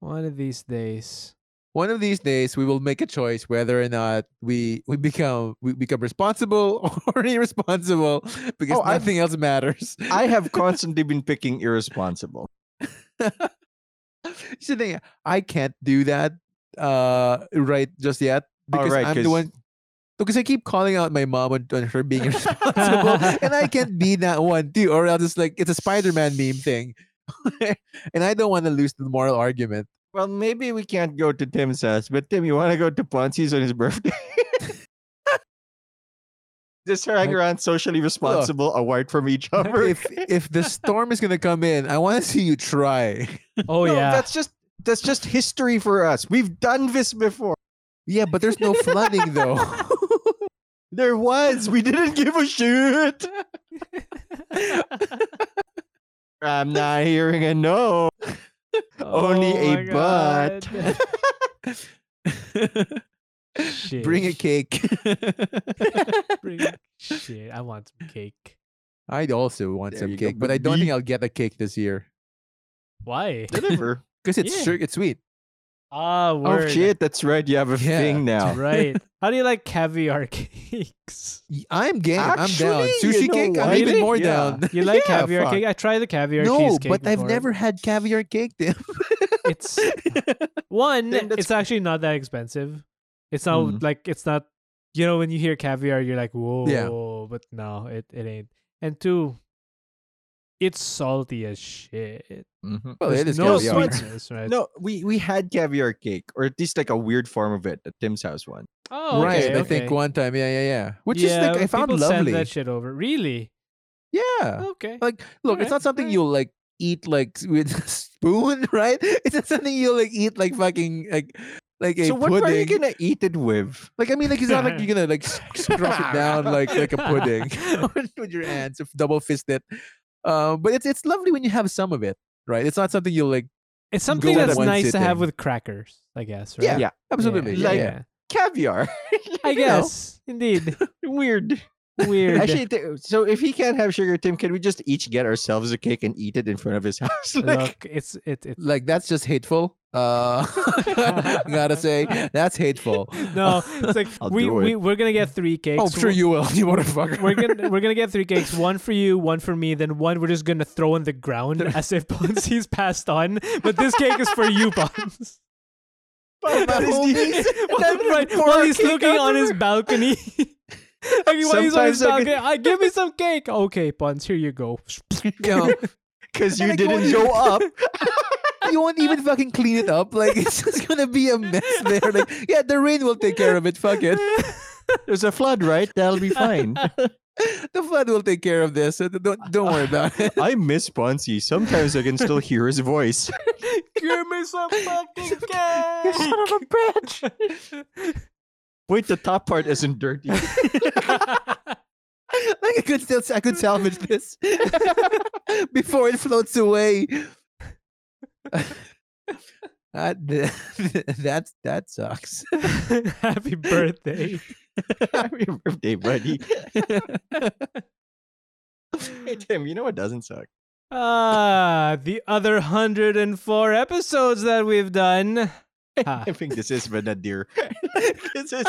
One of these days.
<laughs> one of these days we will make a choice whether or not we we become we become responsible <laughs> or irresponsible because
Oh, I've-
nothing else matters.
I
<laughs>
have constantly been picking irresponsible.
It's the thing, I can't do that uh right just yet
All
because
Oh, right,
I'm
'cause-
the one because I keep calling out my mom on, on
<laughs>
her being irresponsible and I can't be that one too <laughs> or else it's like it's a Spider-Man meme thing. and I don't want to lose the moral argument.
Well, maybe we can't go to Tim's house, but Tim, you want to go to Ponzi's on his birthday? <laughs> Just hang
Like-
around socially responsible, away from
<laughs>
each other. <laughs>
if if the storm is gonna come in, I want to see you try.
<laughs>
<laughs>
Oh
No,
yeah. <laughs>
that's just that's just history for us. We've done this before.
Yeah, but there's no flooding
<laughs>
though.
<laughs> There was. We didn't give a shit.
<laughs>
I'm not hearing a no. Only
Oh
a
my
butt.
God.
<laughs>
Shit.
Bring a
<laughs>
cake.
Bring a- Shit, I want some cake.
I'd also want
There
some
you go,
cake, but I don't
baby.
think I'll get a cake this year
Why? <laughs>
Deliver.
because it's
Yeah.
sure it's sweet.
Ah,
oh
word.
shit, that's right. You have a
Yeah,
thing now.
That's right. How do you like caviar
<laughs>
<laughs> cakes?
Y- I'm game. I'm down.
Actually, you
Sushi
know
cake.
what?
I'm even
Really?
more
Yeah.
down.
You like
Yeah,
caviar
fuck.
cake? I tried the caviar
No,
cheesecake.
but I've
before.
never had caviar cake. <laughs> Tim.
It's
<laughs>
one.
Then that's-
It's actually not that expensive. It's not
Mm-hmm.
Mm.
like it's not. You know, when you hear caviar, you're like, whoa.
Yeah.
But no, it it ain't. And two, it's salty as shit.
Mhm.
Well, Oh,
There's
it is
no
caviar.
caviar.
What's-
sweetness, right?
No, we we had caviar cake, or at least like a weird form of it at Tim's house one.
Oh,
right.
okay,
I think
okay.
one time. Yeah, yeah, yeah. Which
Yeah,
is like I found
people send
lovely.
that shit over. Really?
yeah.
Okay.
Like, look,
Alright,
it's not something
alright.
you'll like eat like <laughs> s- with a spoon, <laughs> right? It's not something you'll like eat like fucking like like a
so what
pudding.
are you gonna eat it with?
Like I mean, like it's not like you're gonna
<laughs>
like s- scruff it down like like a pudding <laughs> with your hands, if double fist it. Uh, but it's it's lovely when you have some of it, right? It's not something you'll like.
It's something
go with
that's
one
nice to have
sitting.
with crackers, I guess, right?
Yeah, absolutely. Yeah,
like-
yeah.
Caviar.
I
You know.
guess. Indeed.
<laughs> Weird. <laughs>
Weird.
Actually, th- so if he can't have sugar, Tim, can we just each get ourselves a cake and eat it in front of his <laughs> house?
<laughs>
Like,
Look, it's it it
Like that's just hateful. Uh, <laughs> gotta say that's hateful.
<laughs> no, it's like
I'll
we,
do
we
it.
we're gonna get three cakes.
Oh, I'm sure you will. <laughs> You motherfucker.
<laughs> We're gonna we're gonna get three cakes, one for you, one for me, then one we're just gonna throw in the ground as if <laughs> Ponzi's passed on. But this cake is for
<laughs>
you, Ponzi.
"Papa,
<laughs>
this-
right, while he's looking on his balcony. <laughs> like, while he's on his
Sometimes I
balcony, I give me some cake. Okay, Ponzi, here
<laughs>
you go. <laughs>
You know,
Because
And
you
I go
didn't
in-
go up.
you won't even fucking clean it up. Like <laughs> it's just gonna be a mess there. Like yeah, the rain will take care of it. Fuck it.
<laughs> There's a flood, right? That'll be fine.
The flood will take care of this. so Don't don't worry about <laughs> it.
<laughs> I miss Ponzi. Sometimes I can still hear his voice. <laughs>
Give me
<laughs>
some fucking cake.
of a bitch.
Wait, the top part isn't dirty. <laughs>
<laughs>
<laughs>
Like I could still, I could salvage this <laughs> before it floats away. <laughs> That, <laughs> that that sucks.
<laughs> Happy birthday.
Happy birthday, buddy. <laughs> Hey, Tim, you know what doesn't suck?
Ah, the other 104 episodes that we've done.
<laughs>
Ah.
I think this is Venadir. <laughs> this is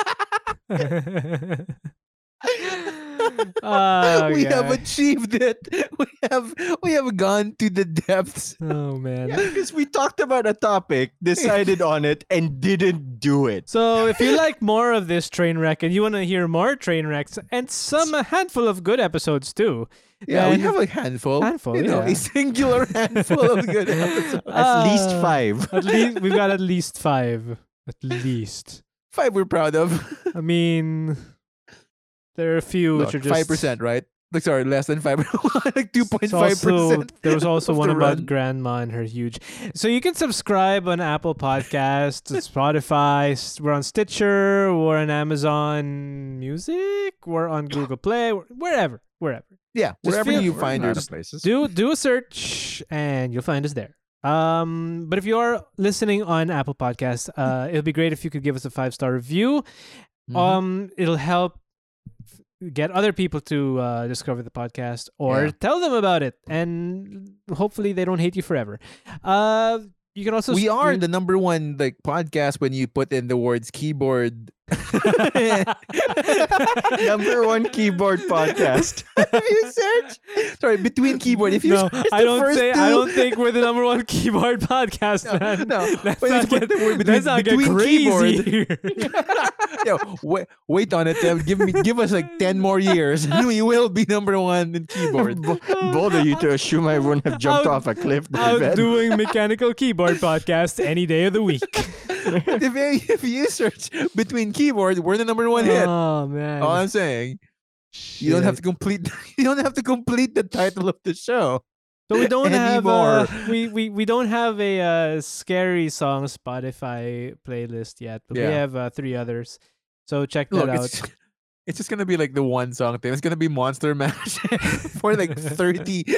Ah,
<laughs> we have
guy.
achieved it. We have we have gone to the depths.
Oh man.
because we talked about a topic, decided on it, and didn't do it.
So if you like more of this train wreck and you want to hear more train wrecks and some a handful of good episodes too,
Yeah, we
And-
have a handful.
Handful,
Oh, you know,
yeah.
a singular <laughs> handful of <laughs> good
<laughs>
episodes.
At least
Ah.
five.
At least we've got at least five. At least.
Five we're proud of.
I mean, there are a few which are just
Five percent, right? Like sorry, less than five. <laughs> like two point
It's
five
also-
percent.
There was also
of
one
the
about
run.
grandma and her huge. So you can subscribe on Apple Podcasts, to Spotify. s- We're on Stitcher. We're on Amazon Music. We're on Google Play. we're- Wherever, wherever.
<laughs> Yeah,
Just
wherever
feel-
you find
Out
us.
of places.
Do do a search and you'll find us there. Um, but if you are listening on Apple Podcasts, uh, it'll be great if you could give us a five star review.
Mhm.
Um, it'll help f- get other people to uh, discover the podcast or
Yeah.
tell them about it, and hopefully they don't hate you forever. Uh, you can also
we
s-
are
you-
the number one like podcast when you put in the words keyboard <laughs>
Number one keyboard
<laughs>
podcast.
If you search, sorry, between keyboard. If you <laughs>
no,
search
I
the
don't
first
say I
two-
don't think we're the number one keyboard podcast, man.
No, no.
<laughs> Let's
When you
not
put
get,
the word
let's not get
between
crazy
keyboard-
<laughs> here.
<laughs> <laughs> Yo, wait, wait on it. uh, give me, give us like ten more years, and we will be number one in
<laughs>
keyboard.
Bo- Bold of you to assume I wouldn't have jumped off a cliff. David.
Outdoing mechanical keyboard podcast any day of the week.
if, you- if you search between keyboard, we're the number <laughs> one hit.
Oh man.
All I'm saying, you don't have to complete. <laughs> You don't have to complete the title of the show.
So we don't have uh,
anymore.
<laughs> we, we we don't have a uh, scary song Spotify playlist yet, but we
Yeah.
have uh, three others. So check that
Look, it's,
out.
it's just gonna be like the one song thing. It's gonna be Monster Mash <laughs> for like thirty <laughs>
<laughs>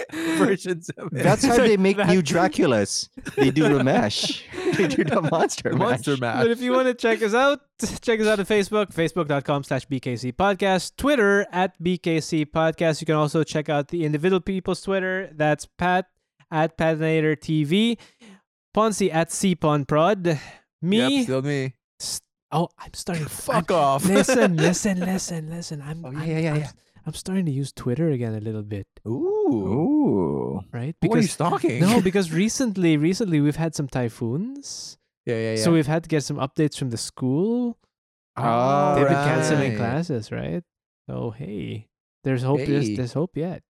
versions of it.
That's how they make
That-
new Draculas. They do the
<laughs>
mash. They do the monster
The
mash.
<laughs> Monster Mash.
But if you want to check us out, <laughs> check us out on Facebook, facebook.com slash BKC Podcast, Twitter at BKC Podcast. You can also check out the individual people's Twitter. That's Pat at Patinator TV, Ponzi at CPonProd,
Yep,
me.
still me.
st- oh, I'm starting. I'm-
<laughs> Fuck off.
listen, listen, listen, listen. I'm,
Oh,
I'm,
yeah, yeah,
I'm,
yeah.
I'm starting to use Twitter again a little bit,
Ooh.
Ooh.
right?
What are you
Because
stalking?
no, because recently, recently we've had some typhoons,
<laughs> Yeah, yeah, yeah.
so we've had to get some updates from the school.
All
They've been
right.
canceling classes, right? So hey, there's hope. There's,
Hey.
there's hope yet.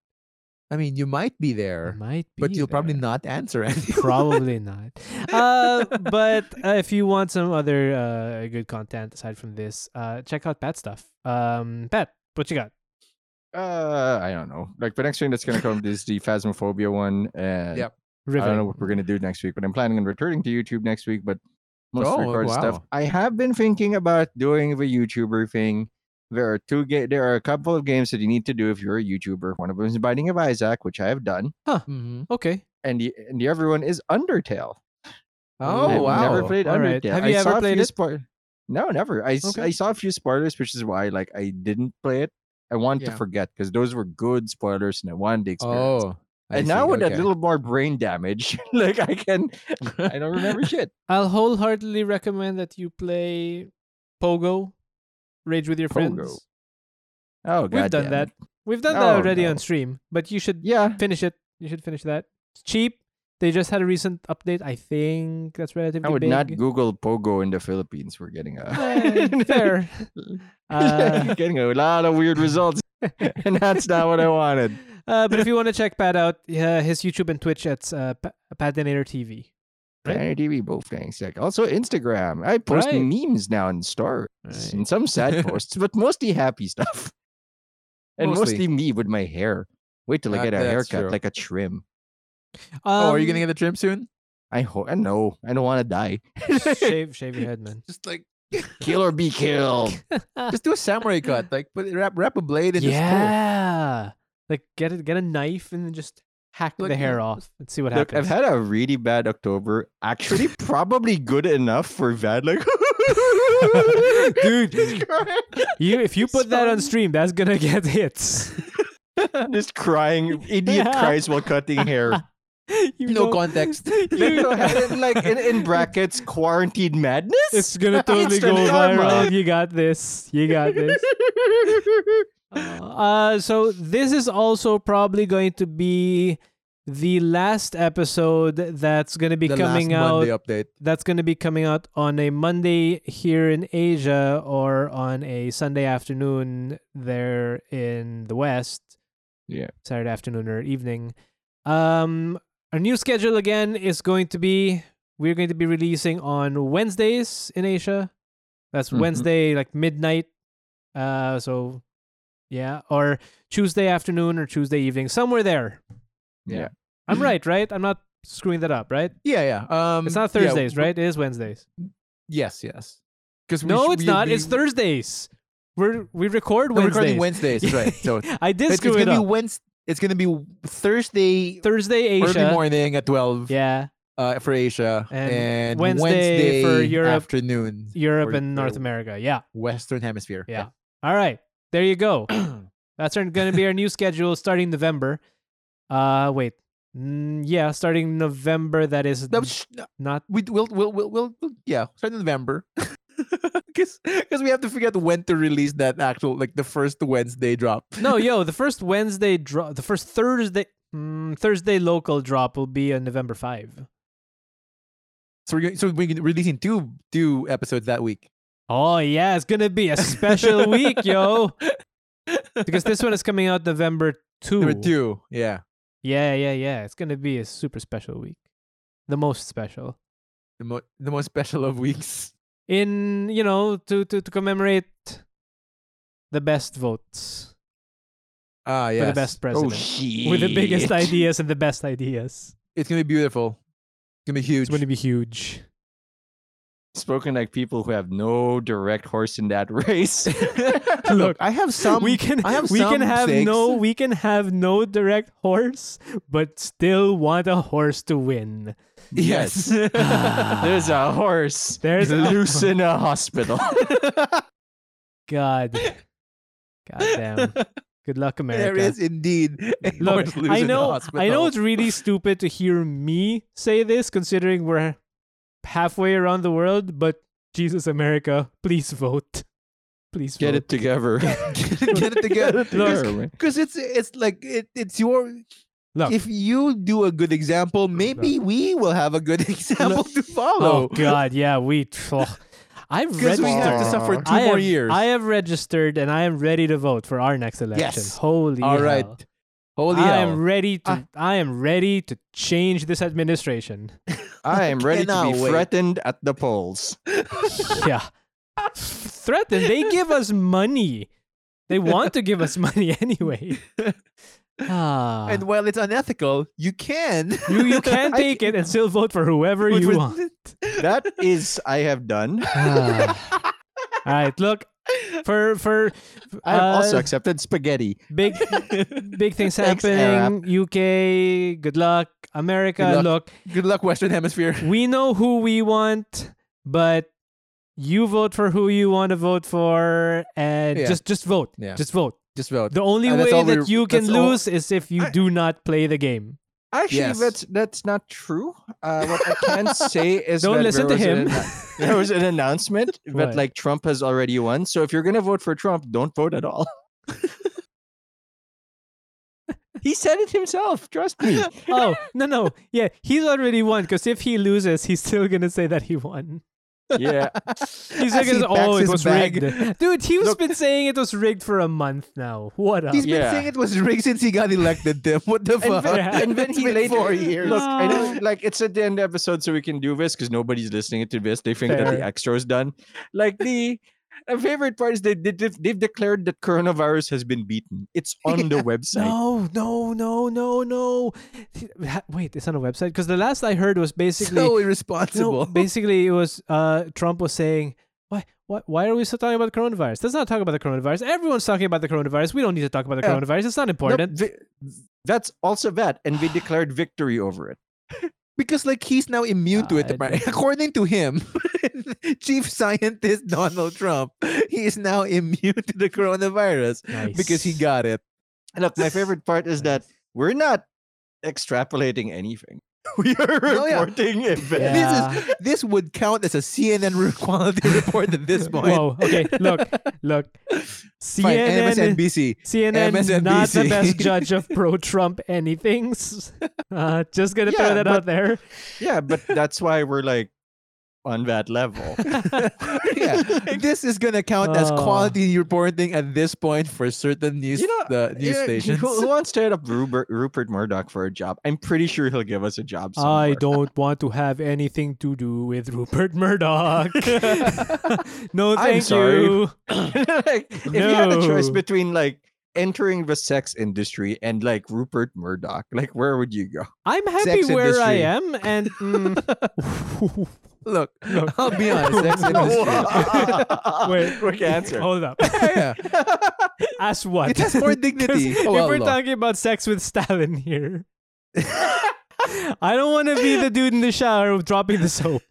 I mean, you might be
There
there,
might be,
but you'll probably
there.
not answer <laughs> anything.
<laughs> Probably not. Uh, but
<laughs>
uh, if you want some other uh, good content aside from this, uh, check out Pat stuff. Um, Pat, what you got?
Uh, I don't know. Like the next thing that's gonna come is the Phasmophobia one. And
Yep.
I don't know
Riveting.
what we're gonna do next week, but I'm planning on returning to YouTube next week. But most
Oh,
recorded stuff.
wow.
I have been thinking about doing the YouTuber thing. There are two ga- there are a couple of games that you need to do if you're a YouTuber. One of them is Binding of Isaac, which I have done,
Mhm.
Okay.
and the and the other one is Undertale.
Oh
I've
wow!
Never played
All
Undertale.
right. Have you
I
ever
saw a
played
few
it?
spoil- no, never. I, s-
Okay.
I saw a few spoilers, which is why like I didn't play it. I wanted
Yeah.
to forget because those were good spoilers, and I wanted the experience.
oh, I
and now
see.
with
okay.
a little more brain damage, <laughs> like I can, I don't remember shit.
I'll wholeheartedly recommend that you play Pogo, Rage with your
Pogo.
friends.
<laughs> Oh, god,
We've done that. We've done that
Oh,
already
no.
on stream, but you should
Yeah,
finish it. You should finish that. It's cheap. They just had a recent update. I think that's relatively
I would
big.
not
<laughs>
Google pogo in the Philippines. We're getting a
Eh, fair.
<laughs>
Uh,
getting a lot of weird
<laughs>
results, and that's not what I wanted.
uh, but if you want to check Pat out, uh, his YouTube and Twitch at uh, Pa- Patinator TV. <laughs> Right?
Planet TV, both things. Like also Instagram. I post
Right.
memes now in stories
Right.
and some
<laughs>
sad posts, but mostly happy stuff. <laughs> And mostly.
Mostly.
me with my hair. Wait till I
That-
get a
that's
haircut,
true.
like a trim.
oh, are you gonna
Um,
get a trim soon?
I hope. I know. I don't want to die.
<laughs> shave shave your head, man?
Just like,
Kill or be killed.
just do a samurai cut. Like, put wrap wrap a blade and
yeah, like get it, get a knife and then just hack
Look,
the hair
you-
off and see what
Look, I've
happens.
had a really bad October.
<laughs>
Actually, probably good enough for that. Like,
Dude. you if
<laughs>
you put that on
Sorry.
stream, that's gonna get hits.
<laughs> just crying, idiot
Yeah.
cries while cutting hair.
<laughs> you
No
know-
context.
They
<laughs> you-
had it like in,
<laughs>
in brackets, quaranteed madness. <laughs>
it's gonna totally go
Instant karma.
viral. You got this. You
<laughs>
got this. Uh, so this is also probably going to be the last episode that's going to be
the
coming
last
out.
Monday update.
That's going to be coming out on a Monday here in Asia or on a Sunday afternoon there in the West.
Yeah.
Saturday afternoon or evening. Um, our new schedule again is going to be we're going to be releasing on Wednesdays in Asia. That's
Mm-hmm.
Mhm.
Wednesday like midnight. Uh, so yeah, or Tuesday afternoon or Tuesday evening, somewhere there.
Yeah.
I'm
<clears throat>
right, right? I'm not screwing that up, right?
Yeah, yeah. Um,
It's not
yeah,
Thursdays,
w-
right? It is Wednesdays.
Yes, yes. Because
No, it's not. It's Thursdays. We're we record
We're
Wednesdays.
recording Wednesdays, that's
<laughs>
right? So
I did
it's, it's
screw it
gonna be
up.
Wednesday. It's gonna be Thursday
Thursday Asia.
early morning at twelve.
Yeah,
uh, for Asia
And
and,
Wednesday
Wednesday,
for Europe.
afternoon,
Europe
Or-
and North
or-
America. Yeah.
Western Hemisphere.
Yeah. All right. There
<clears throat>
you go. That's going to be our new schedule starting November. Uh wait. Mm, yeah, starting November that is
That was-
not
we we'll, we'll we'll we'll we'll yeah start in November. <laughs> Because we have to figure out when to release that actual like the first Wednesday drop.
no, yo, the first Wednesday drop, the first Thursday, mm, Thursday local drop will be on November five.
So we're gonna- so we're releasing two two episodes that week.
Oh yeah, it's gonna be a special
<laughs>
week, yo, because this one is coming out November two.
Number two, yeah,
Yeah, yeah, yeah. It's gonna be a super special week, the most special
the most the most special of weeks.
in you know to to to commemorate the best votes
Ah, yeah,
for the best
Oh,
president
shit.
with the biggest ideas and the best ideas.
It's gonna be beautiful. It's gonna be huge.
It's gonna be huge.
Spoken like people who have no direct horse in that <laughs>
<laughs>
race.
<laughs>
Look,
I have some.
<laughs> we can
I have
we can
some
have
stakes.
no we can have no direct horse, but still want a horse to win.
Yes.
<laughs>
There's a horse
There's a-
loose in a
<laughs>
hospital.
<laughs>
God, God damn. Good luck, America.
There is indeed. a
Look,
horse loose
I
in the
know, I know
hospital. <laughs>
it's really stupid to hear me say this, considering we're halfway around the world. But Jesus, America, please vote. Please
Get
vote.
it together.
Get it
<laughs>
together.
Look.
Because it's it's like it, it's your
Look.
if you do a good example, maybe we will have a good <laughs> example to
Oh
follow. <laughs>
God, yeah, we. oh. I've
Because we have to
registered.
suffer two
I
more
have,
years.
I have registered and I am ready to vote for our next election.
Yes.
Holy
All right.
hell.
Holy
I
hell. Ah.
am ready to
I-
I am ready to change this administration.
<laughs> I am ready to
Cannot
be
wait.
threatened at the polls.
yeah. Threaten. They give us money. They want to give us money <laughs> anyway. Ah.
and while it's unethical, you can.
you, you
<laughs>
can
I
take it and still vote for whoever
<laughs> Which
you
was-
want.
That is, I have done.
Ah. All right, look for for
I have also
uh,
accepted spaghetti.
big big things
Thanks,
happening. UK, good luck. America,
Good luck.
look,
Good luck, Western Hemisphere.
we know who we want, but you vote for who you want to vote for, and
Yeah.
just just vote.
Yeah.
<laughs> Just vote.
Just vote.
The only
And
way
that's all
that
we-
you can
that's all-
lose is if you
I-
do not play the game.
Actually,
Yes.
that's that's not true. Uh, what I can <laughs> say is
Don't
that
listen
there
to
was an
him. <laughs>
annou- there was an announcement
What?
that like Trump has already won. So if you're gonna vote for Trump, don't vote at all. <laughs> he said it himself. Trust
<laughs>
me.
oh no no yeah he's already won because if he loses he's still gonna say that he won.
Yeah,
As
He's like
he
oh
packs
it
his
was
bag.
rigged, dude. He's
Look-
been saying it was rigged for a month now. What up?
He's been
Yeah.
saying it was rigged since he got elected, Tim. What the
and
fuck?
then,
Yeah.
and then <laughs>
It's
he
been
later.
four years.
Look, I know,
No.
like it's at the end of the episode, so we can do this because nobody's listening to this. They think that
Fair.
the extra is done. Like the. My favorite part is they, they, they've declared that coronavirus has been beaten. It's on the
<laughs>
website.
No, no, no, no, no. Ha- Wait, it's on a website because the last I heard was basically
so
<laughs> no,
irresponsible.
basically it was uh, Trump was saying why, why why are we still talking about the coronavirus? Let's not talk about the coronavirus. Everyone's talking about the coronavirus. We don't need to talk about the
Yeah.
coronavirus. It's not
Nope,
important.
vi- that's also that, and they declared victory over it.
because like he's now immune to it.
God.
apparently. <laughs> According to him, Chief Scientist Donald Trump, he is now immune to the coronavirus because he
Nice.
got it.
And look, my
<laughs>
favorite part is
<laughs>
that we're not extrapolating anything. <laughs> We are
No, yeah.
reporting events.
Yeah.
This is this would count as a CNN re- <laughs> quality report at this point.
Whoa. Okay. Look.
<laughs>
Look.
Fine,
CNN.
MSNBC.
CNN is not the
<laughs>
MSNBC.
best judge of pro-Trump anything's. <laughs> Uh, just gonna
Yeah,
throw that
but-
out
<laughs>
there.
Yeah, but that's why we're like on that level.
yeah,
<laughs>
this is gonna count as
Oh.
quality reporting at this point for certain news
You know,
the news
Yeah,
stations.
Who, who wants to hit up Rupert, Rupert Murdoch for a job? I'm pretty sure he'll give us a job.
I
somewhere.
don't want to have anything to do with Rupert Murdoch.
<laughs>
<laughs> no, thank
sorry.
you.
<laughs> like, if you had a choice
No.
between like entering the sex industry and like Rupert Murdoch, like where would you go?
I'm happy
Sex
where I
industry.
am, and
<laughs>
mm,
Look,
No.
I'll be honest. sex industry. <laughs>
Wait. Oh.
Wait, <laughs> quick answer.
<laughs> hold up.
yeah,
As what?
it
<laughs>
has more
'Cause
dignity.
if
Oh, well,
we're
no.
talking about sex with Stalin here, I don't want to be the dude in the shower dropping the soap.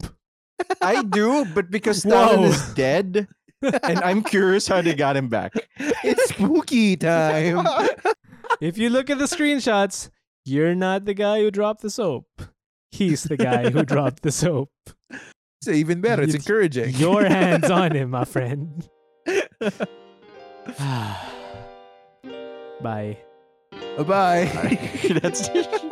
I do, but because Stalin
Whoa.
is dead, and I'm curious how they got him back. <laughs>
it's spooky time.
If you look at the screenshots, you're not the guy who dropped the soap. He's the guy who dropped the soap.
It's even better. It's
It's
encouraging.
Your hands on him, my friend. <sighs> Bye.
Bye.
That's.